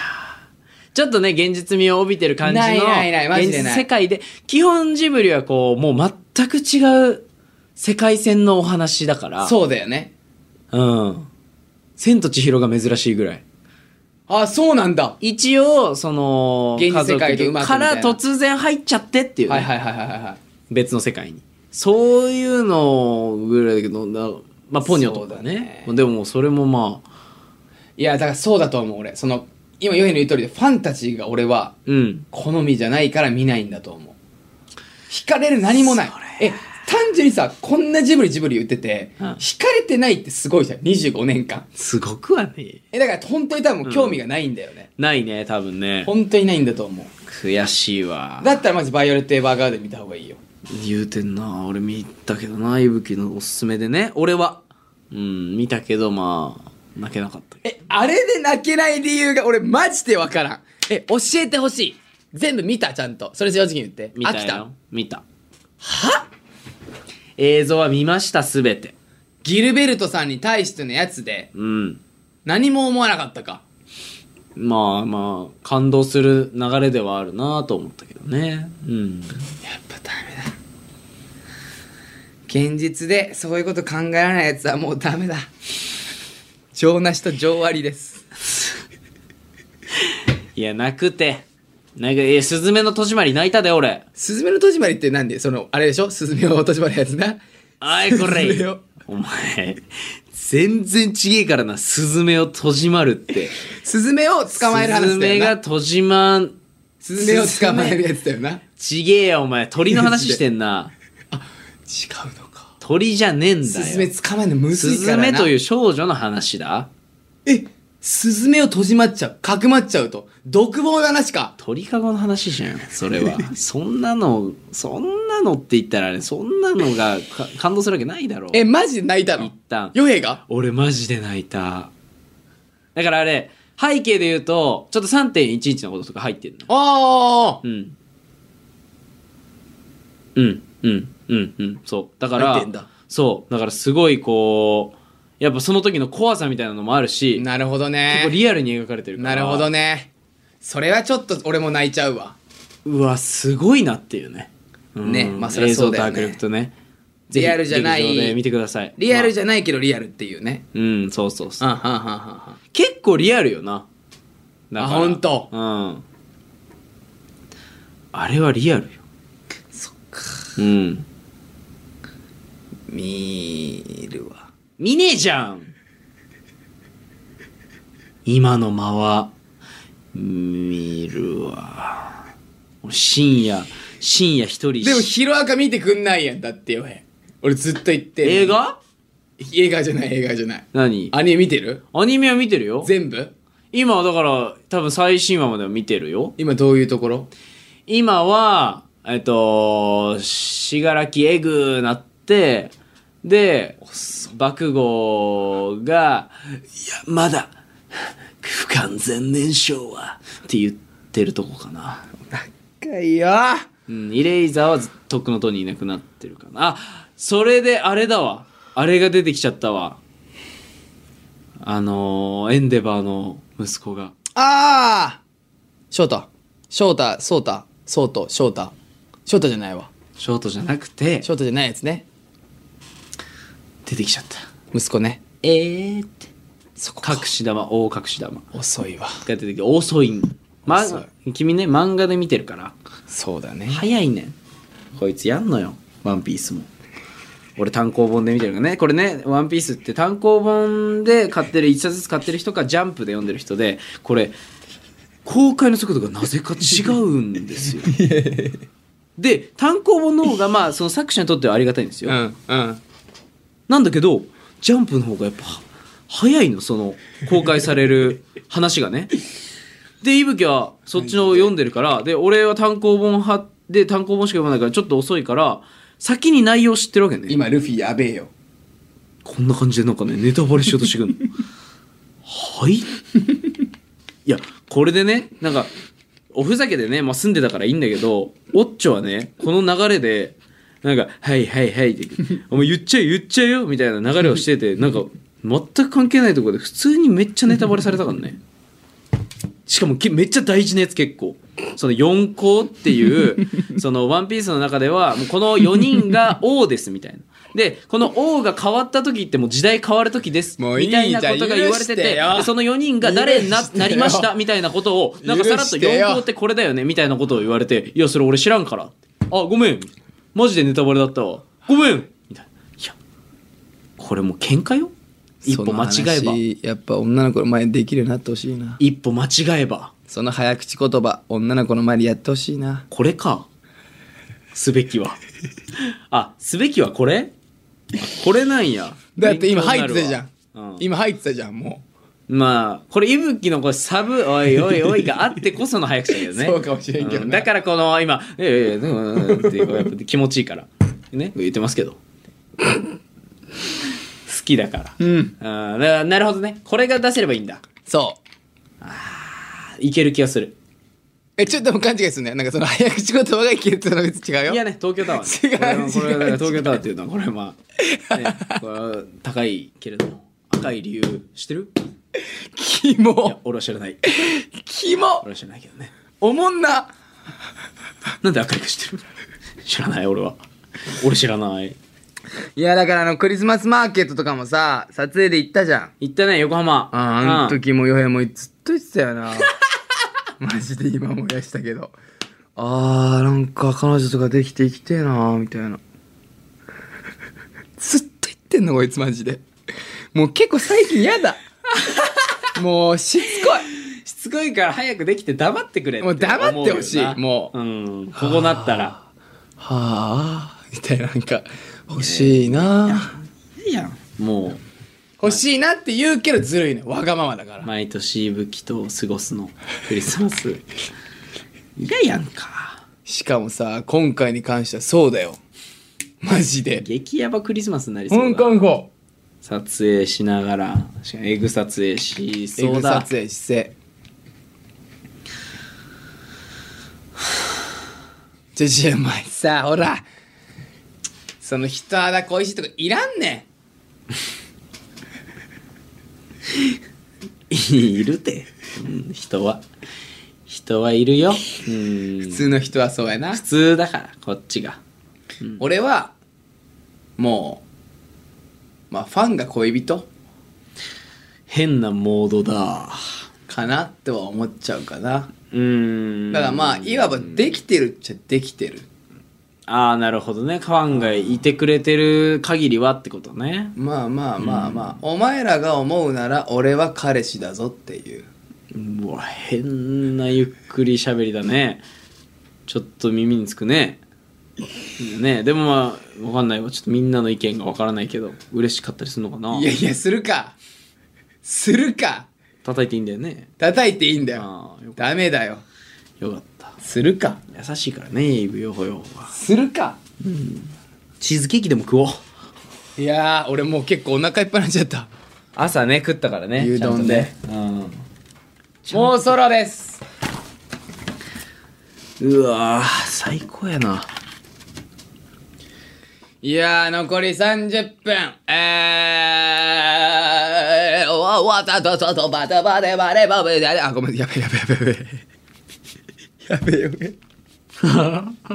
A: ちょっとね、現実味を帯びてる感じの、
B: ないないないマジ
A: 現
B: でない
A: 実世界で、基本ジブリはこう、もう全く違う世界線のお話だから、
B: そうだよね
A: う。うん。千と千尋が珍しいぐらい。
B: あそうなんだは
A: 一応、その、
B: 現実世界とうまくみた
A: か
B: い
A: ら
B: な
A: 突然入っちゃってってい、
B: いう
A: ね
B: はいはいはいはいはい
A: 別の世界にそういうのぐらいだけどなまあポニョとかね
B: そ
A: でももうそれもまあ
B: いやだからそうだと思う俺その今ヨヘの言う通りでファンタジーが俺は
A: うん
B: 好みじゃないから見ないんだと思う惹かれる何もないえ単純にさこんなジブリジブリ言ってて、
A: うん
B: 惹かれてないってすごいじゃん25年間
A: すごくはね
B: えだから本当に多分興味がないんだよね、
A: ないね多分ね
B: 本当にないんだと思う
A: 悔しいわ
B: だったらマジバイオレット・エヴァーガーデン見た方がいいよ
A: 言うてんな俺見たけどな伊吹のおすすめでね俺はうん見たけどまあ泣けなかった
B: えあれで泣けない理由が俺マジでわからんえ教えてほしい全部見たちゃんとそれ正直に言って
A: 見た
B: 飽きた
A: よ見たは映像は見ましたすべて
B: ギルベルトさんに対してのやつで
A: うん
B: 何も思わなかったか
A: まあまあ感動する流れではあるなと思ったけどねうん
B: やっぱダメだ現実でそういうこと考えられないやつはもうダメだ情なしと情ありです
A: いや、なくて。なんか、え、すずめの戸締まり泣いたで、俺。
B: スズメの戸締まりってなんでそのあれでしょスズメを落としまるやつな
A: あい、こ
B: すずめ
A: れ
B: を。
A: お前、全然ちげえからな、すずめを戸締まるって。
B: スズメを捕まえる
A: すず
B: 話だ
A: め
B: よ
A: が
B: な
A: 戸締まん、
B: スズメを捕まえるやつだよな違う
A: ちげえよ、お前。鳥の話してん
B: (laughs)
A: な。
B: のか
A: 鳥じゃねえんだよ。
B: スズメ捕まえるのむ
A: す
B: ずいか
A: ず
B: らな
A: めという少女の話だ。
B: えスズメを閉じまっちゃう。かくまっちゃうと。独房の話か。
A: 鳥かごの話じゃんそれ
B: (laughs)
A: はそんなのそんなのって言ったらねそんなのがか感動するわけないだろう
B: え、マジで泣いたの
A: 一旦
B: ヨヘが
A: 俺マジで泣いただからあれ背景で言うとちょっと3.11のこととか入ってるの
B: ああ
A: うんうんうんうんうんそうだから
B: 入ってんだ
A: そうだからすごいこうやっぱその時の怖さみたいなのもあるし
B: なるほど
A: 結構
B: ね。
A: リアルに描かれてるから
B: なるほどね。それはちょっと俺も泣いちゃうわ。
A: うわすごいなっていうねうん
B: ねまあそりゃそうだよね
A: 映像と迫力とね
B: リアルじゃない
A: ぜひ劇場で見てください
B: リアルじ
A: ゃ、
B: ゃないけどリアルっていうね。
A: まあうんそうそうそう
B: あはんはんはんはんはん。
A: 結構リアルよなだ
B: あ、
A: から
B: ほんと。
A: うんあれはリアルよそっかうん
B: 見るわ。
A: 見ねえじゃん今の間は見るわ深夜深夜一人
B: でも、ヒロアカ見てくんないやんだってよへ。俺ずっと言ってんのに
A: 映画
B: 映画じゃない映画じゃない。
A: 何
B: アニメ見てる
A: アニメは見てるよ
B: 全部
A: 今だから多分最新話までは見てるよ
B: 今どういうところ
A: 今はえっと信楽えぐなってで爆豪が「いやまだ不完全燃焼は」って言ってるとこかな
B: いや
A: うんイレイザーはずとっくのとにいなくなってるかなあそれであれだわあれが出てきちゃったわあのーエンデバーの息子が
B: ああ翔太翔太颯太颯太翔太翔太じゃないわ
A: ショートじゃなくて
B: 翔太じゃないやつね
A: 出てきちゃった
B: 息子ね
A: えーってそこ隠し玉大隠し玉が
B: 遅いわ
A: 出てきて遅いん、ま
B: 遅、
A: 君ね漫画で見てるから
B: そうだね
A: 早いねんこいつやんのよワンピースも俺単行本で見てるからねこれね「ワンピースって単行本で買ってる1冊ずつ買ってる人かジャンプで読んでる人でこれ公開の速度がなぜか違うんです (laughs) よで単行本の方がまあその作者にとってはありがたいんですよ、
B: うんうん
A: なんだけど、ジャンプの方がやっぱ、早いの、その、公開される話がね。で、いぶきはそっちの読んでるから、で、俺は単行本派で単行本しか読まないからちょっと遅いから、先に内容知ってるわけね。
N: 今ルフィやべえよ
A: こんな感じでなんかね、ネタバレしようとしてくんの。はいいや、これでね、なんか、おふざけでね、まあ、住んでたからいいんだけど、オッチョはね、この流れで、なんか、はいはいはいって、お前言っちゃえ言っちゃえよみたいな流れをしてて、なんか、全く関係ないところで普通にめっちゃネタバレされたからね。しかもけめっちゃ大事なやつ結構。その4校っていう、 (laughs) そのワンピースの中では、もうこの4人が王ですみたいな。で、この王が変わった時ってもう時代変わる時です。
B: もういい
A: みたいなことが言われてて、
B: じゃあ許してよ
A: でその4人が誰にな
B: 許してよ
A: なりましたみたいなことを、なんかさらっと
B: 許してよ
A: 4校ってこれだよねみたいなことを言われて、いや、それ俺知らんから。あ、ごめん。マジでネタバレだったわ。ごめんみたいな。いや、これもう喧嘩よ一歩間違えば。
B: ばやっぱ女の子の前でできるようになってほしいな
A: 一歩間違えば。
B: その早口言葉女の子の前でやってほしいな
A: これか。すべきは。あ、すべきはこれこれなんや。
B: だって今入ってたじゃん、
A: うん
B: 今入ってたじゃんも
A: まあ、これ、いぶきのこれサブ、おいおいおいがあってこその早口だけど
B: う、
A: ね。
B: そうかもしれんけど
A: うん
B: な、
A: だからこの今「ええええうんうんうん」ってやっぱ気持ちいいからね言ってますけど好きだからうんななるほどねこれが出せればいいんだ
B: そう
A: いける気がする
B: えちょっとでも勘違いすんねなんかその早口言葉がいけるってのは別に違うよ
A: いやね東京タワー、ね、
B: 違う
A: これはこれはだか
B: 違う
A: ら東京タワーっていうのはこれはまあ、ね、これは高いけれども赤い理由知ってる
B: キ
A: いや
B: モ
A: 俺は知らない
B: キモ
A: 俺は知らないけどね
B: おもんな
A: なんで赤いか知ってる知らない俺は俺知らない
B: いやだからあのクリスマスマーケットとかもさ撮影で行ったじゃん
A: 行ったね横浜
B: あああの
A: うん
B: 時もヨヘもずっと言ってたよな (laughs) マジで今思い出したけどあーなんか彼女とかできていきてえなみたいな (laughs) ずっと言ってんのこいつマジでもう結構最近や (laughs) だもうしつこ
A: しつこいから早くできて黙ってくれ
B: いもう黙ってほしいもう
A: うん、こうなったら。
B: はあみたいななんか欲しいな
A: もう、
B: 欲しいなって言うけどずるいね。わがままだから。
O: 毎年武器と過ごすのクリスマス
B: (laughs)
O: 嫌やんか
B: しかもさ、今回に関してはそうだよ。マジで。
O: 激ヤバクリスマスになりそう
B: 本
O: だ
B: 当にこ
O: 撮影しながらしかもエグ撮影し
B: う。エ
O: そう
B: グ
O: だ
B: 撮影して。じゃじゃお前さ、ほら。その人肌恋しいとかいらんね
O: いるて、うん人は人はいるよ、うん、
B: ん。
O: 普
B: 普通の人はそうやな。
O: 通だからこっちが
B: 俺は、もう、まあファンが恋人
O: 変なモードだ
B: かなっては思っちゃうかな。
O: うん
B: だからまあ、いわばできてるっちゃできてる。
O: ああなるほどねファンがいてくれてる限りはってことね
B: まあまあまあまあ、お前らが思うなら俺は彼氏だぞっていう
O: うわ変なゆっくり喋りだねちょっと耳につくねねでもまあわかんないわちょっとみんなの意見がわからないけど嬉しかったりするのかない
B: やいやするかするか
O: 叩いていいんだよね
B: 叩いていいんだよ
O: ああよ
B: ダメだよ
O: よかった
B: するか
O: 優しいからねイブヨホヨホは
B: するか
O: チーズケーキでも食おう
B: いやー俺もう結構お腹いっぱいになっちゃった
O: 朝ね食ったからね
B: 牛丼で
O: ちゃんとね
B: もうソロです
O: うんうわー最高やない
B: やー残り30分えーわわたとととばたばでばればべであごめんやべやべやべやべやべよね。やば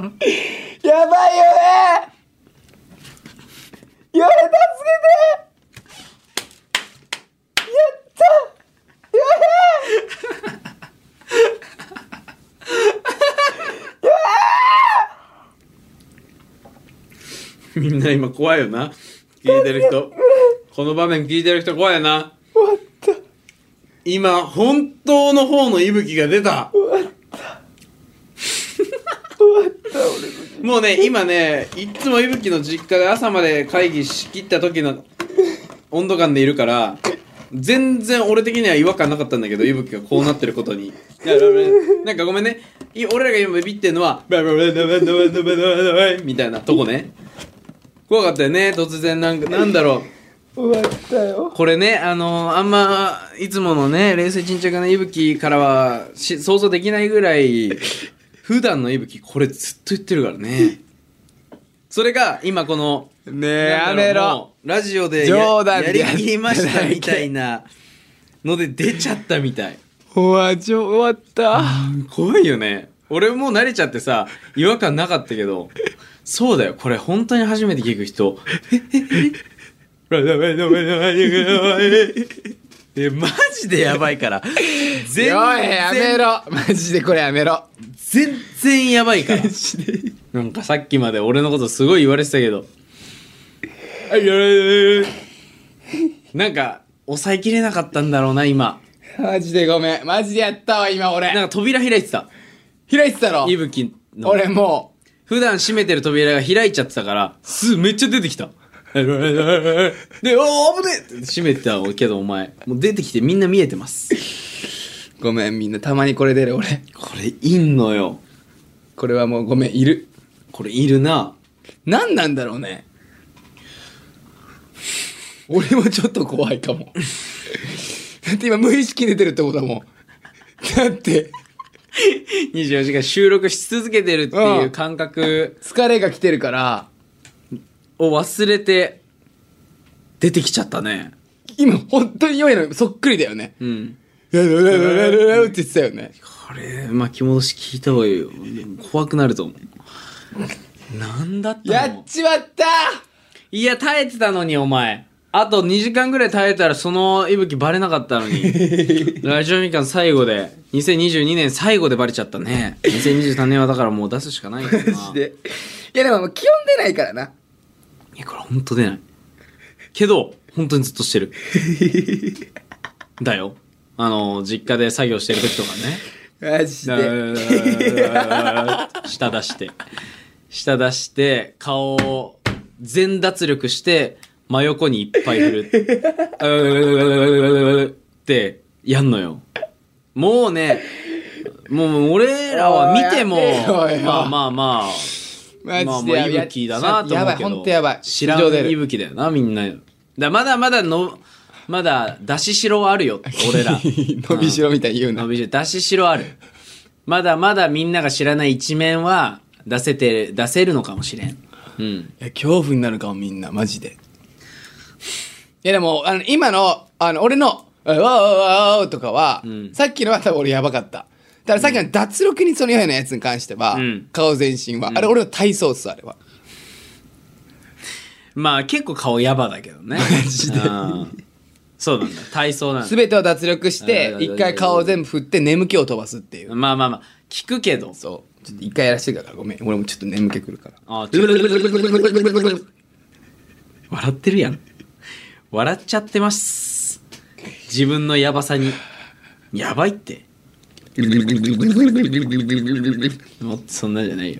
B: いよねよれ
A: (laughs) みんな今怖いよな聞いてる人この場面聞いてる人怖いよな終わった今本当の方の息吹が出た終わった終わった俺もうね今ねいっつも息吹の実家で朝まで会議しきった時の温度感でいるから全然俺的には違和感なかったんだけど息吹がこうなってることにいやなんかごめんねい俺らが今ビビってんのはみたいなとこね怖かったよね突然なんかなんだろうこれねあのあんまいつものね冷静沈着な息吹からはし想像できないぐらい普段の息吹これずっと言ってるからねそれが今この
B: ね
A: な
B: や
A: んだろう
B: めろ
A: もうラジオでや
B: 冗談
A: や
B: で
A: り
B: やって
A: きりましたみたいなので出ちゃったみたい
B: わちょ終わった
A: 怖いよね俺もう慣れちゃってさ違和感なかったけどそうだよこれ本当に初めて聞く人えマジでやばいから全
B: おいやめ
A: 然
B: ろマジでこれやめろ
A: 全然やばい
B: (laughs)
A: からなんかさっきまで俺のことすごい言われてたけどなんか抑えきれなかったんだろうな今
B: マジでごめんマジでやったわ今
A: なん
B: 俺
A: か扉開いてた
B: 開いてたろ
A: いぶきの
B: 俺も
A: 普段閉めてる扉が開いちゃってたから、す、めっちゃ出てきた。で、おー、危ねえって閉めてたけど、お前。もう出てきてみんな見えてます。
B: うごめんみんなたまにこれ出る俺
A: これ、いんのよ。
B: これはもうごめんいる
A: これ、いるな。
B: 何なんだろうね俺もちょっと怖いかもだって今無意識に出てるってことだもんだって
A: 24時間収録し続けてるっていう感覚
B: 疲れが来てるから
A: を忘れて、出てきちゃったね。
B: 今本当に弱いのそっくりだよね
A: うん。
B: やるやるやるやるやるって言ってたよね
A: これ、巻き戻し聞いた方がいいよ。怖くなると思う。なんだった
B: や
A: の
B: っちまった
A: いや、耐えてたのに、お前。あと2時間ぐらい耐えたら、その息吹バレなかったのに。ラジオみかん最後で、2022年最後でバレちゃったね。2023年はだからもう出すしかないよな。
B: でいやでももう気温出ないからない
A: や、これほんと出ない。けど、本当にずっとしてる。だよ。あの、実家で作業してる時とかね。
B: マジで
A: (laughs) 下出して下出して顔を全脱力して真横にいっぱい振る。って、やんのよ。もうね、もう俺らは見ても
B: おいやめろよ、
A: まあまあまあ、
B: マ
A: まあ
B: ジ
A: ま
B: で
A: あ、
B: や
A: いぶきだなと思うけど。
B: やばい、ほんとやばい。
A: 知らん
B: 地上出る
A: いぶきだよな、みんなよ。だまだまだの、まだ、出ししろはあるよ、俺ら。
B: (laughs) 伸びしろみたいに言う
A: (laughs) 伸
B: な。
A: びしろ、出ししろある。まだまだみんなが知らない一面は、出せて、出せるのかもしれん。うん。
B: いや恐怖になるかもみんな、マジで。いやでも、あの、今の、あの、俺の、わーわーわーわーとかは、さっきのは多分俺やばかった。だからさっきの脱力にそのようなやつに関しては、
A: ん
B: 顔全身は、あれ俺の体操っす、あれは。
A: まあ結構顔ヤバだけど (laughs) ね。うんそうなんだ。体操なん
B: す
A: だ。
B: べてを脱力して
A: う、ん
B: 一回顔を全部振って眠気を飛ばすっていう。
A: まあまあまあ、聞くけど。
B: そう。ちょっと一回やらせてから、ごめん。俺もちょっと眠気くるから。
A: あちょ笑ってるやん。笑っちゃってます。自分のヤバさに。やばいって。もっとそんなじゃないよ。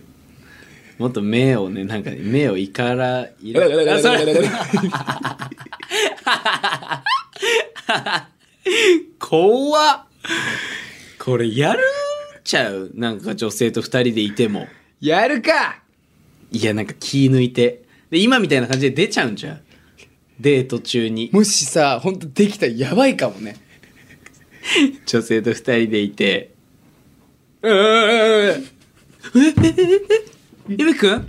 A: もっと目をね、なんかね目をいから、い (laughs) ら、あそれ怖っこれやるんちゃうなんか女性と二人でいても。
B: やるか
A: いや、なんか気抜いて。で、今みたいな感じで出ちゃうんじゃん。デート中に。
B: もしさ、ほんとできたらやばいかもね。
A: 女性と二人でいて。えええええええええくん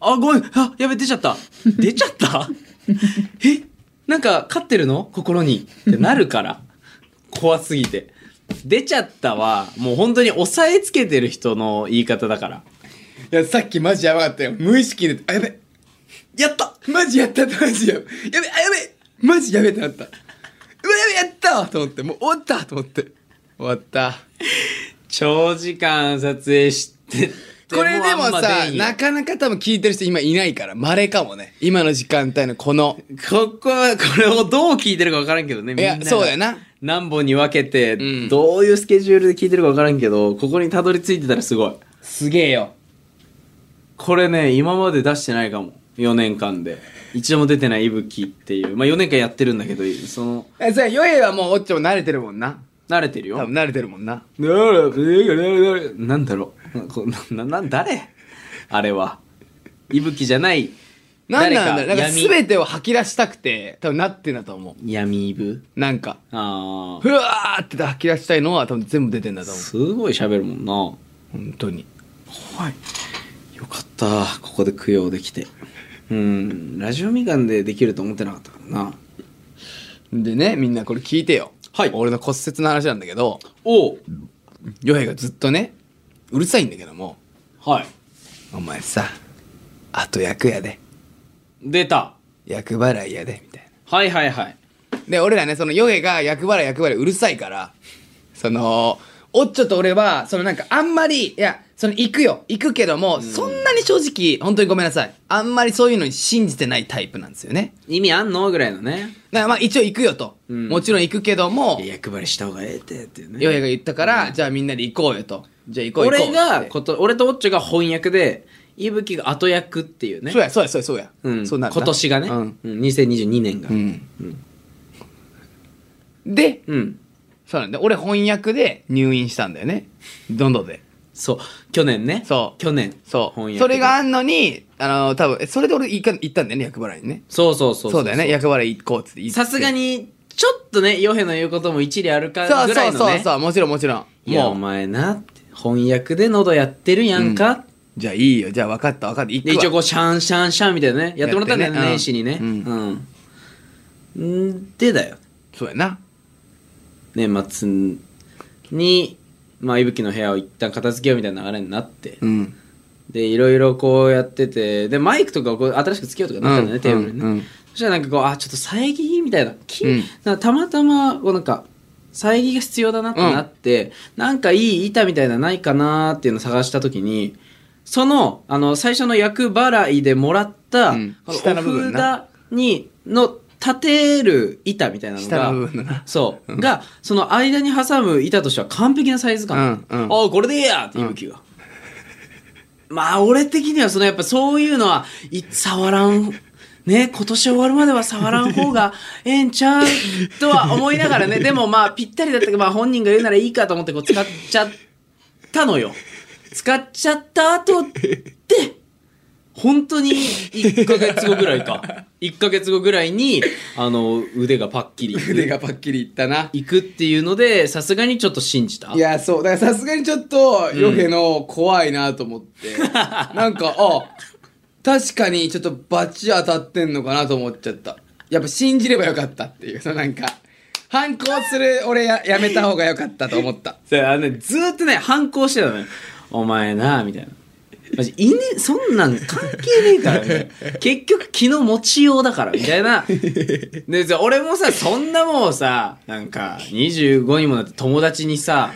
A: あ、ごめん。あ、やべ、出ちゃった。出ちゃったえなんか、勝ってるの心に。ってなるから。怖すぎて。出ちゃったは、もう本当に押さえつけてる人の言い方だから。
B: いや、さっきマジやばかったよ。無意識で、あ、やべ。やったマジやったってマジやべ。やべ、あ、やべマジやべってなった。うわ、やべ、やったわと思って、もう終わったと思って。終わった。
A: 長時間撮影して
B: これでもさ、なかなか多分聞いてる人今いないから、稀かもね。今の時間帯のこの。
A: ここはこれをどう聞いてるか分からんけどねみ
B: い
A: んな
B: や、
A: が
B: そうだよな。
A: 何本に分けて、
B: ん
A: どういうスケジュールで聞いてるか分からんけどここにたどり着いてたらすごい
B: すげえよ。
A: これね今まで出してないかも4年間で一度も出てないぶきっていうまあ4年間やってるんだけどその
B: え、それ、ヨエはもうオッチョも慣れてるもんな。
A: 慣れてるよ
B: 多分慣れてるもんな。
A: なんだろうなこなな誰あれはいぶきじゃない
B: なんなんだろう。なんか
A: 闇
B: 全てを吐き出したくて、多分なってんだと思
A: 闇いぶ
B: う。なんか、
A: あ
B: ふわーって吐き出したいのは多分全部出てんだと
A: あ
B: 思う。
A: すごい喋るもんな
B: 本当に。
A: よかったここで供養できてうんラジオみかんでできると思ってなかったからな
B: でね、みんなこれ聞いてよ。
A: はい
B: 俺の骨折の話なんだけど、
A: おう
B: ヨヘがずっとね、うるさいんだけども、
A: はい
B: お前さ、あと役やで、
A: 出た
B: 役払いやで、みたい
A: はいはいはい
B: な。で、俺らね、そのヨヘが役払い役払いうるさいから、その、おっちょと俺は、そのなんかあんまり、いや、その行くよ、行くけども、そんなに正直、本当にごめんなさい。あんまりそういうのに信じてないタイプなんですよね。
A: 意味あんのぐらいのね
B: だからまあ一応行くよと。もちろん行くけども、
A: 役割した方がええってっていうね
B: ヨヘが言ったから、じゃあみんなで行こうよと。じゃあ行こう行こう
A: 俺
B: っ
A: が
B: て
A: こと俺とオッチョが翻訳でいぶきが後役っていうね
B: そうや、そうや、そうや、そうや。
A: うん、
B: そう
A: 今
B: なるな
A: 年がね、
B: うん。
A: うん2022年が
B: うん。で、
A: うん、
B: そうなんだ。俺翻訳で入院したんだよね。どんどんで。
A: そう去年ね
B: そう
A: 去年
B: そう。
A: 翻訳で
B: それがあんのに、あの、多分えそれで俺行か行ったんだよね、役払いにね。
A: そうそうそう
B: そうだよね、役払い行こうっつって言って。
A: さすがにちょっとねヨヘの言うことも一理あるか
B: そう
A: ぐら
B: そ
A: いうのね
B: そうそう、もちろんもちろん。
A: いや
B: も
A: お
B: う、
A: 前なって翻訳で喉やってるやんか、
B: じゃあいいよ、じゃあ分かった分かった。行く
A: で
B: わ
A: 一応こうシャンシャンシャンみたいなねやってもらったんだよね
B: やってねうん
A: 年始にね
B: う
A: うん、うん、でだよ
B: そうやな。
A: 年末にまあいぶきの部屋を一旦片付けようみたいな流れになって、
B: うん。
A: でいろいろこうやっててでマイクとかをこう新しくつけようとかなったんだよね、テーブルにね、
B: うんうん
A: そしたらなんかこうあちょっと遮りみたいなき、
B: うん
A: なんかたまたまこうなんか遮りが必要だなってなって、なんかいい板みたいなのないかなっていうのを探した時にそのあの最初の厄払いでもらった、
B: うん
A: こ
B: 下の部分
A: お
B: な
A: 札にの立てる板みたいなの
B: 下
A: が
B: の部分だな。
A: そう、がその間に挟む板としては完璧なサイズ感、
B: うんうん
A: ああこれでいいやっていぶきが、まあ俺的にはそのやっぱそういうのはい触らんね、今年終わるまでは触らん方がええんちゃうとは思いながらね、でもまあぴったりだったけど、まあ本人が言うならいいかと思ってこう使っちゃったのよ。使っちゃった後で、本当に1ヶ月後ぐらいか。1ヶ月後ぐらいに、あの、腕がパッキリ。
B: 腕がパッキリいったな。
A: 行くっていうので、さすがにちょっと信じた。
B: いや、そう。だからさすがにちょっと、ヨヘの怖いなと思って。 (laughs) なんか、あ、確かにちょっとバチ当たってんのかなと思っちゃった。やっぱ信じればよかったっていう、そのなんか、反抗する俺ややめた方がよかったと思った。
A: それあのね、ずーっとね、反抗してたのよ。お前な、みたいな。マジ、いね、そんなん関係ねえから、みた
B: (laughs)
A: いな。結局、気の持ちようだから、みたいな。で、じゃあ俺もさ、そんなもうさ、なんか、25にもなって友達にさ、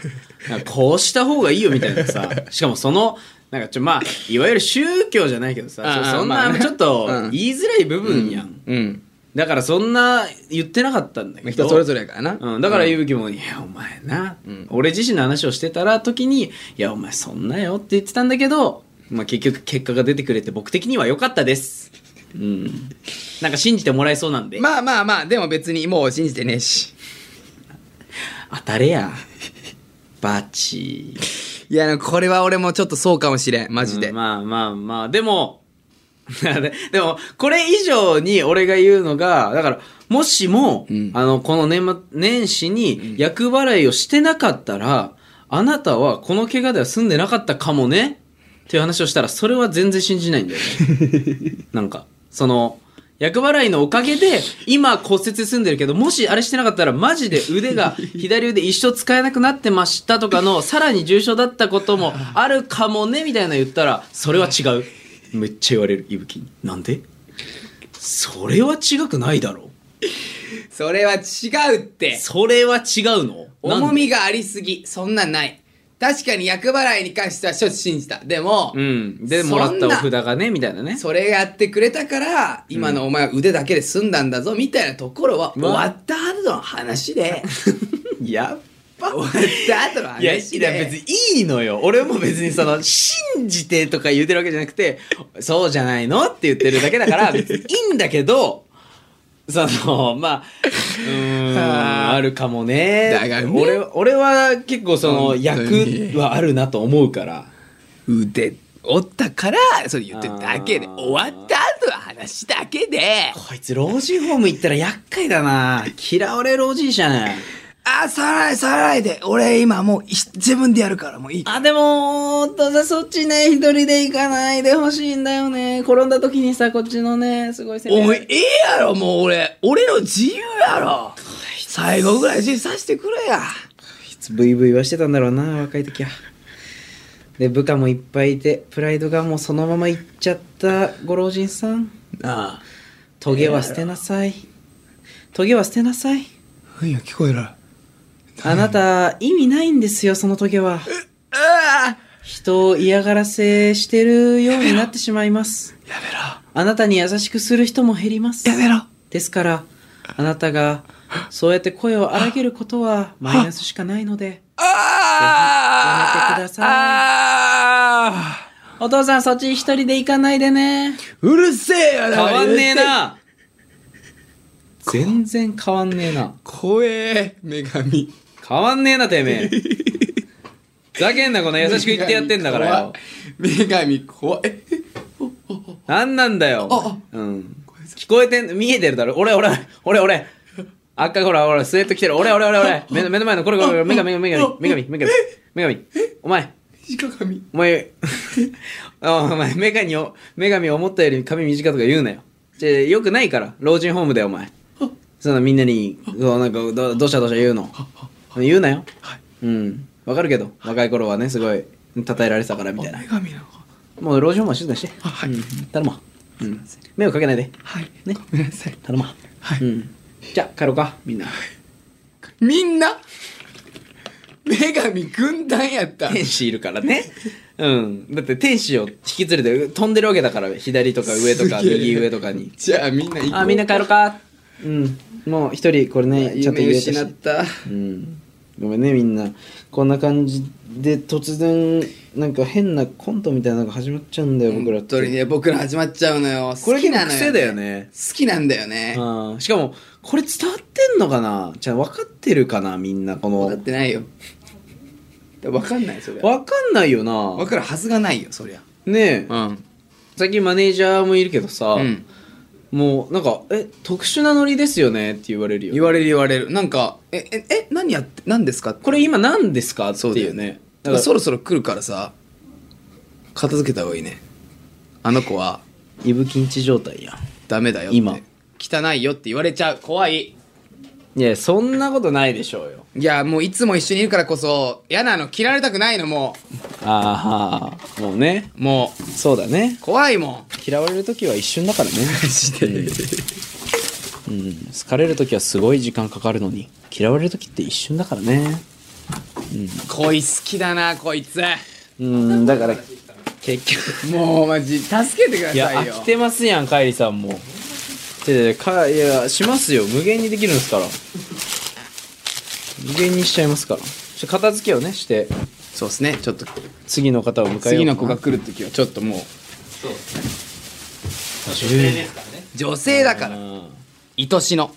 A: なんかこうした方がいいよ、みたいなさ。しかもその、なんかちょ、まあ、いわゆる宗教じゃないけどさ、
B: ああ
A: そそん
B: ま
A: な、
B: あね
A: ちょっと
B: うん、
A: 言いづらい部分やん。
B: うん。
A: だから、そんな、言ってなかったんだけど。
B: 人それぞれやからな。
A: うん、だから勇気も「いやお前な、俺自身の話をしてたら時に「いやお前そんなよ」って言ってたんだけど、まあ、結局結果が出てくれて僕的には良かったですうんなんか信じてもらえそうなんで、
B: まあまあまあ、でも別にもう信じてねえし。
A: 当たれやバチ
B: いや、これは俺もちょっとそうかもしれん、マジで。
A: うんまあまあまあでも (laughs) でもこれ以上に俺が言うのがだからもしも、
B: ん
A: あのこの年末年始に厄払いをしてなかったら、あなたはこの怪我では済んでなかったかもねっていう話をしたらそれは全然信じないんだよねなんかその厄払いのおかげで今骨折済んでるけどもしあれしてなかったらマジで腕が左腕一生使えなくなってましたとかのさらに重症だったこともあるかもねみたいなの言ったらそれは違うめっちゃ言われるいぶきになんでそれは違くないだろ
B: それは違うって。
A: それは違うのなんで
B: 重みがありすぎそんなんない確かに厄払いに関してはしょっちゅう信じたでも、
A: うんでもらったお札がねみたいなね
B: それやってくれたから今のお前は腕だけで済んだんだぞみたいなところは終わった後の
A: (laughs)
B: 話で
A: や
B: 終わった後の
A: いや、い
B: 話で
A: や別にいいのよ。俺も別にそ (laughs) の、信じてとか言うてるわけじゃなくて、そうじゃないのって言ってるだけだ (laughs) から、別にいいんだけど、その、まあ、うーん、 (laughs) あるかもね。
B: だがね
A: 俺は、俺は結構その、役はあるなと思うから。
B: 腕折ったからそれ言ってるだけで
A: あー
B: 終わった後の話だけで
A: こいつ、老人ホーム行ったら厄介だな。嫌われ老人じゃない。
B: あ触らない触らないで俺今もうい自分でやるからもういい
A: あ、でも、とさ、そっちね、一人で行かないでほしいんだよね。転んだ時にさ、こっちのね、すごい背
B: おいええやろもう俺俺の自由やろ最後ぐらい自由させてくれや
A: ブイブイはしてたんだろうな若い時はで部下もいっぱいいてプライドがもうそのままいっちゃったご老人さん
B: なあ
A: トゲは捨てなさいトゲは捨てなさい
B: 何や聞こえる
A: あなた意味ないんですよそのトゲは
B: あ
A: 人を嫌がらせしてるようになってしまいますやめろあなたに優しくする人も減ります
B: やめろ
A: ですからあなたがそうやって声を荒げることはマイナスしかないのでや
B: あ
A: めてください
B: あ
A: お父さんそっち一人で行かないでね
B: うるせえよ
A: 変わんねえな全然変わんねえな
B: 怖え女神
A: 変わんねえなて
B: (laughs)
A: めえふざけんなこの優しく言ってやってんだからよ
B: 女神怖いえ
A: なんなんだよ
B: あ
A: うん、聞こえてん見えてるだろ俺俺俺俺赤ほらほらスウェット着てる俺俺俺俺目の目の前のこれこれこれ女神女神女神女神女神お前
B: 女神
A: お前、 (laughs) お前、女神を、女神を思ったより髪短いとか言うなよ。じゃよくないから、老人ホームだよ、お前。そのみんなに、こうなんかど、どしゃどしゃ言うの。言うなよ。うん。わかるけど、若い頃はね、すごい、称えられてたから、みたいな。
B: 神なのか
A: もう老人ホームは静かにして。
B: はい
A: うん頼むわ。うん。迷惑かけないで。
B: はい
A: ね
B: ごめんなさい
A: 頼むわ。
B: はい
A: うん。じゃあ、帰ろうか、みんな。
B: みんな女神軍団やった
A: 天使いるからね。うん。だって天使を引き連れて飛んでるわけだから、左とか上とか
B: すげえ
A: 右上とかに。
B: じゃあみんな行こう
A: あ、みんな帰ろうか。うん。もう一人、これね、ちょっと言
B: 夢
A: えたし
B: 失った
A: うん。ごめんね、みんな。こんな感じで突然なんか変なコントみたいなのが始まっちゃうんだよ僕らっ
B: 本当に
A: て
B: ね僕ら始まっちゃうのよ
A: こ
B: 好
A: れ
B: きな
A: 結
B: の
A: 構
B: よ
A: 癖だよね
B: 好きなんだよね
A: うんしかもこれ伝わってんのかなじゃあ分かってるかなみんなこ
B: 分かっ
A: の
B: てないよ分かんないそりゃ
A: 分かんないよな
B: 分かるはずがないよそりゃ
A: ねえ
B: うん
A: 最近マネージャーもいるけどさ
B: うん
A: もうなんか「え特殊なノリですよね」って言われるよ
B: 言われる言われるなんかえええ何やって何ですかこ
A: これ今何ですかっていうねだから
B: そろそろ来るからさ片付けた方がいいねあの子は
A: イブキンチ状態や
B: ダメだよって
A: 今
B: 汚いよって言われちゃう怖い
A: いやそんなことないでしょうよ
B: いやもういつも一緒にいるからこそ嫌なの切られたくないのも
A: ああもうね
B: うも
A: そうだね
B: う怖いも
A: 嫌われる時は一瞬だからねマジで、うんうん好かれる時はすごい時間かかるのに嫌われる時って一瞬だからね
B: ん恋好きだなこいつ
A: うんだから結局
B: もうマジ助けてくだ
A: いや
B: さいよ
A: 飽きてますやんカイリさんもでかいやしますよ無限にできるんですから無限にしちゃいますからちょ片付けをねして
B: そうですねちょっと
A: 次の方を迎えようかな
B: 次の子が来る時はちょっともう女性だから愛しの